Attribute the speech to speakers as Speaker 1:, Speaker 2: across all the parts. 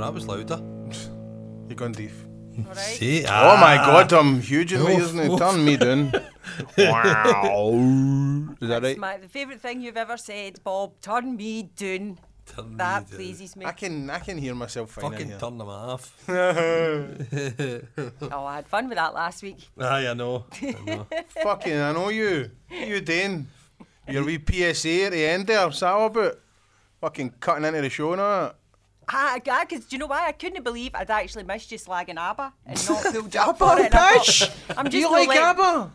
Speaker 1: that was louder.
Speaker 2: You're going deep.
Speaker 3: Alright.
Speaker 1: See?
Speaker 2: Oh my
Speaker 1: Ah. oh.
Speaker 2: god, I'm huge in my
Speaker 1: Oof,
Speaker 2: ears now.
Speaker 1: oof.
Speaker 2: Turn me down. wow. Is that right?
Speaker 3: My the favourite thing you've ever said, Bob. Turn me down.
Speaker 1: Turn me
Speaker 3: That
Speaker 1: down.
Speaker 3: pleases me.
Speaker 2: I can I can hear myself fine in
Speaker 1: Fucking
Speaker 2: here.
Speaker 1: turn them off.
Speaker 3: Oh, I had fun with that last week.
Speaker 2: Ah,
Speaker 1: Aye, I know. I know.
Speaker 2: Fucking, I know you. What you doing? Your wee PSA at the end there, sour boot. Fucking cutting into the show and all that.
Speaker 3: Ah, because do you know why I couldn't believe I'd actually missed you slagging ABBA and not pulled up for it. and I thought, I'm just not letting-
Speaker 2: ABBA?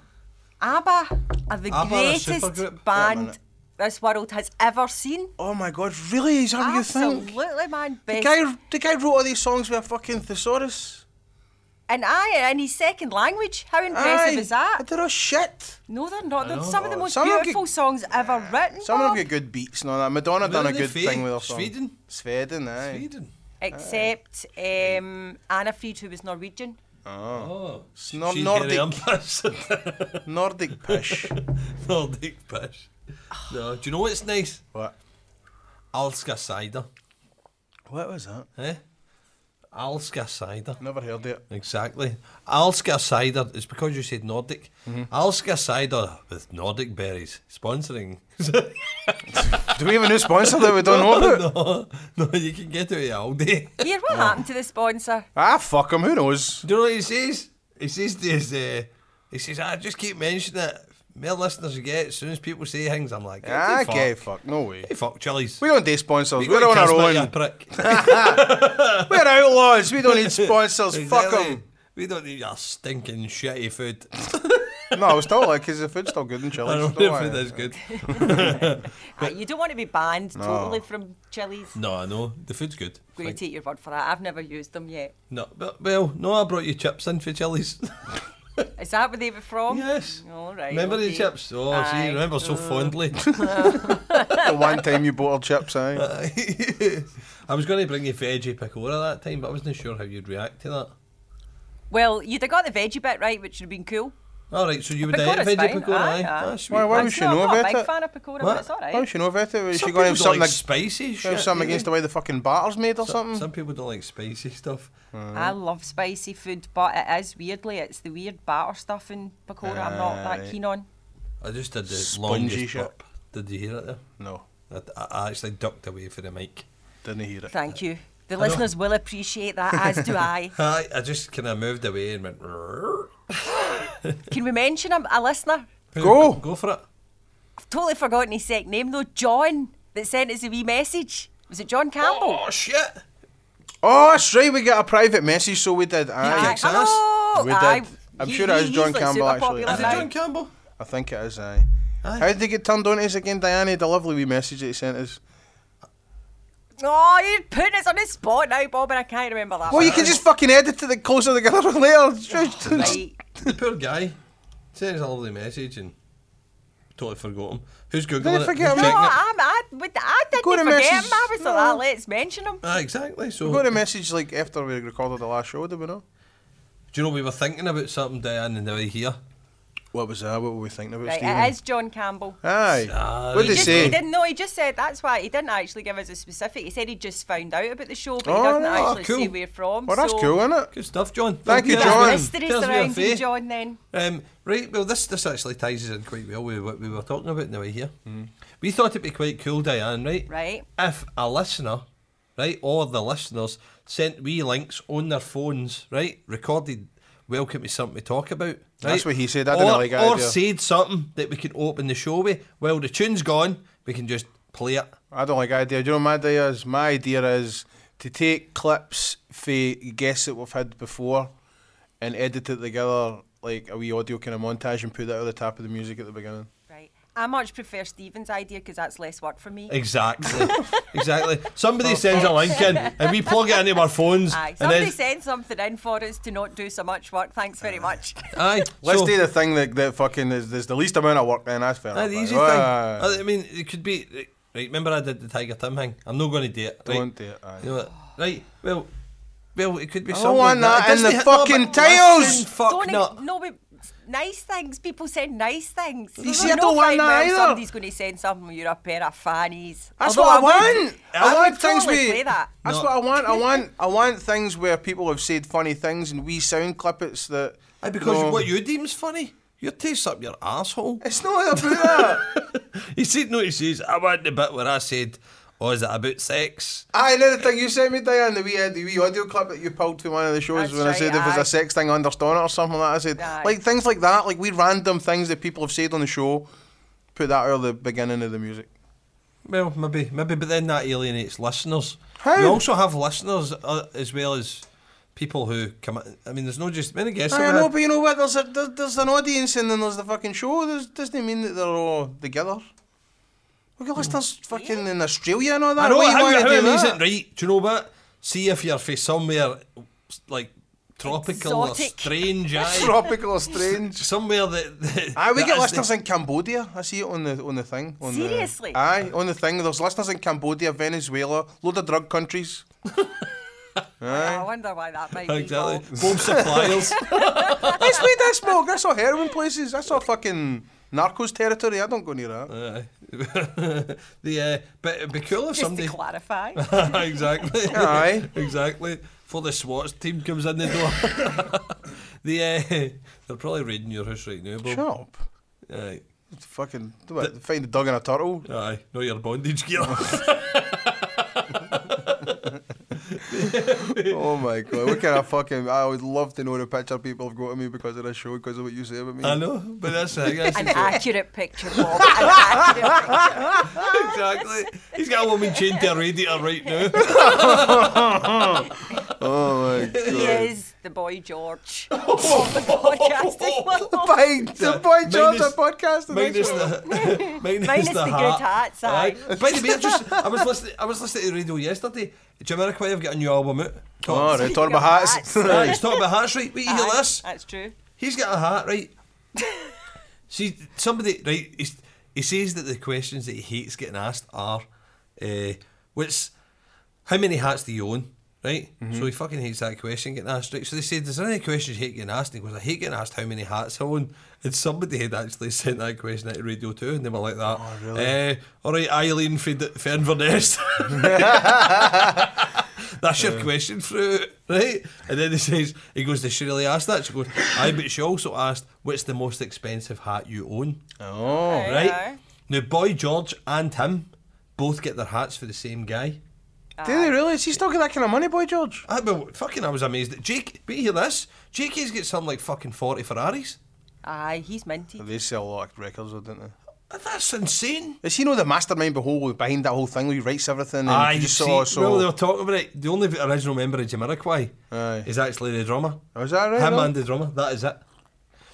Speaker 3: ABBA are the
Speaker 1: ABBA are a supergroup.
Speaker 3: greatest band
Speaker 2: minute.
Speaker 3: this world has ever seen.
Speaker 2: Oh my god, really? Is that what you think?
Speaker 3: Absolutely, man.
Speaker 2: The
Speaker 3: Best.
Speaker 2: guy, the guy wrote all these songs with a fucking thesaurus.
Speaker 3: And I, in his second language, how impressive
Speaker 2: Aye,
Speaker 3: is that?
Speaker 2: They're all shit.
Speaker 3: No, they're not. They're some of the most
Speaker 2: Some have
Speaker 3: beautiful
Speaker 2: got-
Speaker 3: songs ever written.
Speaker 2: Some
Speaker 3: Bob.
Speaker 2: of them got good beats and all that. Madonna
Speaker 1: Where
Speaker 2: done
Speaker 1: are
Speaker 2: a
Speaker 1: they
Speaker 2: good
Speaker 1: fae?
Speaker 2: thing with her song.
Speaker 1: Sweden?
Speaker 2: Sweden, aye.
Speaker 1: Sweden.
Speaker 3: except um, Anna Fried, who was Norwegian.
Speaker 1: Oh.
Speaker 2: It's not
Speaker 1: She's
Speaker 2: Ah. Nordic,
Speaker 1: Harry Ambush.
Speaker 2: Nordic pish.
Speaker 1: Nordic Bush. No, do you know what's nice?
Speaker 2: what?
Speaker 1: Alska cider.
Speaker 2: What was that?
Speaker 1: Eh? Alska cider.
Speaker 2: Never heard it.
Speaker 1: Exactly. Alska cider. It's because you said Nordic.
Speaker 2: Mm-hmm.
Speaker 1: Alska cider with Nordic berries sponsoring.
Speaker 2: Do we have a new sponsor that we don't know about?
Speaker 1: no, no, you can get it at Aldi.
Speaker 3: Here, what happened to the sponsor?
Speaker 2: Ah, fuck him. Who knows?
Speaker 1: Do you know what he says? He says to his, uh, he says, I just keep mentioning it. More listeners you get, as soon as people say things, I'm like,
Speaker 2: Ah, okay,
Speaker 1: okay, fuck,
Speaker 2: fuck. No way.
Speaker 1: Hey, fuck chilies.
Speaker 2: We don't do sponsors.
Speaker 1: We
Speaker 2: We are
Speaker 1: got
Speaker 2: on
Speaker 1: a
Speaker 2: our
Speaker 1: Casbah,
Speaker 2: own.
Speaker 1: you prick.
Speaker 2: We're outlaws. We don't need sponsors. Fuck
Speaker 1: Exactly.
Speaker 2: them.
Speaker 1: We don't need your stinking shitty food.
Speaker 2: No, I was still like, is the food's still good in Chile?
Speaker 1: I
Speaker 2: so
Speaker 1: don't
Speaker 2: don't
Speaker 1: know if
Speaker 2: worry.
Speaker 1: it is good.
Speaker 3: Ah, you don't want to be banned totally from Chili's.
Speaker 1: No, I know. The food's good.
Speaker 3: Going to take your word for that. I've never used them yet.
Speaker 1: No, but, well, no, I brought you chips in for chilies.
Speaker 3: Is that where they were from?
Speaker 1: yes.
Speaker 3: Oh. All right.
Speaker 1: Remember
Speaker 3: okay.
Speaker 1: the chips? Oh, see,
Speaker 3: Aye.
Speaker 1: remember so fondly.
Speaker 2: The one time you bought our chips,
Speaker 1: Uh,
Speaker 2: aye.
Speaker 1: I was going to bring you veggie picora that time, but I wasn't sure how you'd react to that.
Speaker 3: Well, you'd have got the veggie bit right, which would have been cool.
Speaker 1: All right, so you would eat
Speaker 3: Picora's
Speaker 1: veggie
Speaker 3: fine,
Speaker 1: picora, aye?
Speaker 3: aye, aye.
Speaker 1: That's sweet.
Speaker 2: Why-
Speaker 1: Some
Speaker 2: why would
Speaker 3: I'm
Speaker 2: she
Speaker 3: not-
Speaker 2: know
Speaker 3: I'm not
Speaker 2: about
Speaker 3: a big
Speaker 2: it?
Speaker 3: fan of pakora,
Speaker 1: What?
Speaker 3: but it's all
Speaker 2: How
Speaker 3: right.
Speaker 2: she know about it? Was she
Speaker 1: people
Speaker 2: going to have
Speaker 1: don't
Speaker 2: something,
Speaker 1: like
Speaker 2: ag-
Speaker 1: spicy
Speaker 2: have
Speaker 1: shit.
Speaker 2: something
Speaker 1: do
Speaker 2: against the
Speaker 1: they?
Speaker 2: way the fucking batter's made or
Speaker 1: some,
Speaker 2: something?
Speaker 1: some people don't like spicy stuff.
Speaker 3: I love spicy food, but it is weirdly, it's the weird batter stuff in pakora I'm not
Speaker 2: Aye.
Speaker 3: that keen on.
Speaker 1: I just did the
Speaker 2: Spongy
Speaker 1: longest
Speaker 2: shit.
Speaker 1: burp. Did you hear it there?
Speaker 2: No,
Speaker 1: I, I- I actually ducked away for the mic.
Speaker 2: didn't hear it.
Speaker 3: Thank you. The listeners will appreciate that, as do I.
Speaker 1: I, I just kind of moved away and went. "Rrrr."
Speaker 3: Can we mention a, a listener?
Speaker 2: Go.
Speaker 1: go for it.
Speaker 3: I've totally forgotten his second name though. John that sent us a wee message. Was it John Campbell?
Speaker 1: Oh shit!
Speaker 2: Oh, that's right. We got a private message, so we did. Aye.
Speaker 1: kicks ass.
Speaker 3: hello.
Speaker 2: We did.
Speaker 3: Aye,
Speaker 2: I'm
Speaker 3: he-
Speaker 2: sure that
Speaker 3: he-
Speaker 2: was
Speaker 3: he's
Speaker 2: John
Speaker 3: like
Speaker 2: Campbell,
Speaker 3: super
Speaker 2: actually.
Speaker 3: popular
Speaker 1: Is it
Speaker 3: now.
Speaker 1: John Campbell?
Speaker 2: I think it is, aye.
Speaker 1: Aye.
Speaker 2: How did they get turned on to us again, Diane? The lovely wee message that he sent us.
Speaker 3: Oh, you're putting us on the spot now, Bob, and I can't remember that.
Speaker 2: Well, you
Speaker 3: one.
Speaker 2: can just fucking edit it closer together later. Just-
Speaker 3: Right.
Speaker 1: the poor guy sent us a lovely message and totally forgot him. Who's googling
Speaker 2: Did I
Speaker 1: it?
Speaker 2: forget
Speaker 1: Who's
Speaker 3: No,
Speaker 2: him? Ah.
Speaker 1: checking it?
Speaker 3: I'm, I, with, I didn't
Speaker 2: Go to
Speaker 3: forget
Speaker 2: message-
Speaker 3: him. I was
Speaker 2: no.
Speaker 3: like, ah, let's mention him.
Speaker 1: Ah, exactly. So,
Speaker 2: We got a message like after we recorded the last show, did we not?
Speaker 1: do you know we were thinking about something, Diane, and now we here.
Speaker 2: What was that? What were we thinking about,
Speaker 3: Right,
Speaker 2: Stephen?
Speaker 3: it is John Campbell.
Speaker 2: Aye.
Speaker 1: Sorry.
Speaker 2: What did
Speaker 3: He
Speaker 2: he
Speaker 3: just, he
Speaker 2: say?
Speaker 3: didn't know. He just said that's why he didn't actually give us a specific. He said he just found out about the show, but
Speaker 2: Oh,
Speaker 3: he doesn't
Speaker 2: no,
Speaker 3: actually
Speaker 1: cool.
Speaker 3: say where from.
Speaker 2: Well, that's
Speaker 3: so
Speaker 2: cool, isn't it?
Speaker 1: Good stuff, John.
Speaker 2: Thank you,
Speaker 3: there's
Speaker 2: John.
Speaker 3: mystery
Speaker 1: Tells me a
Speaker 3: surrounding
Speaker 1: fate.
Speaker 3: John then.
Speaker 1: Um, right, well, this this actually ties us in quite well with what we were talking about now here.
Speaker 2: Mm.
Speaker 1: We thought it'd be quite cool, Diane, right?
Speaker 3: Right.
Speaker 1: If a listener, right, or the listeners sent wee links on their phones, right, recorded, welcome to something to talk about. Right?
Speaker 2: That's what he said, I didn't
Speaker 1: or,
Speaker 2: like that
Speaker 1: Or
Speaker 2: idea.
Speaker 1: said something that we can open the show with. Well, the tune's gone, we can just play it.
Speaker 2: I don't like idea. Do you know what my idea is? My idea is to take clips for guests that we've had before and edit it together like a wee audio kind of montage and put that at the top of the music at the beginning.
Speaker 3: Right. I much prefer Stephen's idea because that's less work for me.
Speaker 1: Exactly, exactly. Somebody sends a link in, and we plug it into our phones.
Speaker 3: Aye.
Speaker 1: and
Speaker 3: Somebody
Speaker 1: then,
Speaker 3: send something in for us to not do so much work. Thanks
Speaker 2: Uh,
Speaker 3: very much.
Speaker 1: aye,
Speaker 2: Let's
Speaker 1: so-
Speaker 2: do the thing that, that fucking is there's the least amount of work then, that's fair.
Speaker 1: Aye,
Speaker 2: enough,
Speaker 1: the
Speaker 2: like,
Speaker 1: easy
Speaker 2: well,
Speaker 1: thing.
Speaker 2: aye, aye, aye.
Speaker 1: I mean, it could be. Right, right, remember I did the Tiger Tim thing. I'm not going to do it. Right?
Speaker 2: Don't do it, aye.
Speaker 1: You know what? Right. Well, well, it could be
Speaker 2: don't
Speaker 1: something.
Speaker 2: want
Speaker 1: like
Speaker 2: that in
Speaker 1: Disney
Speaker 2: the
Speaker 1: hit- no,
Speaker 2: fucking
Speaker 1: but
Speaker 2: tales!
Speaker 1: listen, Fuck
Speaker 3: Don't
Speaker 1: not.
Speaker 3: no, we, nice things. People send nice things.
Speaker 2: You see, I don't want that either.
Speaker 3: Somebody's going to send something. You're a pair of fannies.
Speaker 2: That's
Speaker 3: Although
Speaker 2: what I,
Speaker 3: would-
Speaker 2: want. I,
Speaker 3: would
Speaker 2: want things
Speaker 3: totally
Speaker 2: with.
Speaker 3: play that.
Speaker 2: That's
Speaker 1: No.
Speaker 2: what I want. I want. I want things where people have said funny things and we sound clippets that.
Speaker 1: Aye, because
Speaker 2: No.
Speaker 1: what you deem's funny, your taste up your asshole.
Speaker 2: It's not about that.
Speaker 1: He said, no, he says, I want the bit where I said, oh, is it about sex?
Speaker 2: Aye, another thing you sent me, Diane, the wee, uh, the wee audio clip that you pulled from one of the shows
Speaker 3: That's
Speaker 2: when I
Speaker 3: right,
Speaker 2: said if there's
Speaker 3: aye.
Speaker 2: a sex thing understand it or something like that. I said
Speaker 3: Aye.
Speaker 2: like things like that, like we random things that people have said on the show. Put that at the beginning of the music.
Speaker 1: Well, maybe, maybe, but then that alienates listeners.
Speaker 2: How?
Speaker 1: We also have listeners uh, as well as people who come. I mean, there's no just many guests.
Speaker 2: Aye,
Speaker 1: that
Speaker 2: I
Speaker 1: we
Speaker 2: know,
Speaker 1: had.
Speaker 2: but you know what? There's, a, there's there's an audience and then there's the fucking show. There's, doesn't mean that they're all together. We've got listeners
Speaker 3: Mm.
Speaker 2: fucking in Australia and all that.
Speaker 1: I know
Speaker 2: Why you
Speaker 1: how,
Speaker 2: wanna
Speaker 1: how
Speaker 2: do
Speaker 1: amazing,
Speaker 2: that?
Speaker 1: right? Do you know what? See if you're from somewhere like tropical
Speaker 3: Exotic.
Speaker 1: or strange, aye.
Speaker 2: Tropical or strange.
Speaker 1: somewhere that. that
Speaker 2: Aye, we
Speaker 1: that
Speaker 2: get
Speaker 1: isn't-
Speaker 2: listeners in Cambodia. I see it on the on the thing. On the-
Speaker 3: Seriously?
Speaker 2: aye, on the thing. There's listeners in Cambodia, Venezuela, load of drug countries.
Speaker 3: I wonder why that might be.
Speaker 1: Exactly.
Speaker 3: called.
Speaker 1: Both suppliers.
Speaker 2: That's where they smoke. That's all heroin places. That's all fucking narcos territory. I don't go near that.
Speaker 1: Aye. the uh, but it'd be cool if
Speaker 3: Just
Speaker 1: somebody
Speaker 3: to clarify.
Speaker 1: exactly.
Speaker 2: Aye.
Speaker 1: exactly. Before the SWAT's team comes in the door. the uh, they're probably raiding your house right now, Bob.
Speaker 2: Shut up.
Speaker 1: Aye.
Speaker 2: Fucking what, find a dog and a turtle.
Speaker 1: Aye. Not your bondage gear.
Speaker 2: Oh my god, what kind of fucking? I would love to know the picture people have got of me because of this show, because of what you say about me.
Speaker 1: I know, but that's it. That's
Speaker 3: An
Speaker 1: it.
Speaker 3: accurate picture, Bob. An accurate picture.
Speaker 1: exactly. He's got a woman chained to a radiator right now.
Speaker 2: Oh my god.
Speaker 3: He is the boy George of the podcast as well.
Speaker 2: By the boy George
Speaker 1: Minus-
Speaker 2: a podcast. and
Speaker 1: Minus
Speaker 2: that's what-
Speaker 1: the minus,
Speaker 3: Minus the good
Speaker 1: hat.
Speaker 3: hats, aye.
Speaker 1: By the way, I just I was listening. I was listening to the radio yesterday. Jamiroquai have got a new album out.
Speaker 2: Oh,
Speaker 1: Talk,
Speaker 2: right,
Speaker 3: Speaking
Speaker 2: talking about
Speaker 3: of
Speaker 2: hats.
Speaker 3: hats.
Speaker 1: Aye, he's talking about hats, right? Wait, you hear
Speaker 3: Aye,
Speaker 1: this?
Speaker 3: That's true.
Speaker 1: He's got a hat, right? See, somebody, right? He's, he says that the questions that he hates getting asked are, uh, what's, how many hats do you own? Right? So
Speaker 2: Mm-hmm.
Speaker 1: he fucking hates that question getting asked, right? So they said, Is there any questions you hate getting asked? And he goes, I hate getting asked how many hats I own. And somebody had actually sent that question out to Radio 2 and they were like that.
Speaker 2: Oh, really?
Speaker 1: "Eh, all right, Eileen Fed- Fernvernest. That's your question, fruit, right? And then he says, he goes, they surely asked that. She goes, aye, but she also asked, what's the most expensive hat you own,
Speaker 2: Oh.
Speaker 3: There you
Speaker 1: right?
Speaker 3: go.
Speaker 1: Now, Boy George and him both get their hats for the same guy.
Speaker 2: Do they really? Is he still got that kind of money, boy George?
Speaker 1: I but fucking, I was amazed. that Jake, but you hear this? JK's got something like fucking 40 Ferraris.
Speaker 3: Aye, he's minty.
Speaker 2: They sell a lot of records, though, don't they?
Speaker 1: That's insane.
Speaker 2: Is he know the mastermind behold, behind that whole thing? He writes everything. And
Speaker 1: Aye,
Speaker 2: he
Speaker 1: you
Speaker 2: just
Speaker 1: see,
Speaker 2: Ah, saw,
Speaker 1: well, they were
Speaker 2: so.
Speaker 1: talking about it. The only original member of Jamiroquai
Speaker 2: Aye.
Speaker 1: is actually the drummer.
Speaker 2: Oh, is that right?
Speaker 1: Him
Speaker 2: no?
Speaker 1: and the drummer, that is it.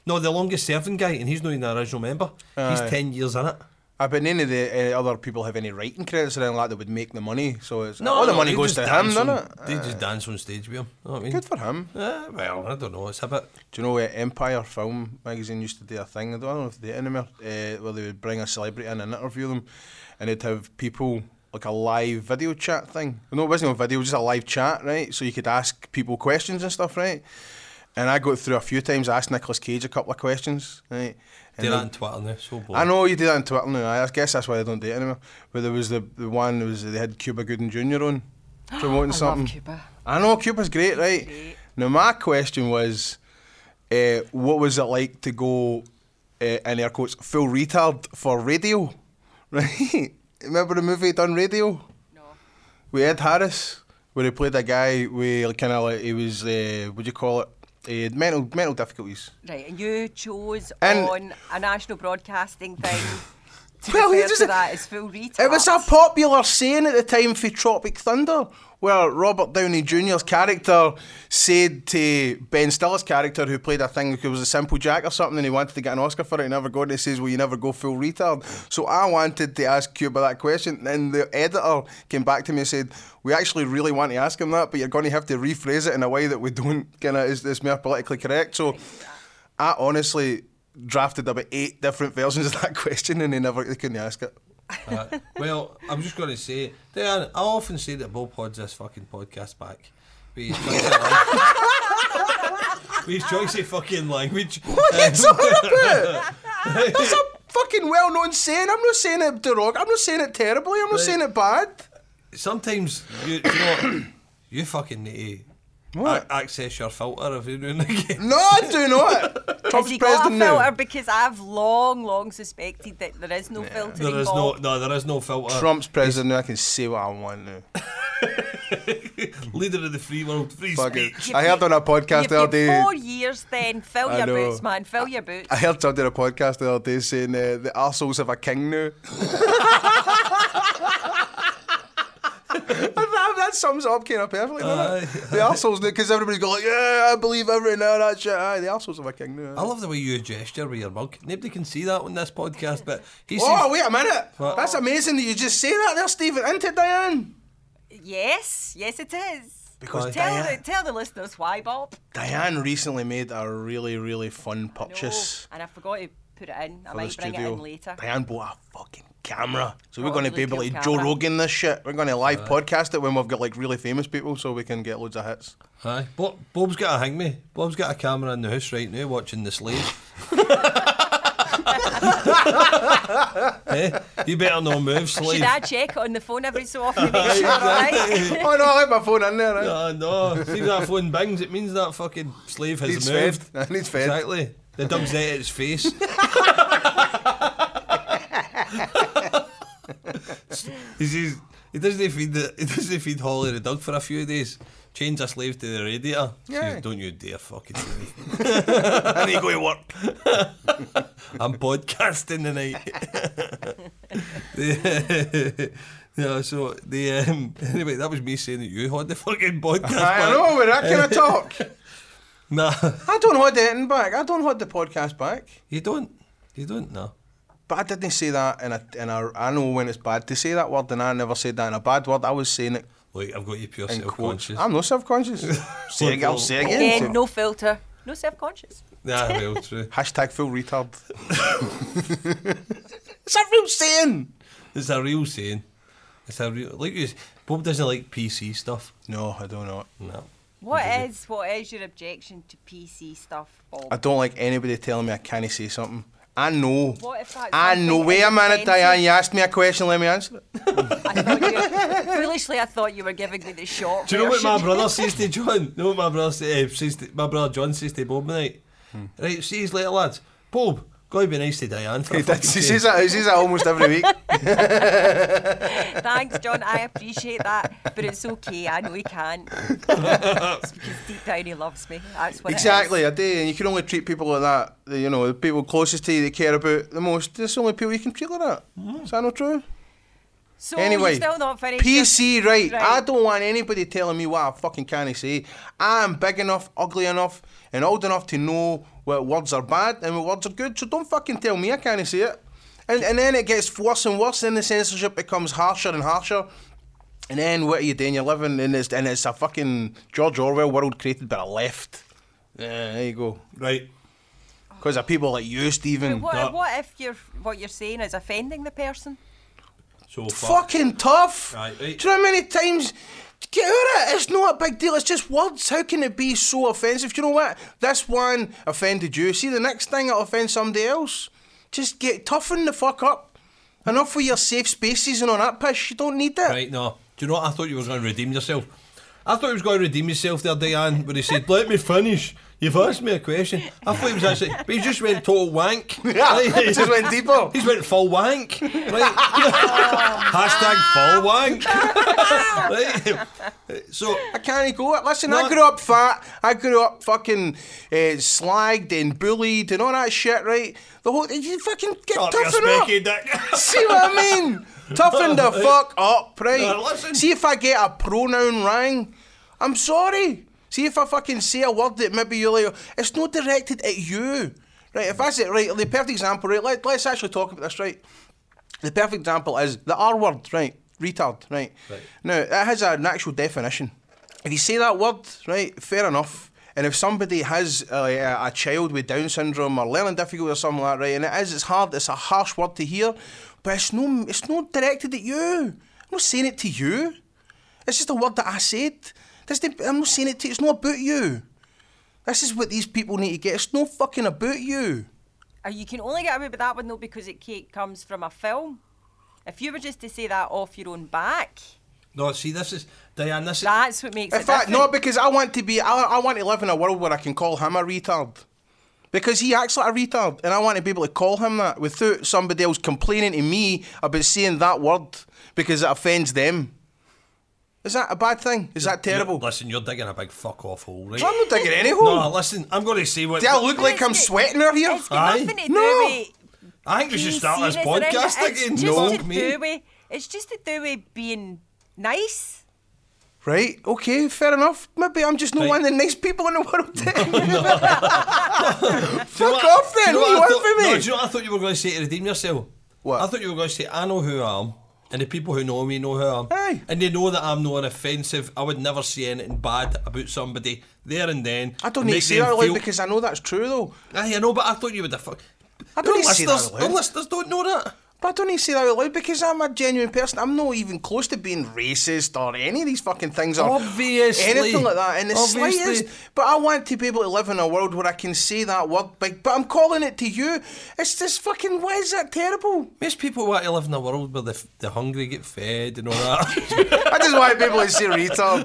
Speaker 1: No, the longest serving guy, and he's not even an original member.
Speaker 2: Aye.
Speaker 1: He's 10 years in it.
Speaker 2: I bet none of the uh, other people have any writing credits or anything like that would make the money. So it's
Speaker 1: No,
Speaker 2: all the
Speaker 1: no,
Speaker 2: money
Speaker 1: they
Speaker 2: goes
Speaker 1: just
Speaker 2: to him,
Speaker 1: dance
Speaker 2: doesn't
Speaker 1: on-
Speaker 2: it?
Speaker 1: They just dance on stage with him. You know what I mean?
Speaker 2: Good for him.
Speaker 1: Uh, well, I don't know. It's a bit.
Speaker 2: Do you know uh, Empire Film Magazine used to do a thing? I don't know if they do it anymore. Uh, where they would bring a celebrity in and interview them, and they'd have people like a live video chat thing. No, it wasn't on video, it was just a live chat, right? So you could ask people questions and stuff, right? And I got through a few times. I asked Nicolas Cage a couple of questions, right? And
Speaker 1: Do that
Speaker 2: then-
Speaker 1: on Twitter now. So boring.
Speaker 2: I know you do that on Twitter now. I guess that's why I don't do it anymore. But there was the, the one that was they had Cuba Gooding Jr. on
Speaker 3: I
Speaker 2: promoting something.
Speaker 3: love Cuba.
Speaker 2: I know Cuba's great, right?
Speaker 3: great.
Speaker 2: Now my question was, uh, what was it like to go uh, in air quotes full retard for radio? Right? Remember the movie Done Radio?
Speaker 3: No.
Speaker 2: with Ed Harris, where he played a guy with kind of like he was, uh, what do you call it? He had mental mental difficulties.
Speaker 3: Right, and you chose
Speaker 2: And-
Speaker 3: on a national broadcasting thing. to
Speaker 2: Well,
Speaker 3: well,
Speaker 2: you
Speaker 3: you
Speaker 2: just-
Speaker 3: to that as full retard.
Speaker 2: It was a popular saying at the time for Tropic Thunder, where Robert Downey Jr.'s character said to Ben Stiller's character, who played, I think it was a Simple Jack or something, and he wanted to get an Oscar for it, he never got it. He says, Well, you never go full retard. So I wanted to ask Cuba that question, and the editor came back to me and said, We actually really want to ask him that, but you're going to have to rephrase it in a way that we don't, kind of, is, is more politically correct. So I honestly drafted about eight different versions of that question, and they never, they couldn't ask it.
Speaker 1: Uh, well, I'm just going to say, Dan, I often say that Bob Hodges this fucking podcast back. But he's His choice of fucking language. Uh,
Speaker 2: What are you talking about? That's a fucking well-known saying. I'm not saying it derog. I'm not saying it terribly. I'm not saying it bad.
Speaker 1: Sometimes you, do you, know what? you fucking need to
Speaker 2: What?
Speaker 1: a- access your filter every now and again.
Speaker 2: No, I do not.
Speaker 3: Has
Speaker 2: Trump's
Speaker 3: he got
Speaker 2: president
Speaker 3: a filter?
Speaker 2: now.
Speaker 3: Because I've long, long suspected that there is no filter
Speaker 1: There is no,
Speaker 3: involved.
Speaker 1: no, there is no filter.
Speaker 2: Trump's president now. I can say what I want now.
Speaker 1: Leader of the free world, free
Speaker 2: Fuck it.
Speaker 1: speech.
Speaker 3: You've
Speaker 2: I heard
Speaker 3: been-
Speaker 2: on a podcast
Speaker 3: You've
Speaker 2: the other
Speaker 3: been
Speaker 2: day.
Speaker 3: four years then. Fill
Speaker 2: I
Speaker 3: your
Speaker 2: know.
Speaker 3: boots, man. Fill your boots.
Speaker 2: I heard somebody on a podcast the other day saying uh, the arseholes have a king now. that, that sums it up kind of perfectly, doesn't
Speaker 1: Aye.
Speaker 2: it? The arseholes now, because everybody's going, like, yeah, I believe every now that shit. Aye, the arseholes have a king now.
Speaker 1: I love the way you gesture with your mug. Nobody can see that on this podcast, but he seems.
Speaker 2: Oh, wait a minute.
Speaker 1: What?
Speaker 2: That's amazing that you just say that there, Stephen. Into Diane.
Speaker 3: Yes, yes, it is.
Speaker 2: Because
Speaker 1: Aye.
Speaker 3: Tell the,
Speaker 2: Diane,
Speaker 3: tell the listeners why, Bob.
Speaker 2: Diane recently made a really, really fun
Speaker 3: No,
Speaker 2: purchase.
Speaker 3: Oh, and I forgot to put it in. I
Speaker 2: for the
Speaker 3: might bring it
Speaker 2: studio.
Speaker 3: in later. Oh,
Speaker 2: Diane bought a fucking camera. So we're
Speaker 3: Got a
Speaker 2: going to be
Speaker 3: really
Speaker 2: able to
Speaker 3: cool
Speaker 2: Joe
Speaker 3: camera.
Speaker 2: Rogan this shit. We're going to live podcast it when we've got like really famous people so we can get loads of hits.
Speaker 1: Aye. Bob, Bob's got a hang me. Bob's got a camera in the house right now watching the slave. eh? You better not move, slave.
Speaker 3: Should I check on the phone every so often to make sure I'm
Speaker 2: oh
Speaker 3: alright?
Speaker 2: no, I have my phone in there. Right?
Speaker 1: No, Oh, no. See if that phone bings, it means that fucking slave has
Speaker 2: Needs
Speaker 1: moved.
Speaker 2: fed. Needs fed.
Speaker 1: Exactly. The dub's at its face. He says- he doesn't feed the he doesn't feed Holly the dog for a few days. Change a slave to the radiator. She
Speaker 2: Yeah.
Speaker 1: Says, Don't you dare fucking do me.
Speaker 2: I need to go to work.
Speaker 1: I'm podcasting tonight. the, yeah, so the um, anyway, that was me saying that you had the fucking podcast.
Speaker 2: I
Speaker 1: back.
Speaker 2: know, but that kind of talk.
Speaker 1: Nah,
Speaker 2: I don't hold it back. I don't hold the podcast back.
Speaker 1: you don't. You don't know.
Speaker 2: But I didn't say that in a, in a. I know when it's bad to say that word, and I never said that in a bad word. I was saying it
Speaker 1: Look, I've got you pure
Speaker 2: in
Speaker 1: self
Speaker 2: quotes.
Speaker 1: conscious.
Speaker 2: I'm not self conscious. say it again. I'll say it again.
Speaker 3: Again, no filter, no self-conscious.
Speaker 1: Nah, well, true.
Speaker 2: Hashtag full retard. it's a real saying.
Speaker 1: It's a real saying. It's a real like you. s- Bob doesn't like PC stuff.
Speaker 2: No, I don't know.
Speaker 1: No.
Speaker 3: What is what is your objection to PC stuff, Bob?
Speaker 2: I don't like anybody telling me I can't say something. I know.
Speaker 3: What if that's
Speaker 2: I know.
Speaker 3: something
Speaker 2: Wait a minute,
Speaker 3: inoffensive?
Speaker 2: Diane. You asked me a question. Let me answer it.
Speaker 3: I thought you, foolishly, I thought you were giving me the short.
Speaker 1: Do you know what my
Speaker 3: version.
Speaker 1: brother says to John? You know what my brother says, eh, says to, my brother John says to Bob tonight?
Speaker 2: Hmm.
Speaker 1: Right, see his later lads. Bob, gotta be nice to Diane for a
Speaker 2: He
Speaker 1: fucking
Speaker 2: does- he
Speaker 1: change."
Speaker 2: says that. He says that almost every week.
Speaker 3: Thanks, John. I appreciate that, but it's okay. I know he can't. it's because deep down he loves me. That's what it is.
Speaker 2: exactly. I do. And you can only treat people like that. the- You know, the people closest to you, they care about the most. That's the only people you can treat like that. Is that not true?
Speaker 3: So
Speaker 2: Anyway,
Speaker 3: you're still not finished.
Speaker 2: PC, right.
Speaker 3: Right.
Speaker 2: I don't want anybody telling me what I fucking can say. I'm big enough, ugly enough, and old enough to know what words are bad and what words are good. So don't fucking tell me I can't say it. And and then it gets worse and worse. Then the censorship becomes harsher and harsher. And then what are you doing? You're living in this, and it's a fucking George Orwell world created by the left. Yeah, there you go.
Speaker 1: Right.
Speaker 2: Because of people like you,
Speaker 3: But
Speaker 2: Stephen.
Speaker 3: what,
Speaker 1: No.
Speaker 3: what if you're what you're saying is offending the person?
Speaker 1: So far.
Speaker 2: fucking tough.
Speaker 1: Right, right.
Speaker 2: Do you know how many times? Get out of it. It's not a big deal. It's just words. How can it be so offensive? Do you know what? This one offended you. See, the next thing it'll offend somebody else. Just get toughen the fuck up. Enough with your safe spaces and all that pish. You don't need that.
Speaker 1: Right, no. Do you know what? I thought you were going to redeem yourself. I thought he was going to redeem himself there, Diane, when he said, Let me finish. You've asked me a question. I thought he was actually, but he just went total wank.
Speaker 2: Yeah, just went deeper.
Speaker 1: He's went full wank. Right. Hashtag full wank. right. So,
Speaker 2: I can't go. Listen, I
Speaker 1: No.
Speaker 2: grew up fat. I grew up fucking uh, slagged and bullied and all that shit. Right? The whole you fucking get
Speaker 1: up your
Speaker 2: toughen up.
Speaker 1: specky dick.
Speaker 2: See what I mean? Toughen the fuck up, right?
Speaker 1: Now listen.
Speaker 2: See if I get a pronoun wrong. I'm sorry. See if I fucking say a word that maybe you're like, it's not directed at you. Right, if I say, right, the perfect example, right, let, let's actually talk about this, right? The perfect example is the R word, right? Retard, right?
Speaker 1: Right.
Speaker 2: Now, that has an actual definition. If you say that word, right, fair enough. And if somebody has uh, a, a child with Down syndrome or learning difficulties or something like that, right, and it is, it's hard, it's a harsh word to hear, but it's no, it's not directed at you. I'm not saying it to you. It's just a word that I said. Doesn't- I'm not saying it to you. It's not about you. This is what these people need to get. It's no fucking about you.
Speaker 3: Uh, You can only get away with that one though because it ca- comes from a film. If you were just to say that off your own back,
Speaker 1: No, see, this is Diane. This is
Speaker 3: that's what makes
Speaker 2: In
Speaker 3: it.
Speaker 2: fact, no,
Speaker 3: different.
Speaker 2: because I want to be. I, I want to live in a world where I can call him a retard. Because he acts like a retard, and I want to be able to call him that without somebody else complaining to me about saying that word because it offends them. Is that a bad thing? Is that terrible?
Speaker 1: You're, listen, you're digging a big fuck off hole, right?
Speaker 2: I'm not digging any hole.
Speaker 1: no, listen, I'm going to say what.
Speaker 2: Do I look like I'm
Speaker 3: It's-
Speaker 2: sweating out here?
Speaker 3: It's got
Speaker 1: Aye.
Speaker 3: nothing to do
Speaker 2: No.
Speaker 3: with
Speaker 1: I think we should start
Speaker 3: PC
Speaker 1: this
Speaker 3: or anything.
Speaker 1: podcast again.
Speaker 3: It's just
Speaker 1: fuck
Speaker 3: to
Speaker 1: me.
Speaker 3: do with. It's just to do with being nice.
Speaker 2: Right, okay, fair enough. Maybe I'm just not
Speaker 1: Right.
Speaker 2: one of the nice people in the world. then.
Speaker 1: Do you know
Speaker 2: Fuck
Speaker 1: what-
Speaker 2: off
Speaker 1: do you
Speaker 2: then,
Speaker 1: know
Speaker 2: what
Speaker 1: I
Speaker 2: you want
Speaker 1: thought-
Speaker 2: from me?
Speaker 1: No, do you know what I thought you were going to say to redeem yourself?
Speaker 2: What?
Speaker 1: I thought you were going to say, I know who I am, and the people who know me know who I am.
Speaker 2: Aye.
Speaker 1: And they know that I'm not an offensive. I would never say anything bad about somebody there and then.
Speaker 2: I don't
Speaker 1: and
Speaker 2: need to
Speaker 1: make
Speaker 2: say
Speaker 1: them
Speaker 2: that out loud
Speaker 1: feel-
Speaker 2: because I know that's true though.
Speaker 1: Aye, I know, but I thought you would have. Fuck...
Speaker 2: I don't
Speaker 1: Your
Speaker 2: need to say that
Speaker 1: listeners-
Speaker 2: out loud.
Speaker 1: your listeners don't know that.
Speaker 2: But I don't need to say that out loud because I'm a genuine person. I'm not even close to being racist or any of these fucking things or
Speaker 1: Obviously.
Speaker 2: anything like that in the
Speaker 1: Obviously.
Speaker 2: slightest. But I want to be able to live in a world where I can say that word big. But I'm calling it to you. It's just fucking. Why is that terrible?
Speaker 1: Most people want to live in a world where the, f- the hungry get fed and all that.
Speaker 2: I just want people to say retard.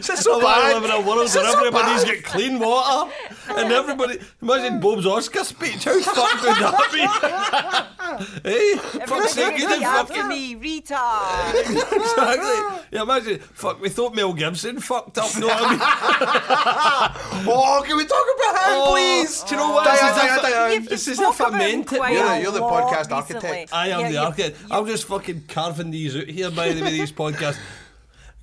Speaker 2: Is that so
Speaker 1: I want
Speaker 2: bad?
Speaker 1: to live in a world
Speaker 2: Is
Speaker 1: where
Speaker 2: that so
Speaker 1: everybody's
Speaker 2: bad?
Speaker 1: got clean water and everybody. Imagine Bob's Oscar speech. How fucked would that be? hey, fuck's sake,
Speaker 3: Everybody
Speaker 1: you
Speaker 3: gonna
Speaker 1: didn't
Speaker 3: be after
Speaker 1: fucking.
Speaker 3: me, retard.
Speaker 1: exactly. Yeah, imagine. Fuck, we thought Mel Gibson fucked up. No, I mean,
Speaker 2: Oh, can we talk about him,
Speaker 1: Oh,
Speaker 2: please?
Speaker 1: do you know what?
Speaker 2: Diane,
Speaker 1: This is
Speaker 2: Diane,
Speaker 1: a fa-
Speaker 2: Diane.
Speaker 1: You've- This is not
Speaker 3: spoke about him
Speaker 1: fermented.
Speaker 3: quite
Speaker 2: You're the-
Speaker 3: a
Speaker 2: you're the
Speaker 3: lot
Speaker 2: podcast architect.
Speaker 3: recently.
Speaker 1: I am
Speaker 3: Yeah,
Speaker 1: the
Speaker 3: you've-
Speaker 1: architect.
Speaker 3: you've-
Speaker 1: I'm just fucking carving these out here by the way. These podcasts.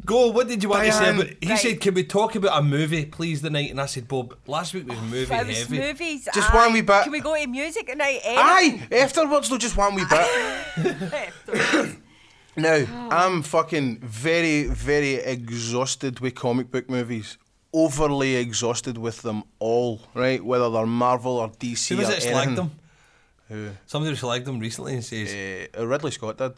Speaker 1: Go. What did you want to say?
Speaker 2: Diane.
Speaker 1: About, he
Speaker 3: Right.
Speaker 1: said, "Can we talk about a movie, please, tonight?" And I said, "Bob, last week was movie
Speaker 3: But it was
Speaker 1: heavy."
Speaker 3: movies.
Speaker 2: Just
Speaker 3: aye.
Speaker 2: one wee bit.
Speaker 3: Can we go to music tonight?
Speaker 2: Aye, afterwards though, just one wee bit.
Speaker 3: Aye.
Speaker 2: Now, I'm fucking very, very exhausted with comic book movies. Overly exhausted with them all, right? Whether they're Marvel or DC
Speaker 1: Who was
Speaker 2: or
Speaker 1: it
Speaker 2: anything.
Speaker 1: slagged them? Somebody slagged them recently and says,
Speaker 2: Uh, uh, Ridley Scott did.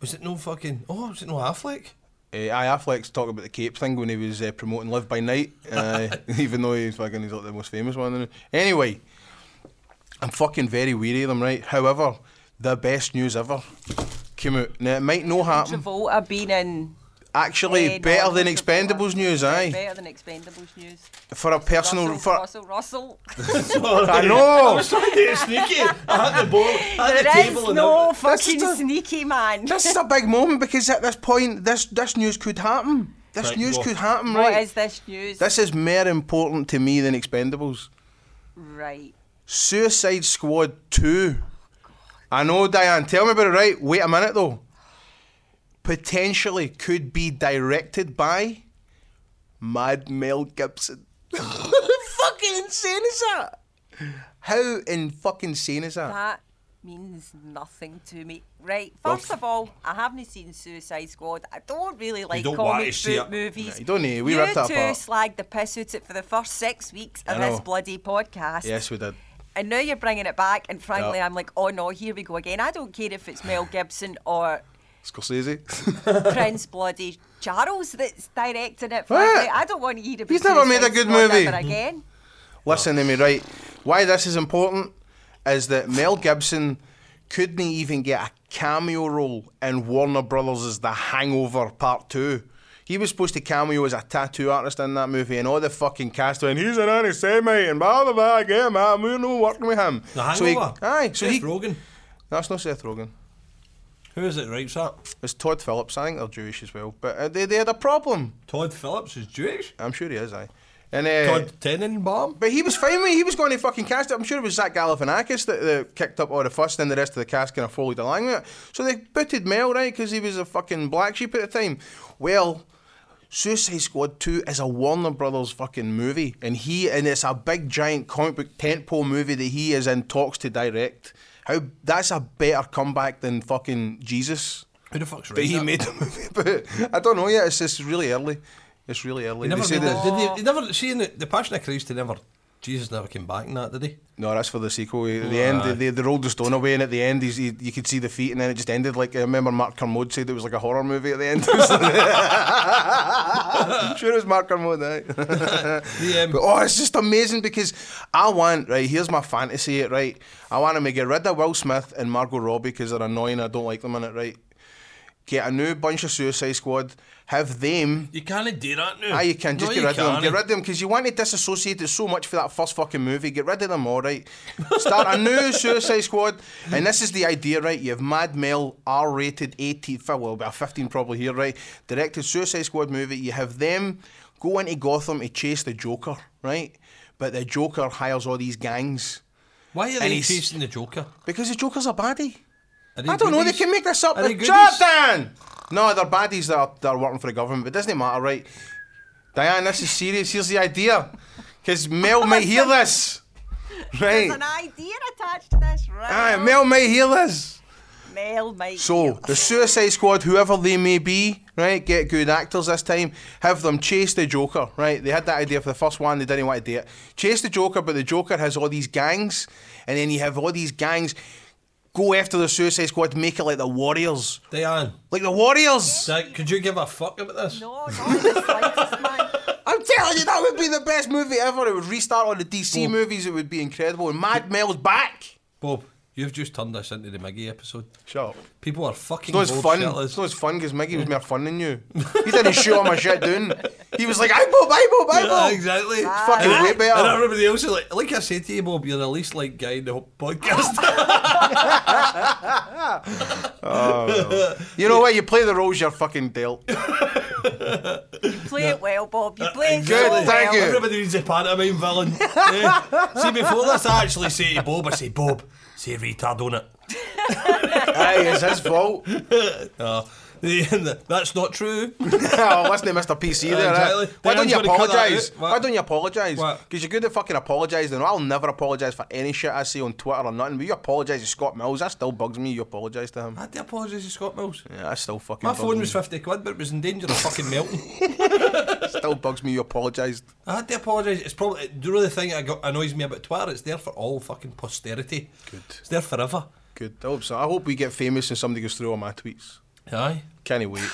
Speaker 1: "Was it no fucking? Oh, was it no Affleck?"
Speaker 2: Uh, I Affleck's talking about the Cape thing when he was uh, promoting Live by Night, uh, even though he's fucking he's like the most famous one. Anyway, I'm fucking very weary of them, right? However, the best news ever came out. Now it might not happen.
Speaker 3: Travolta being in.
Speaker 2: Actually,
Speaker 3: eh,
Speaker 2: better
Speaker 3: Norman
Speaker 2: than
Speaker 3: Travolta.
Speaker 2: Expendables news,
Speaker 3: Yeah,
Speaker 2: aye.
Speaker 3: Better than Expendables news.
Speaker 2: For a personal,
Speaker 3: Russell,
Speaker 2: for
Speaker 3: Russell, Russell.
Speaker 1: I
Speaker 2: know.
Speaker 1: I was trying to get sneaky. I had the ball at the
Speaker 3: There is
Speaker 1: table. and
Speaker 3: no
Speaker 1: everything.
Speaker 3: fucking
Speaker 2: the-
Speaker 3: sneaky man.
Speaker 2: this is a big moment because at this point, this this news could happen. This
Speaker 1: Right,
Speaker 2: news
Speaker 1: what-
Speaker 2: could happen,
Speaker 3: What
Speaker 2: right?
Speaker 3: is this news?
Speaker 2: This is more important to me than Expendables.
Speaker 3: Right.
Speaker 2: Suicide Squad 2. I know, Diane. Tell me about it, right? Wait a minute, though. Potentially could be directed by Mad Mel Gibson. fucking insane is that? How in fucking insane is that?
Speaker 3: That means nothing to me. Right. First of all, I haven't seen Suicide Squad. I don't really like
Speaker 1: don't want to
Speaker 3: comic
Speaker 1: see
Speaker 3: book
Speaker 1: it.
Speaker 3: movies.
Speaker 2: No, you don't need- we
Speaker 3: you
Speaker 2: ripped
Speaker 3: two
Speaker 2: that apart.
Speaker 3: slagged the piss out of it for the first six weeks
Speaker 2: I
Speaker 3: of
Speaker 2: know.
Speaker 3: this bloody podcast.
Speaker 2: Yes, we did.
Speaker 3: And now you're bringing it back, and frankly,
Speaker 2: Yeah.
Speaker 3: I'm like, oh no, here we go again. I don't care if it's Mel Gibson or
Speaker 2: Scorsese.
Speaker 3: Prince Bloody Charles that's directing it. Frankly, I don't want to hear about
Speaker 2: He's never made a
Speaker 3: Suicide
Speaker 2: good
Speaker 3: Squad
Speaker 2: movie.
Speaker 3: ever again.
Speaker 2: Listen to me, right? Why this is important is that Mel Gibson couldn't even get a cameo role in Warner Brothers' The Hangover Part 2. He was supposed to cameo as a tattoo artist in that movie, and all the fucking cast went, he's an anti Semite, and blah, blah, blah, again, man, we're not working with him.
Speaker 1: The
Speaker 2: So he,
Speaker 1: hangover.
Speaker 2: aye, so
Speaker 1: Seth
Speaker 2: he.
Speaker 1: Rogen.
Speaker 2: That's not Seth Rogen.
Speaker 1: Who is it? Writes that.
Speaker 2: It's Todd Phillips. I think they're Jewish as well. But uh, they, they had a problem.
Speaker 1: Todd Phillips is Jewish.
Speaker 2: I'm sure he is, aye. And, uh,
Speaker 1: Todd Tenenbaum.
Speaker 2: But he was fine with it. He was going to fucking cast it. I'm sure it was Zach Galifianakis that, that kicked up all the fuss, then the rest of the cast kind of followed along with it. So they booted Mel, right, because he was a fucking black sheep at the time. Well, Suicide Squad 2 is a Warner Brothers fucking movie, and he and it's a big giant comic book tentpole movie that he is in talks to direct. How that's a better comeback than fucking Jesus
Speaker 1: Who the fuck's right?
Speaker 2: that he made the movie about. I don't know yet. It's just really early. It's really early.
Speaker 1: They never
Speaker 2: They say
Speaker 1: made
Speaker 2: that-
Speaker 1: that- did they, they never seeing the, the Passion of Christ. They never Jesus never came back in that, did he?
Speaker 2: No, that's for the sequel. At the end, they, they, they rolled the stone away, and at the end, he's, he, you could see the feet, and then it just ended like I remember Mark Kermode said it was like a horror movie at the end. I'm sure it was Mark Kermode, right?
Speaker 1: The, um,
Speaker 2: But oh, it's just amazing because I want right. Here's my fantasy, right? I want him to get rid of Will Smith and Margot Robbie because they're annoying. I don't like them in it, right? Get a new bunch of Suicide Squad. Have them.
Speaker 1: you can't do that now.
Speaker 2: Ah, you can just
Speaker 1: No,
Speaker 2: get
Speaker 1: you
Speaker 2: rid of them. Get
Speaker 1: can't.
Speaker 2: rid of them because you want to disassociate it so much for that first fucking movie. Get rid of them, all right. Start a new Suicide Squad, and this is the idea, right? You have Mad Mel, R-rated, 18, fi- well, about 15 probably here, right? Directed Suicide Squad movie. You have them go into Gotham to chase the Joker, right? But the Joker hires all these gangs
Speaker 1: Why are
Speaker 2: And
Speaker 1: they
Speaker 2: he's-
Speaker 1: chasing the Joker?
Speaker 2: because the Joker's a baddie.
Speaker 1: Are
Speaker 2: I don't know. They
Speaker 1: goodies?
Speaker 2: can make this up.
Speaker 1: Are
Speaker 2: Like,
Speaker 1: they goodies?
Speaker 2: Shut down. No, they're baddies that are, that are working for the government. But it doesn't matter, right? Diane, this is serious. Here's the idea, because Mel might hear this,
Speaker 3: There's
Speaker 2: right?
Speaker 3: an idea attached to this, right?
Speaker 2: Aye, Mel might hear this.
Speaker 3: Mel, Mike.
Speaker 2: So the Suicide Squad, whoever they may be, right, get good actors this time. Have them chase the Joker, right? They had that idea for the first one. They didn't want to do it. Chase the Joker, but the Joker has all these gangs, and then you have all these gangs go after the Suicide Squad, make it like the Warriors,
Speaker 1: Diane,
Speaker 2: like the Warriors.
Speaker 1: Di- could you give a fuck about this?
Speaker 3: No, not the slightest, man.
Speaker 2: I'm telling you, that would be the best movie ever. It would restart all the DC movies. It would be incredible. And Mad Mel's back.
Speaker 1: Bob, you've just turned this into the Maggie episode.
Speaker 2: Shut up.
Speaker 1: People are fucking
Speaker 2: No, it's
Speaker 1: bold
Speaker 2: fun.
Speaker 1: shitless.
Speaker 2: It's not as fun because Mickey was more fun than you. He didn't shoot all my shit down. He was like, I Bob, I Bob, I
Speaker 1: Yeah,
Speaker 2: Bob.
Speaker 1: exactly.
Speaker 2: It's fucking way
Speaker 1: And
Speaker 2: better.
Speaker 1: everybody else is like, like I said to you, Bob, you're the least like guy in the whole podcast.
Speaker 2: You know what? You play the roles you're fucking dealt.
Speaker 3: Play it well, Bob. You play it
Speaker 2: Good,
Speaker 3: so
Speaker 2: thank
Speaker 3: well.
Speaker 2: you.
Speaker 1: Everybody needs a pantomime villain. yeah. See, before this, I actually say to Bob, I say, Bob, say retard on it.
Speaker 2: Aye, it's his fault.
Speaker 1: No, Uh, that's not true.
Speaker 2: oh, listen to Mr. PC there. eh?
Speaker 1: Exactly.
Speaker 2: Why
Speaker 1: Dan's
Speaker 2: don't you
Speaker 1: gonna cut that
Speaker 2: apologise?
Speaker 1: out. What?
Speaker 2: Why don't you apologise?
Speaker 1: What?
Speaker 2: Because you're good at fucking apologising. I'll never apologise for any shit I see on Twitter or nothing. But you apologise to Scott Mills. That still bugs me. You apologise to him.
Speaker 1: I had to apologise to Scott Mills.
Speaker 2: Yeah, that still fucking.
Speaker 1: My
Speaker 2: bugs
Speaker 1: phone
Speaker 2: me.
Speaker 1: was 50 quid, but it was in danger of fucking melting.
Speaker 2: Still bugs me you apologised.
Speaker 1: I had to apologise. It's probably the really thing that got, annoys me about Twitter. It's there for all fucking posterity.
Speaker 2: Good.
Speaker 1: It's there forever.
Speaker 2: Good. I hope so. I hope we get famous and somebody goes through all my tweets.
Speaker 1: Aye.
Speaker 2: Can't wait.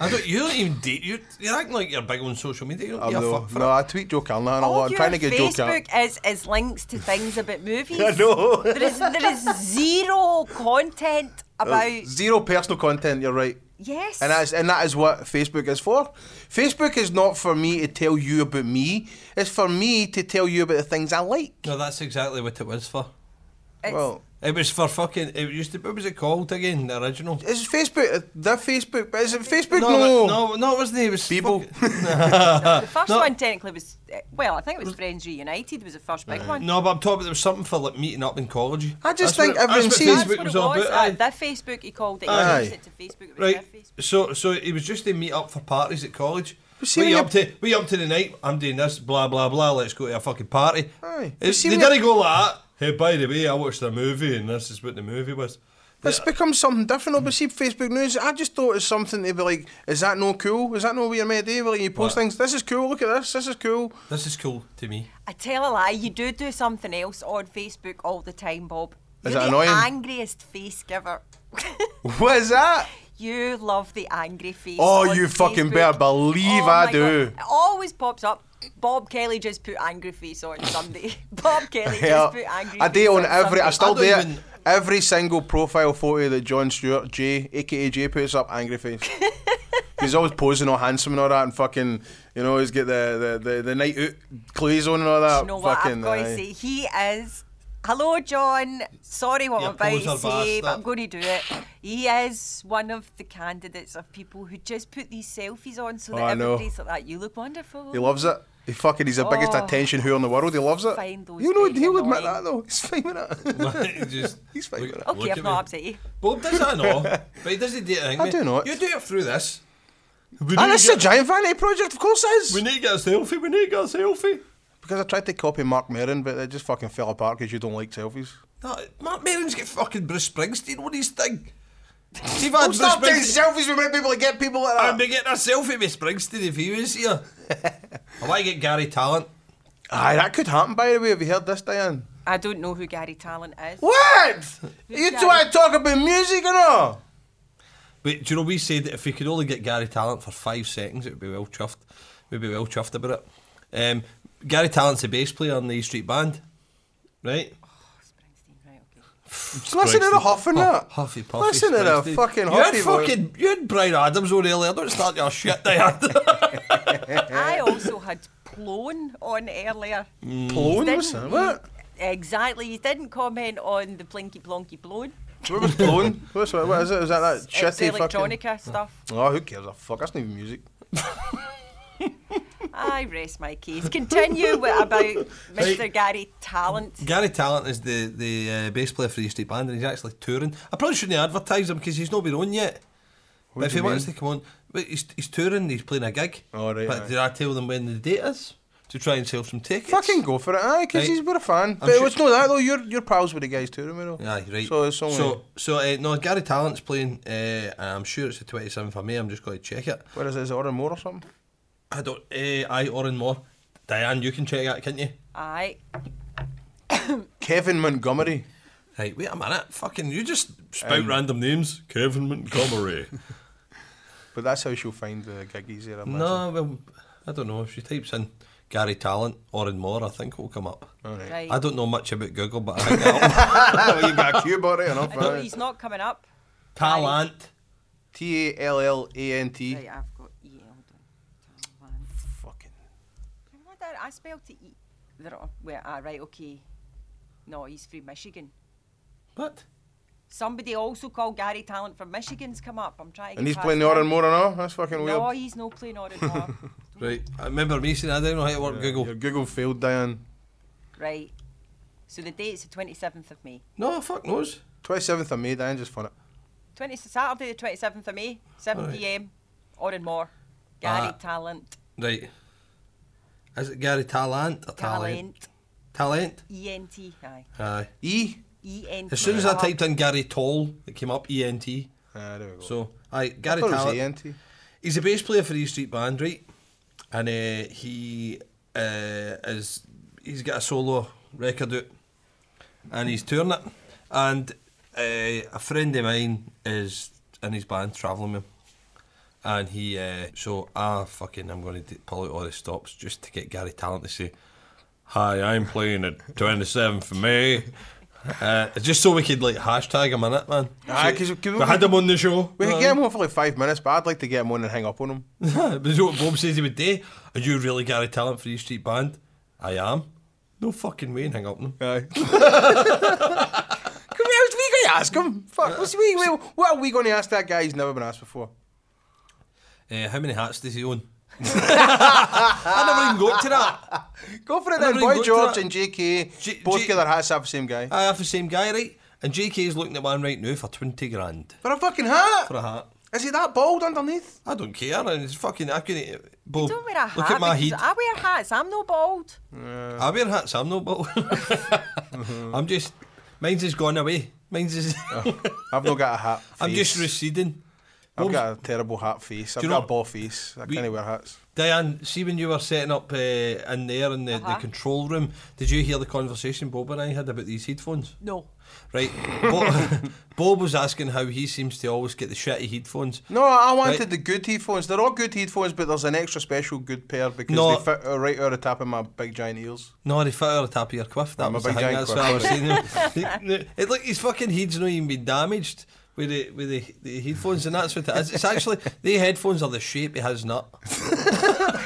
Speaker 1: I don't. You don't even date. You, you're acting like you're big on social media. You don't
Speaker 2: I'm
Speaker 1: give a
Speaker 2: no,
Speaker 1: fuck for
Speaker 2: no, I tweet Joe Carnahan a
Speaker 3: All
Speaker 2: lot. I'm
Speaker 3: your
Speaker 2: trying to get Joe Carnahan.
Speaker 3: Facebook is is links to things about movies.
Speaker 2: I know.
Speaker 3: There is there is zero content about
Speaker 2: Zero personal content. You're right.
Speaker 3: yes.
Speaker 2: Oh, And that's and that is what Facebook is for. Facebook is not for me to tell you about me. It's for me to tell you about the things I like.
Speaker 1: No, that's exactly what it was for.
Speaker 3: It's-
Speaker 2: Well,
Speaker 1: It was for fucking. It used to. What was it called again? The original.
Speaker 2: is Facebook the Facebook? But is it Facebook? No,
Speaker 1: no, no, no, it wasn't. It was
Speaker 2: Bebo.
Speaker 1: fucking-
Speaker 3: the first
Speaker 1: no.
Speaker 3: one technically was uh, well, I think it was Friends Reunited was the first big one.
Speaker 1: No, but I'm talking. about There was something for like meeting up in college.
Speaker 2: I
Speaker 1: That's
Speaker 2: just think
Speaker 1: what it-
Speaker 2: everyone
Speaker 1: that's what
Speaker 2: sees-
Speaker 3: That's
Speaker 1: Facebook
Speaker 3: what
Speaker 1: was
Speaker 3: it
Speaker 1: all
Speaker 3: was.
Speaker 1: about.
Speaker 3: Uh,
Speaker 1: aye.
Speaker 3: the Facebook he called it. He
Speaker 2: Aye.
Speaker 3: changed it to Facebook. It was
Speaker 1: Right.
Speaker 3: their Facebook.
Speaker 1: So, so it was just to meet up for parties at college.
Speaker 2: But see
Speaker 1: We
Speaker 2: when
Speaker 1: up to we up to the night. I'm doing this. Blah blah blah. Let's go to a fucking party.
Speaker 2: Aye. But
Speaker 1: It,
Speaker 2: see
Speaker 1: they
Speaker 2: when
Speaker 1: didn't go like that. Hey, by the way, I watched a movie, and this is what the movie was.
Speaker 2: It's become something different. though, But see, Facebook news. I just thought it's something to be like, is that no cool? Is that no what you're meant to do? Like you post
Speaker 1: What?
Speaker 2: things. This is cool. Look at this. This is cool.
Speaker 1: This is cool to me.
Speaker 3: I tell a lie. You do do something else on Facebook all the time, Bob.
Speaker 2: Is
Speaker 3: You're
Speaker 2: it
Speaker 3: the
Speaker 2: annoying?
Speaker 3: angriest face giver.
Speaker 2: What is that?
Speaker 3: You love the angry face.
Speaker 2: Oh,
Speaker 3: on
Speaker 2: you fucking
Speaker 3: Facebook.
Speaker 2: better believe
Speaker 3: Oh
Speaker 2: I
Speaker 3: my
Speaker 2: do.
Speaker 3: God. It always pops up. Bob Kelly just put angry face on Sunday. Bob Kelly
Speaker 2: Yeah,
Speaker 3: just put angry
Speaker 2: I
Speaker 3: face
Speaker 2: do on
Speaker 3: on
Speaker 2: every. I
Speaker 3: Sunday.
Speaker 2: still
Speaker 1: I
Speaker 2: do
Speaker 1: don't
Speaker 2: it.
Speaker 1: even-
Speaker 2: Every single profile photo that John Stewart J, aka J, puts up, angry face. he's always posing all handsome and all that, and fucking, you know, he's got the the the, the night out clothes on and all that.
Speaker 3: you know what
Speaker 2: Oh, fucking,
Speaker 3: I've got to
Speaker 2: aye.
Speaker 3: say? He is. Hello, John. Sorry what
Speaker 1: You
Speaker 3: I'm about to
Speaker 1: poser
Speaker 3: say, but I'm
Speaker 1: bastard.
Speaker 3: going to do it. He is one of the candidates of people who just put these selfies on so
Speaker 2: Oh,
Speaker 3: that
Speaker 2: I know.
Speaker 3: everybody's like that. You look wonderful.
Speaker 2: He loves it. He fucking, he's the biggest
Speaker 3: Oh.
Speaker 2: attention whore in the world. He loves it.
Speaker 3: Find those
Speaker 2: You know,
Speaker 3: people
Speaker 2: he'll admit
Speaker 3: annoying. Oh.
Speaker 2: that though. He's fine with it.
Speaker 1: Just
Speaker 2: He's fine
Speaker 1: look-
Speaker 2: with it.
Speaker 3: okay,
Speaker 1: look
Speaker 3: I've
Speaker 1: at
Speaker 3: not
Speaker 1: me.
Speaker 3: upset you.
Speaker 1: Bob does that know, but he doesn't do it.
Speaker 2: I
Speaker 1: me.
Speaker 2: do not.
Speaker 1: You do it through this. We
Speaker 2: And
Speaker 1: need
Speaker 2: it's
Speaker 1: to
Speaker 2: a
Speaker 1: get-
Speaker 2: giant vanity project, of course it
Speaker 1: We
Speaker 2: is.
Speaker 1: need to get a selfie. We need to get a selfie.
Speaker 2: Because I tried to copy Mark Merrin, but it just fucking fell apart because you don't like selfies.
Speaker 1: No, Mark Maron's got fucking Bruce Springsteen on his thing. See if I
Speaker 2: Oh,
Speaker 1: had
Speaker 2: stop
Speaker 1: Bruce
Speaker 2: taking
Speaker 1: Springsteen-
Speaker 2: selfies with my people to get people like that.
Speaker 1: I'd be getting a selfie with Springsteen if he was here. I want to get Gary Talent.
Speaker 2: Aye, that could happen, by the way. Have you heard this, Diane?
Speaker 3: I don't know who Gary Talent is.
Speaker 2: What? you two want to talk about music or not?
Speaker 1: But do you know we said that if we could only get Gary Talent for five seconds, it would be well chuffed. We'd be well chuffed about it. Um, Gary Talent's the bass player in the E Street Band, right?
Speaker 3: Oh, Springsteen, right, okay.
Speaker 2: Listen to the huffing
Speaker 1: Huff-
Speaker 2: that.
Speaker 1: Oh, Huffy Puffy.
Speaker 2: Listen to the
Speaker 1: Springsteen.
Speaker 2: fucking
Speaker 1: You had
Speaker 2: Huffy boy.
Speaker 1: fucking you had Brian Adams on earlier. Don't start your shit, Diane.
Speaker 2: Eh,
Speaker 3: I also had Plone on earlier.
Speaker 2: Plone,
Speaker 3: Didn't
Speaker 2: was it?
Speaker 3: you-
Speaker 2: What?
Speaker 3: Exactly. You didn't comment on the Plinky Plonky Plone.
Speaker 2: What was Plone? What's, what, what is it? Is that that
Speaker 3: It's
Speaker 2: shitty fucking...
Speaker 3: electronica stuff.
Speaker 2: Oh, who cares a fuck? That's not even music.
Speaker 3: I rest my case. Continue with, about Mr. Gary Talent.
Speaker 1: Gary Talent is the the uh, bass player for the E Street Band, and he's actually touring. I probably shouldn't advertise him because he's not been on yet. but if he
Speaker 2: do you
Speaker 1: wants to
Speaker 2: mean?
Speaker 1: come on, but he's, he's touring, he's playing a gig.
Speaker 2: Oh, right,
Speaker 1: But
Speaker 2: aye.
Speaker 1: did I tell them when the date is to try and sell some tickets?
Speaker 2: Fucking go for it, aye, because
Speaker 1: Right.
Speaker 2: he's we're a fan. But
Speaker 1: sure-
Speaker 2: it's not that, though. You're, you're pals with the guys too, remember?
Speaker 1: Aye, right.
Speaker 2: So it's only...
Speaker 1: so, so uh, no, Gary Talent's playing. Uh, I'm sure it's the 27th of May. I'm just going to check it.
Speaker 2: What is it? Is it Oran Moore or something?
Speaker 1: I don't. Uh, I Oran Moore. Diane, you can check that, can't you?
Speaker 3: Aye.
Speaker 2: Kevin Montgomery.
Speaker 1: Right, wait a minute. Fucking, you just
Speaker 2: Um,
Speaker 1: spout random names. Kevin Montgomery.
Speaker 2: But that's how she'll find the gig easier, I imagine.
Speaker 1: no, well, I don't know. If she types in Gary Talent, Oran Moore, I think it'll come up.
Speaker 2: All right.
Speaker 3: Right.
Speaker 1: I don't know much about Google, but I think that'll
Speaker 2: well, you got a cue body enough,
Speaker 3: I don't,
Speaker 2: aye.
Speaker 3: he's not coming up.
Speaker 1: Talent.
Speaker 2: T A L L A N T.
Speaker 3: Right, I've got E. Hold on. Talent.
Speaker 2: Fucking.
Speaker 3: I'm not that- I spelled it E. There are, well, ah, right, okay. No, he's from Michigan.
Speaker 1: What?
Speaker 3: Somebody also called Gary Talent from Michigan's come up. I'm trying to
Speaker 2: And
Speaker 3: get
Speaker 2: he's
Speaker 3: past
Speaker 2: playing the
Speaker 3: him.
Speaker 2: Oran Moore or no? That's fucking weird.
Speaker 3: No, he's no playing Oran Moore.
Speaker 1: Right, I remember me saying I don't know how to work Google.
Speaker 2: Your Google failed, Diane.
Speaker 3: right. So the date's the 27th of May.
Speaker 1: No, fuck knows.
Speaker 2: 27th of May, Diane, just fun it.
Speaker 3: 20, Saturday the 27th of May, 7
Speaker 1: Right.
Speaker 3: pm, Oran Moore. Gary
Speaker 1: Ah.
Speaker 3: Talent.
Speaker 1: Right. Is it Gary Talent or Talent? Talent?
Speaker 3: Talent. ENT. E Aye.
Speaker 1: Aye.
Speaker 2: E?
Speaker 3: ENT.
Speaker 1: As soon as I
Speaker 3: Ah,
Speaker 1: typed in Gary Tall, it came up ENT.
Speaker 2: Ah, there we go.
Speaker 1: So, aye,
Speaker 2: I
Speaker 1: Gary
Speaker 2: thought it was E
Speaker 1: Talent.
Speaker 2: ENT.
Speaker 1: He's a bass player for the E Street Band, right? And uh, he uh, is he's got a solo record out, and he's touring it. And uh, a friend of mine is in his band travelling with him, and he uh, so I fucking I'm going to d- pull out all the stops just to get Gary Talent to say, "Hi, I'm playing at 27 for me." Uh, just so we could like hashtag him in it, man. So
Speaker 2: Aye, 'cause- 'cause
Speaker 1: we
Speaker 2: we-
Speaker 1: had him on the show.
Speaker 2: We could
Speaker 1: Aye.
Speaker 2: get him on for like five minutes, but I'd like to get him on and hang up on him.
Speaker 1: but it's what Bob says he would do. Are you really Gary Talent for East Street Band? I am. No fucking way, and hang up on him.
Speaker 2: Aye. Come here, what's we going to ask him? Fuck, what's we, we, what are we going to ask that guy he's never been asked before?
Speaker 1: Uh, how many hats does he own? I never even got to that.
Speaker 2: Go for
Speaker 1: I
Speaker 2: it then.
Speaker 1: don't
Speaker 2: Boy
Speaker 1: even go to
Speaker 2: George
Speaker 1: that.
Speaker 2: and JK
Speaker 1: J-
Speaker 2: both
Speaker 1: J-
Speaker 2: get their hats off the same guy.
Speaker 1: I have the same guy, right? And JK's looking at one right now for 20 grand
Speaker 2: For a fucking hat?
Speaker 1: for a hat.
Speaker 2: Is he that bald underneath?
Speaker 1: I don't care. And it's fucking. I couldn't. Bob,
Speaker 3: Don't wear a hat.
Speaker 1: look at my
Speaker 3: because
Speaker 1: heat.
Speaker 3: I wear hats. I'm no bald.
Speaker 1: I wear hats. I'm no bald. I'm just. Mine's has gone away. Mine's is.
Speaker 2: I've not got a hat.
Speaker 1: I'm just
Speaker 2: face.
Speaker 1: receding.
Speaker 2: I've
Speaker 1: Bob's-
Speaker 2: got a terrible hat face. I've
Speaker 1: you
Speaker 2: got
Speaker 1: know-
Speaker 2: a bald face. I
Speaker 1: We-
Speaker 2: can't wear hats.
Speaker 1: Diane, see when you were setting up uh, in there in the, the
Speaker 3: Uh-huh.
Speaker 1: control room, did you hear the conversation Bob and I had about these headphones?
Speaker 3: No.
Speaker 1: Right, Bob, Bob was asking how he seems to always get the shitty headphones.
Speaker 2: No, I wanted
Speaker 1: Right.
Speaker 2: the good headphones. They're all good headphones, but there's an extra special good pair because
Speaker 1: No.
Speaker 2: they fit uh, right over the top of my big giant ears.
Speaker 1: No, they fit out the top of your quiff. That
Speaker 2: I'm a
Speaker 1: was the
Speaker 2: big
Speaker 1: thing.
Speaker 2: giant
Speaker 1: That's what I was saying. it look his fucking head's not even been damaged with the with the, the headphones, and that's what it is. It's actually the headphones are the shape he has not.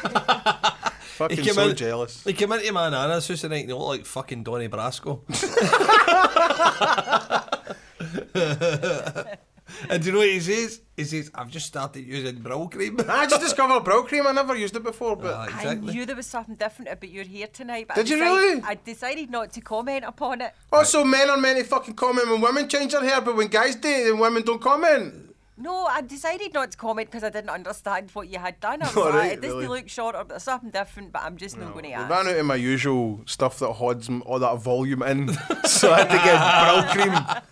Speaker 1: He
Speaker 2: Fucking
Speaker 1: came
Speaker 2: so
Speaker 1: in-
Speaker 2: jealous.
Speaker 1: He came into my nana's house and they looked like fucking Donny Brasco. and do you know what he says? He says, I've just started using brow cream.
Speaker 2: I just discovered brow cream. I never used it before, but
Speaker 1: Ah,
Speaker 3: I
Speaker 1: exactly.
Speaker 3: knew there was something different about your hair tonight. But I
Speaker 2: Did you
Speaker 3: decided-
Speaker 2: really?
Speaker 3: I decided not to comment upon it.
Speaker 2: also men are meant to fucking comment when women change their hair, but when guys do, it, then women don't comment.
Speaker 3: No, I decided not to comment because I didn't understand what you had done. I was
Speaker 2: All
Speaker 3: like,
Speaker 2: right,
Speaker 3: it doesn't
Speaker 2: really.
Speaker 3: look shorter, but something different, but I'm just not uh, going to
Speaker 2: I
Speaker 3: ask.
Speaker 2: ran out of my usual stuff that hods m- all that volume in, so I had to get brow cream.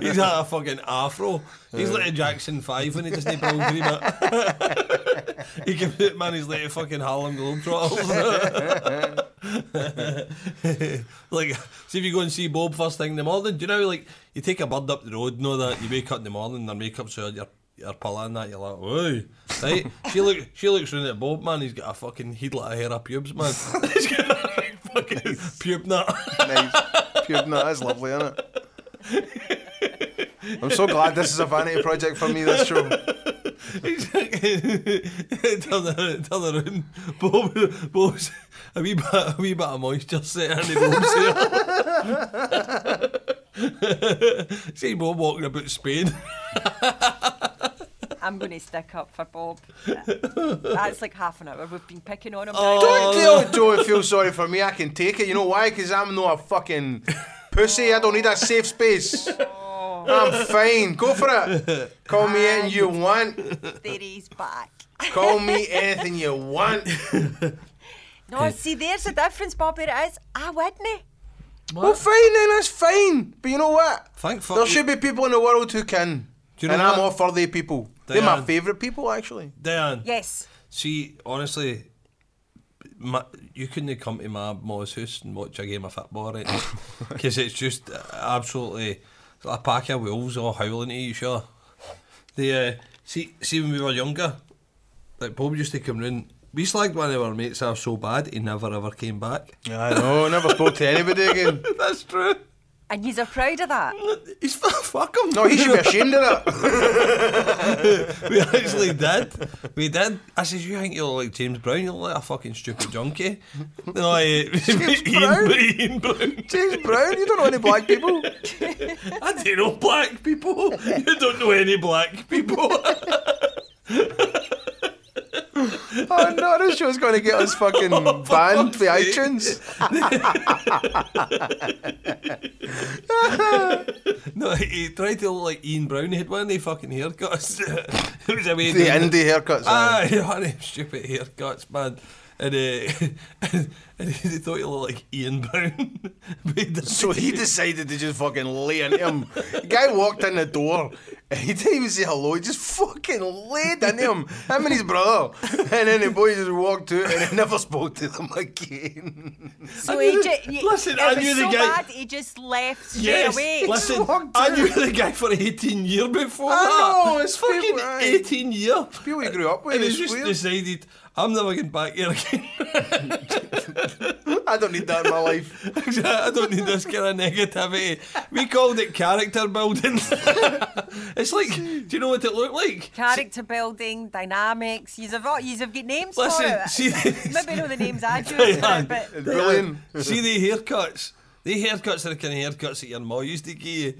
Speaker 1: He's had a fucking afro. He's like a Jackson 5 when he just need brown green but He can put man, he's like a fucking Harlem Globetrotters. like, see if you go and see Bob first thing in the morning, do you know, like, you take a bird up the road and all that, you wake up in the morning, their makeup's on, your, your puller and that, you're like, whoa. Right? she, look, she looks round at Bob, man, he's got a fucking, he'd like a hair of pubes, man. he's got a fucking pube nut.
Speaker 2: nice. Pure nut, that's lovely, isn't it? I'm so glad this is a vanity project for me, this show.
Speaker 1: Exactly. turn around, turn around. Bob, Bob's a wee bit, a wee bit of moisture set in the Bob's hair. See Bob walking about Spain.
Speaker 3: I'm going to stick up for Bob. That's like half an hour. We've been picking on him.
Speaker 1: Oh.
Speaker 2: Don't tell Joe feel sorry for me. I can take it. You know why? Because I'm not a fucking pussy. I don't need a safe space.
Speaker 1: Oh.
Speaker 2: I'm fine. Go for it. Call me anything you want.
Speaker 3: now. There he's back.
Speaker 2: Call me anything you want.
Speaker 3: No, see, there's a difference, Bobby. It is. I wouldn't.
Speaker 2: Well, fine then. That's fine. But you know what?
Speaker 1: Thank fuck.
Speaker 2: There should be people in the world who can.
Speaker 1: Do you know
Speaker 2: and I'm
Speaker 1: what?
Speaker 2: all for they people.
Speaker 1: They
Speaker 2: They're my
Speaker 1: are.
Speaker 2: favourite people, actually.
Speaker 1: Diane.
Speaker 3: Yes.
Speaker 1: See, honestly, my, you couldn't come to my mom's house and watch a game of football, right? Because it's just absolutely it's like a pack of wolves all howling at each other. The uh, see, see when we were younger, like Bob used to come round. We slagged one of our mates off so bad he never ever came back.
Speaker 2: I know. Never spoke to anybody again.
Speaker 1: That's true.
Speaker 3: And he's are proud of that.
Speaker 1: He's fuck him.
Speaker 2: No, he should be ashamed of it.
Speaker 1: we actually did. We did. I said, "You think you look like James Brown? You look like a fucking stupid junkie." No, I, James
Speaker 2: Brown?
Speaker 1: Ian Brown.
Speaker 2: James Brown, you don't know any black people.
Speaker 1: I don't know black people. You don't know any black people.
Speaker 2: Oh no, this show's going to get us fucking
Speaker 1: Oh,
Speaker 2: banned for iTunes.
Speaker 1: no, he tried to look like Ian Brown. He had one of the fucking haircuts. it was amazing.
Speaker 2: The indie haircuts.
Speaker 1: Ah, you had them stupid haircuts, man. And, uh, and, and he thought he looked like Ian Brown. But he didn't.
Speaker 2: So he decided to just fucking lay into him. The guy walked in the door and he didn't even say hello. He just fucking laid into him. Him and his brother. And then the boy just walked out and he never spoke to them again.
Speaker 3: So
Speaker 1: I knew
Speaker 3: he
Speaker 1: the-
Speaker 3: just.
Speaker 1: listen,
Speaker 3: it
Speaker 1: I
Speaker 3: was
Speaker 1: knew the
Speaker 3: so
Speaker 1: guy-
Speaker 3: bad, he just left straight
Speaker 1: Yes,
Speaker 3: away.
Speaker 1: listen,
Speaker 2: walked
Speaker 1: I
Speaker 2: in.
Speaker 1: knew the guy for 18 years before
Speaker 2: I
Speaker 1: that.
Speaker 2: know, it's
Speaker 1: fucking
Speaker 2: people, aye.
Speaker 1: 18 years.
Speaker 2: People he grew up with.
Speaker 1: And he's
Speaker 2: It's
Speaker 1: just
Speaker 2: weird.
Speaker 1: decided, I'm never getting back here again.
Speaker 2: I don't need that in my life.
Speaker 1: I don't need this kind of negativity. We called it character building. it's like, do you know what it looked like?
Speaker 3: Character building, dynamics. You've got, you've got names
Speaker 1: Listen,
Speaker 3: for it.
Speaker 1: see
Speaker 3: Maybe not the names I do,
Speaker 1: Diane.
Speaker 3: but
Speaker 2: Brilliant.
Speaker 1: See the haircuts. The haircuts are the kind of haircuts that your ma used to give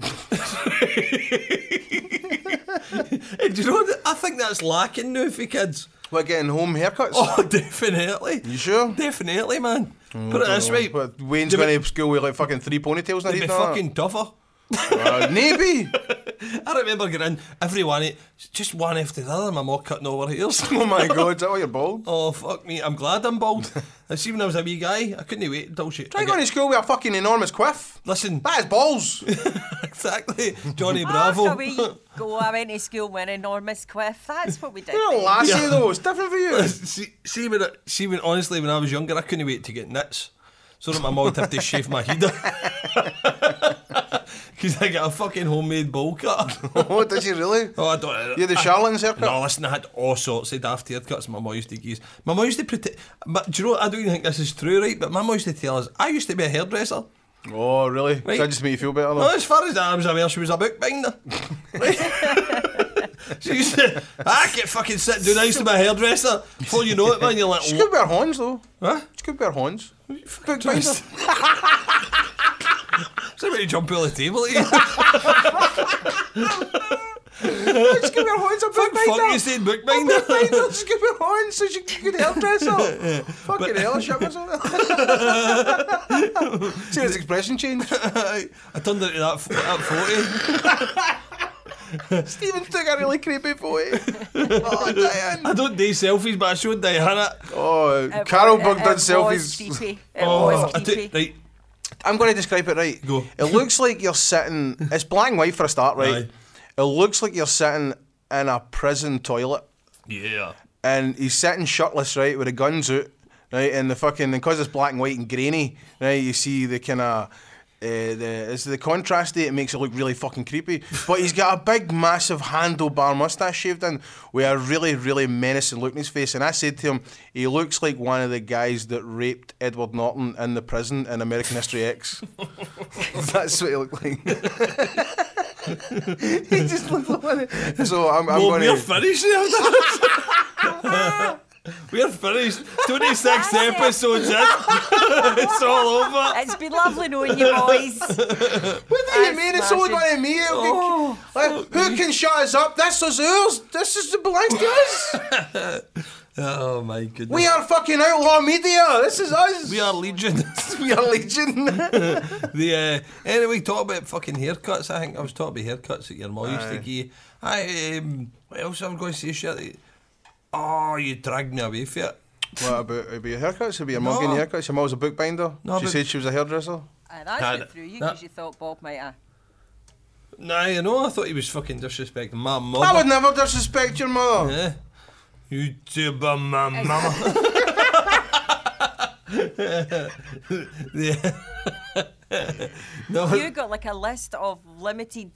Speaker 1: you. And do you know what? I think that's lacking now for kids.
Speaker 2: We're getting home haircuts.
Speaker 1: Oh, definitely.
Speaker 2: You sure? Oh,
Speaker 1: Definitely, man. Put it this way.
Speaker 2: But Wayne's
Speaker 1: they'd be-
Speaker 2: going to school with like fucking three ponytails now.
Speaker 1: They'd be
Speaker 2: he's not.
Speaker 1: fucking tougher.
Speaker 2: Uh, maybe.
Speaker 1: I remember getting in, every one, just one after the other, my mom cutting all her hairs.
Speaker 2: Oh my god, is that why you're bald?
Speaker 1: Oh fuck me! I'm glad I'm bald. I see when I was a wee guy, I couldn't wait until shit.
Speaker 2: Try going to school with a fucking enormous quiff.
Speaker 1: Listen,
Speaker 2: That is balls.
Speaker 1: exactly, Johnny
Speaker 3: after
Speaker 1: Bravo.
Speaker 3: we go, I went to school with an enormous quiff. That's what we did.
Speaker 2: You're a
Speaker 3: then.
Speaker 2: lassie
Speaker 1: Yeah.
Speaker 2: though. It's different for you.
Speaker 1: see, see when, I, see when, honestly, when I was younger, I couldn't wait to get nits, so that my mum would have to shave my head. Because I got a fucking homemade bowl cut.
Speaker 2: oh, did you really?
Speaker 1: oh, I don't.
Speaker 2: You had the
Speaker 1: I-
Speaker 2: charlatans haircut?
Speaker 1: No, listen, I had all sorts of daft haircuts my mum used to give. us. My mum used to pretend. But do you know what? I don't even think this is true, right? But my mum used to tell us I used to be a hairdresser.
Speaker 2: Oh, really? Does
Speaker 1: Right.
Speaker 2: that just make you feel better?
Speaker 1: Well,
Speaker 2: Though?
Speaker 1: as far as I was aware, she was a bookbinder. she used to, I get Ah, fucking sitting down next to my hairdresser. Before you know it, man, you're like,
Speaker 2: She
Speaker 1: "Lo-
Speaker 2: could wear horns though.
Speaker 1: huh?
Speaker 2: She could wear horns. Book binder.
Speaker 1: Christ. Somebody jump over the table at you.
Speaker 2: She could wear horns. A book
Speaker 1: Fuck, fuck, you
Speaker 2: binder.
Speaker 1: said
Speaker 2: A book
Speaker 1: bookbinder.
Speaker 2: binder. She could wear horns so she could hairdress her. Fucking hell, shit was on See his expression change.
Speaker 1: I turned into that, f- that 40.
Speaker 2: Stephen took a really creepy photo. Oh, Diane.
Speaker 1: I don't do selfies, but I showed Diana.
Speaker 2: Oh,
Speaker 3: It
Speaker 2: Carol
Speaker 3: was-
Speaker 2: Buck
Speaker 3: it-
Speaker 2: done
Speaker 3: it was
Speaker 2: selfies.
Speaker 3: creepy. It
Speaker 1: Oh,
Speaker 3: was
Speaker 1: I took-
Speaker 3: creepy.
Speaker 1: right.
Speaker 2: I'm going to describe it right.
Speaker 1: Go.
Speaker 2: It looks like you're sitting. It's black and white for a start, right?
Speaker 1: Aye.
Speaker 2: It looks like you're sitting in a prison toilet,
Speaker 1: Yeah.
Speaker 2: and he's sitting shirtless, right, with the guns out, right, and the fucking because it's black and white and grainy, right, you see the kind of. Uh, the, it's the contrast there, it makes it look really fucking creepy. But he's got a big, massive handlebar mustache shaved in with a really, really menacing look in his face. And I said to him, he looks like one of the guys that raped Edward Norton in the prison in American History X. That's what he looked like. he just looked like one of- So I'm, I'm
Speaker 1: well,
Speaker 2: going
Speaker 1: we're
Speaker 2: to.
Speaker 1: finished now. Dad. we're finished. 26 episodes in. it's all over.
Speaker 3: It's been lovely knowing you boys.
Speaker 2: What do you
Speaker 3: That's
Speaker 2: mean? It's only going
Speaker 3: smashing.
Speaker 2: to me. Who can-
Speaker 1: Oh,
Speaker 2: like, who can shut us up? This is ours. This is it belongs to us.
Speaker 1: Oh, my goodness.
Speaker 2: we are fucking outlaw media. This is us.
Speaker 1: we are legion.
Speaker 2: we are legion.
Speaker 1: the uh, anyway, talk about fucking haircuts. I think I was talking about haircuts that your mum used to give. you. I um, what else I'm going to say? Shirley? Oh, you dragged me away for it.
Speaker 2: what about, about your haircuts? About your
Speaker 1: No.
Speaker 2: mum getting haircuts? Your mum was a bookbinder.
Speaker 1: No,
Speaker 2: she
Speaker 1: but-
Speaker 2: said she was a hairdresser.
Speaker 3: And that
Speaker 1: Nah,
Speaker 3: went
Speaker 1: that-
Speaker 3: through you
Speaker 1: that-
Speaker 3: because you thought Bob might uh, have.
Speaker 1: Nah, you know, I thought he was fucking disrespecting my mum.
Speaker 2: I would never disrespect your mother.
Speaker 1: Yeah. You tibber my mama. yeah. no,
Speaker 3: You got like a list of limited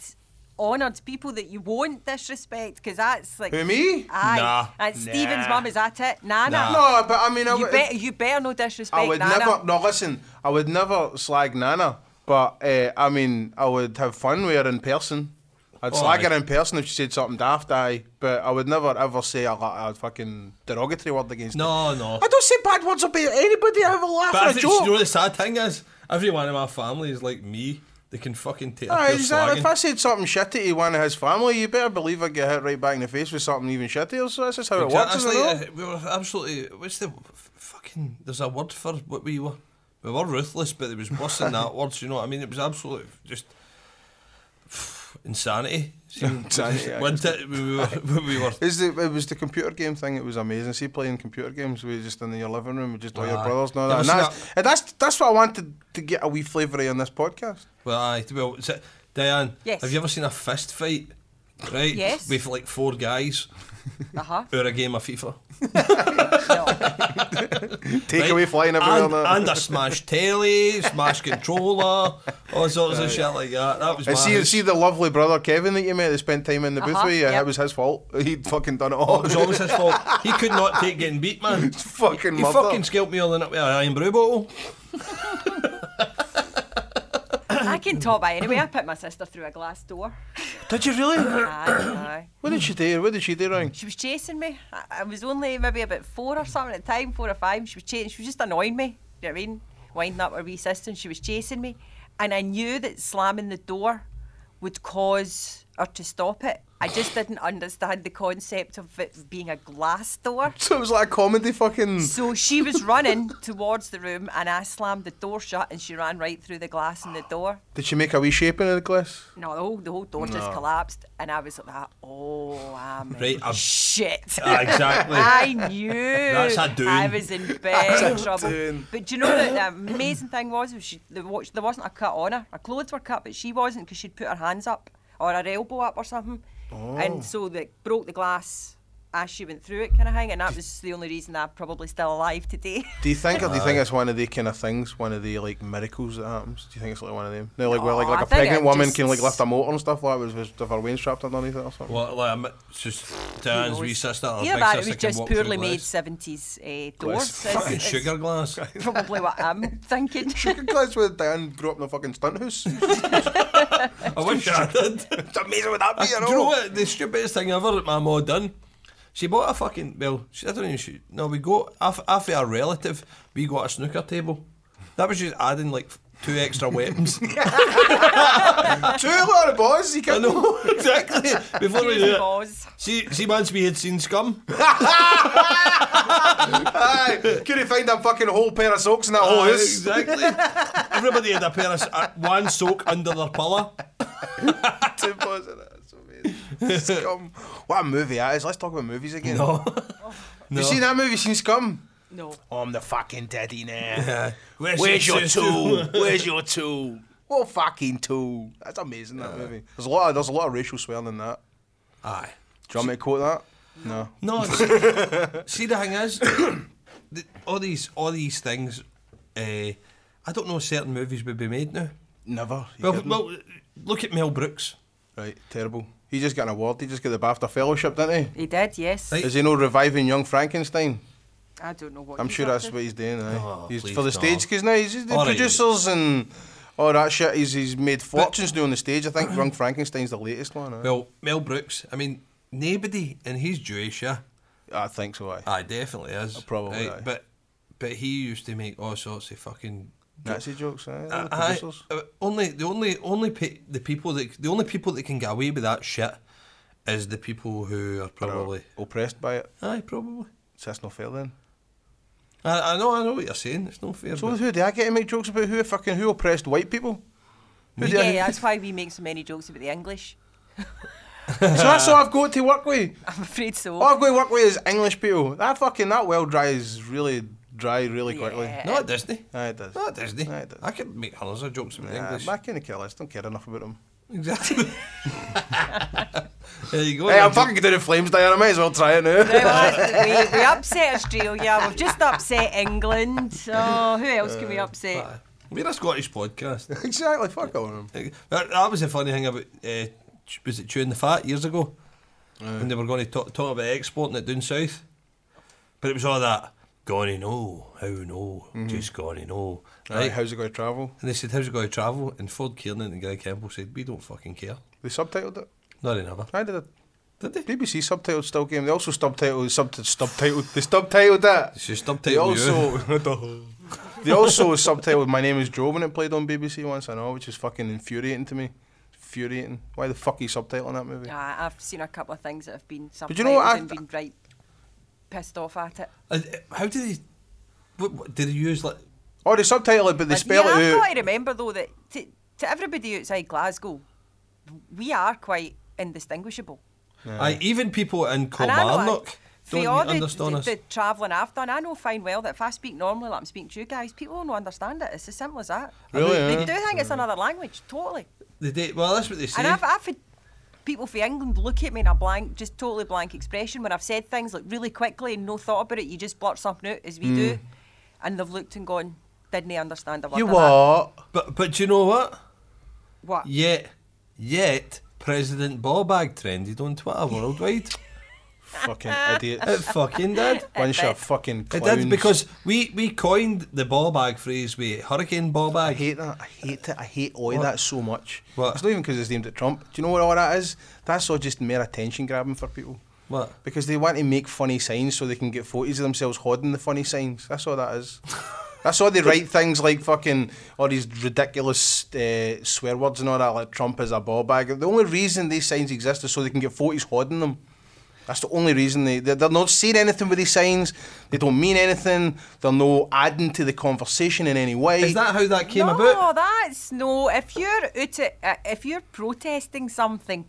Speaker 3: honoured people that you won't disrespect because that's like.
Speaker 2: Who me?
Speaker 3: Aye.
Speaker 1: Nah.
Speaker 3: And Stephen's
Speaker 1: Nah.
Speaker 3: mum, is that it? Nana.
Speaker 1: Nah.
Speaker 2: No, but I mean, I
Speaker 3: You,
Speaker 2: would.
Speaker 3: bet you better no disrespect
Speaker 2: I would
Speaker 3: Nana.
Speaker 2: never. No, listen. I would never slag Nana, but uh, I mean, I would have fun with her in person. I'd
Speaker 1: Oh,
Speaker 2: slag
Speaker 1: aye.
Speaker 2: her in person if she said something daft, aye. But I would never ever say a, a fucking derogatory word against her.
Speaker 1: no, no.
Speaker 2: I don't say bad words about anybody. I have a laugh
Speaker 1: But I
Speaker 2: at a
Speaker 1: think, you know
Speaker 2: joke.
Speaker 1: what the sad thing is? Everyone in my family is like me. They can fucking take a
Speaker 2: Aye,
Speaker 1: pure
Speaker 2: exactly. If I
Speaker 1: slagging.
Speaker 2: said something shitty to one of his family, you better believe I get hit right back in the face with something even shittier. So that's just how it works.
Speaker 1: Exactly.
Speaker 2: isn't it?
Speaker 1: uh, we were absolutely. What's the f- fucking? There's a word for what we were. We were ruthless, but it was worse than that word. You know what I mean? It was absolute just insanity.
Speaker 2: Insanity, I
Speaker 1: Wasn't it? We were. We were
Speaker 2: Is the, it was the computer game thing. It was amazing. See, playing computer games, we just in your living room, with just all your
Speaker 1: Aye.
Speaker 2: brothers and all
Speaker 1: Never
Speaker 2: that. And
Speaker 1: seen
Speaker 2: that's, and that's that's what I wanted to get a wee flavour of on this podcast.
Speaker 1: Well, aye. Well, is it- Diane,
Speaker 3: Yes.
Speaker 1: have you ever seen a fist fight? Right?
Speaker 3: Yes.
Speaker 1: With like four guys
Speaker 3: Uh-huh.
Speaker 1: over a game of FIFA.
Speaker 3: No.
Speaker 2: Take
Speaker 1: right?
Speaker 2: away flying everywhere.
Speaker 1: and,
Speaker 2: and,
Speaker 1: and a smashed telly, smashed controller, all sorts of shit like that. That was
Speaker 2: and
Speaker 1: my
Speaker 2: see,
Speaker 1: house.
Speaker 2: see the lovely brother Kevin that you met that spent time in the booth
Speaker 3: Uh-huh,
Speaker 2: with you.
Speaker 3: yep.
Speaker 2: It was his fault. He'd fucking done it
Speaker 1: Oh, it
Speaker 2: all.
Speaker 1: was always his fault. He could not take getting beat, man.
Speaker 2: fucking
Speaker 1: He
Speaker 2: mother.
Speaker 1: fucking scalped me all the night with an iron brew bottle.
Speaker 3: I can top by anyway. I put my sister through a glass door.
Speaker 2: Did you really?
Speaker 3: Aye, aye.
Speaker 2: what did she do? What did she do wrong?
Speaker 3: She was chasing me. I, I was only maybe about four or something at the time, four or five. She was chasing. She was just annoying me. Do you know what I mean? Winding up her wee sister, and she was chasing me, and I knew that slamming the door would cause her to stop it. I just didn't understand the concept of it being a glass door.
Speaker 2: So it was like a comedy fucking.
Speaker 3: So she was running towards the room, and I slammed the door shut, and she ran right through the glass in the door.
Speaker 2: Did she make a wee shape in the glass?
Speaker 3: No, the whole, the whole door just collapsed, and I was like, that, "Oh, I'm in
Speaker 1: Right, I'm-
Speaker 3: shit."
Speaker 1: Ah, exactly.
Speaker 3: I knew. That's
Speaker 1: a doing.
Speaker 3: I was in big trouble.
Speaker 2: doing.
Speaker 3: But do you know that the amazing thing was, was she, there wa- there wasn't a cut on her. Her clothes were cut, but she wasn't because she'd put her hands up or her elbow up or something,
Speaker 1: Oh.
Speaker 3: and so they broke the glass as she went through it, kind of thing. And that was the only reason I'm probably still alive today.
Speaker 2: Do you think, or do you think it's one of the kind of things, one of the like miracles that happens? Do you think it's like one of them? No, like where like,
Speaker 3: No,
Speaker 2: like
Speaker 3: I
Speaker 2: a
Speaker 3: think
Speaker 2: pregnant
Speaker 3: it
Speaker 2: woman
Speaker 3: just-
Speaker 2: can like lift a motor and stuff like that with, with her wings strapped underneath it or something.
Speaker 1: Well, like, I'm- it's just Dan's wee sister or
Speaker 3: Either
Speaker 1: big
Speaker 3: that, it
Speaker 1: sister
Speaker 3: was
Speaker 1: can
Speaker 3: just
Speaker 1: walk through
Speaker 3: poorly
Speaker 1: glass.
Speaker 3: made seventies uh, doors.
Speaker 2: Glass.
Speaker 3: is-
Speaker 1: Fucking
Speaker 3: is
Speaker 1: sugar glass.
Speaker 3: Probably what I'm thinking.
Speaker 2: That's where Dan grew up in a fucking stunt house. it's
Speaker 1: I wish I did.
Speaker 2: amazing what that be, you
Speaker 1: Do you know
Speaker 2: know.
Speaker 1: what? The stupidest thing ever that my ma done. She bought a fucking well. She, I don't even. She, no, we got af- after a relative. We got a snooker table. That was just adding like two extra weapons.
Speaker 2: Two lot of boys, you
Speaker 1: I
Speaker 2: can
Speaker 1: know exactly. Before we
Speaker 3: Cheers,
Speaker 1: do it,
Speaker 3: boys.
Speaker 1: she she once we had seen scum.
Speaker 2: Aye, could you find a fucking whole pair of socks in that
Speaker 1: Oh,
Speaker 2: whole house?
Speaker 1: exactly. Everybody had a pair of s- uh, one soak under their pillow.
Speaker 2: Two boys in it. That's amazing. Scum. What a movie that is. Let's talk about movies again.
Speaker 1: No, no.
Speaker 2: You seen that movie? You seen Scum?
Speaker 3: No.
Speaker 2: I'm the fucking daddy now.
Speaker 1: Yeah. Where's
Speaker 2: Where's
Speaker 1: your
Speaker 2: your tool? Where's your tool? What fucking tool? That's amazing. That movie. There's a lot. Of, there's a lot of racial swearing in that.
Speaker 1: Aye.
Speaker 2: Do you want me to quote that? No.
Speaker 1: No. it's- see, the thing is, the, all these all these things. Uh, I don't know. Certain movies would be made now.
Speaker 2: Never. You
Speaker 1: Well,
Speaker 2: kidding?
Speaker 1: well, look at Mel Brooks.
Speaker 2: Right. Terrible. He just got an award. He just got the BAFTA fellowship, didn't
Speaker 3: He did, yes.
Speaker 1: Right.
Speaker 2: he? Is he no reviving Young Frankenstein?
Speaker 3: I don't know what
Speaker 2: I'm
Speaker 3: he's
Speaker 2: sure
Speaker 3: up
Speaker 2: that's
Speaker 3: to.
Speaker 2: what he's doing. Aye.
Speaker 1: Oh,
Speaker 2: he's
Speaker 1: please
Speaker 2: for the
Speaker 1: don't.
Speaker 2: stage because now he's he's the
Speaker 1: All right.
Speaker 2: producers and all that shit. He's he's made fortunes doing the stage. I think Young Frankenstein's the latest one. aye.
Speaker 1: Well, Mel Brooks. I mean, nobody, and he's Jewish, yeah.
Speaker 2: I think so. Aye.
Speaker 1: I definitely is.
Speaker 2: Oh, probably aye.
Speaker 1: But but he used to make all sorts of fucking.
Speaker 2: Nazi jokes. Aye. they're
Speaker 1: Uh,
Speaker 2: the
Speaker 1: aye,
Speaker 2: producers.
Speaker 1: uh, only the only only pe- the people that the only people that can get away with that shit is the people who are probably
Speaker 2: oppressed by it.
Speaker 1: aye probably.
Speaker 2: So that's not fair then.
Speaker 1: I, I know I know what you're saying. It's not fair.
Speaker 2: So
Speaker 1: but-
Speaker 2: who do I get to make jokes about? Who fucking who oppressed white people? Who do I-
Speaker 3: Yeah, that's why we make so many jokes about the English.
Speaker 2: so that's all I've got to work with.
Speaker 3: I'm afraid so.
Speaker 2: All I've got to work with is English people. That fucking that well dries really dry really quickly.
Speaker 3: Yeah.
Speaker 1: Not at Disney.
Speaker 2: Aye, it does.
Speaker 1: Not at Disney.
Speaker 2: Aye, it does.
Speaker 1: I could make hundreds of jokes about
Speaker 2: Nah,
Speaker 1: English.
Speaker 2: I can't kill us. Don't care enough about them.
Speaker 1: Exactly. there you go.
Speaker 2: Hey, I'm
Speaker 1: Andrew.
Speaker 2: fucking doing flames, Diana. I might as well try it now.
Speaker 3: Right, well, that's- we, we upset Australia. We've just upset England. So who else
Speaker 2: Uh,
Speaker 3: can we upset?
Speaker 1: Aye. We're a Scottish podcast.
Speaker 2: exactly. Fuck all of them.
Speaker 1: Like, That, that was the funny thing about uh, ch- was it chewing the fat years ago when they were going to talk, talk about exporting it down south, but it was all that gonna know how no
Speaker 2: Mm-hmm.
Speaker 1: just gonna know
Speaker 2: Right.
Speaker 1: right.
Speaker 2: how's it going to travel?
Speaker 1: And they said, "How's it going to travel?" And Ford Kiernan and Guy Campbell said, "We don't fucking care."
Speaker 2: They subtitled it.
Speaker 1: No, they never.
Speaker 2: I did it.
Speaker 1: Did they?
Speaker 2: BBC subtitled still game. They also subtitled sub subtitled. They subtitled that.
Speaker 1: It's just
Speaker 2: They
Speaker 1: subtitle you.
Speaker 2: also they also subtitled "My Name Is Joe" when it played on BBC once. I know, which is fucking infuriating to me. Infuriating. Why the fuck are you subtitling that movie?
Speaker 3: Ah, I've seen a couple of things that have been subtitled
Speaker 2: you know what, I-
Speaker 3: and been right pissed off at it.
Speaker 1: Uh, How do they? What, what, do they use like?
Speaker 2: Oh, they subtitle it, but they
Speaker 3: Like,
Speaker 2: spell
Speaker 3: yeah,
Speaker 2: it
Speaker 3: I've
Speaker 2: out.
Speaker 3: got to remember though that to, to everybody outside Glasgow, we are quite indistinguishable.
Speaker 1: Aye, even people in
Speaker 3: And I know
Speaker 1: Kilmarnock
Speaker 3: it- for
Speaker 1: don't
Speaker 3: all the,
Speaker 1: understand
Speaker 3: the,
Speaker 1: us.
Speaker 3: the travelling I've done, I know fine well that if I speak normally like I'm speaking to you guys, people don't understand it. It's as simple as that.
Speaker 2: Really,
Speaker 3: They,
Speaker 2: yeah.
Speaker 3: do think it's another language, totally.
Speaker 1: They do- well, that's what they say.
Speaker 3: And I've, I've had people from England look at me in a blank, just totally blank expression when I've said things like really quickly and no thought about it. You just blurt something out as we do, and they've looked and gone, didn't they understand a
Speaker 2: Hmm.
Speaker 3: word?
Speaker 2: You
Speaker 3: of that?"
Speaker 2: what?
Speaker 1: but but you know what?
Speaker 3: What?
Speaker 1: Yet, yet, President Ballbag trended on Twitter worldwide.
Speaker 2: fucking idiot.
Speaker 1: it fucking did.
Speaker 2: Bunch
Speaker 3: did.
Speaker 2: of fucking
Speaker 1: It
Speaker 2: clowns.
Speaker 1: did because we, we coined the ball bag phrase with Hurricane Ball
Speaker 2: I
Speaker 1: Bag.
Speaker 2: hate that. I hate it. I hate all
Speaker 1: What?
Speaker 2: that so much.
Speaker 1: What?
Speaker 2: It's not even because it's aimed at Trump. Do you know what all that is? That's all just mere attention grabbing for people.
Speaker 1: What?
Speaker 2: Because they want to make funny signs so they can get photos of themselves hoarding the funny signs. That's all that is. That's all they write things like fucking all these ridiculous uh, swear words and all that, like Trump is a ball bag. The only reason these signs exist is so they can get photos hoarding them. That's the only reason they they're, they're not saying anything with these signs. They don't mean anything. They're no adding to the conversation in any way.
Speaker 1: Is that how that came
Speaker 3: no,
Speaker 1: about?
Speaker 3: that's no. If you're out at, uh, if you're protesting something,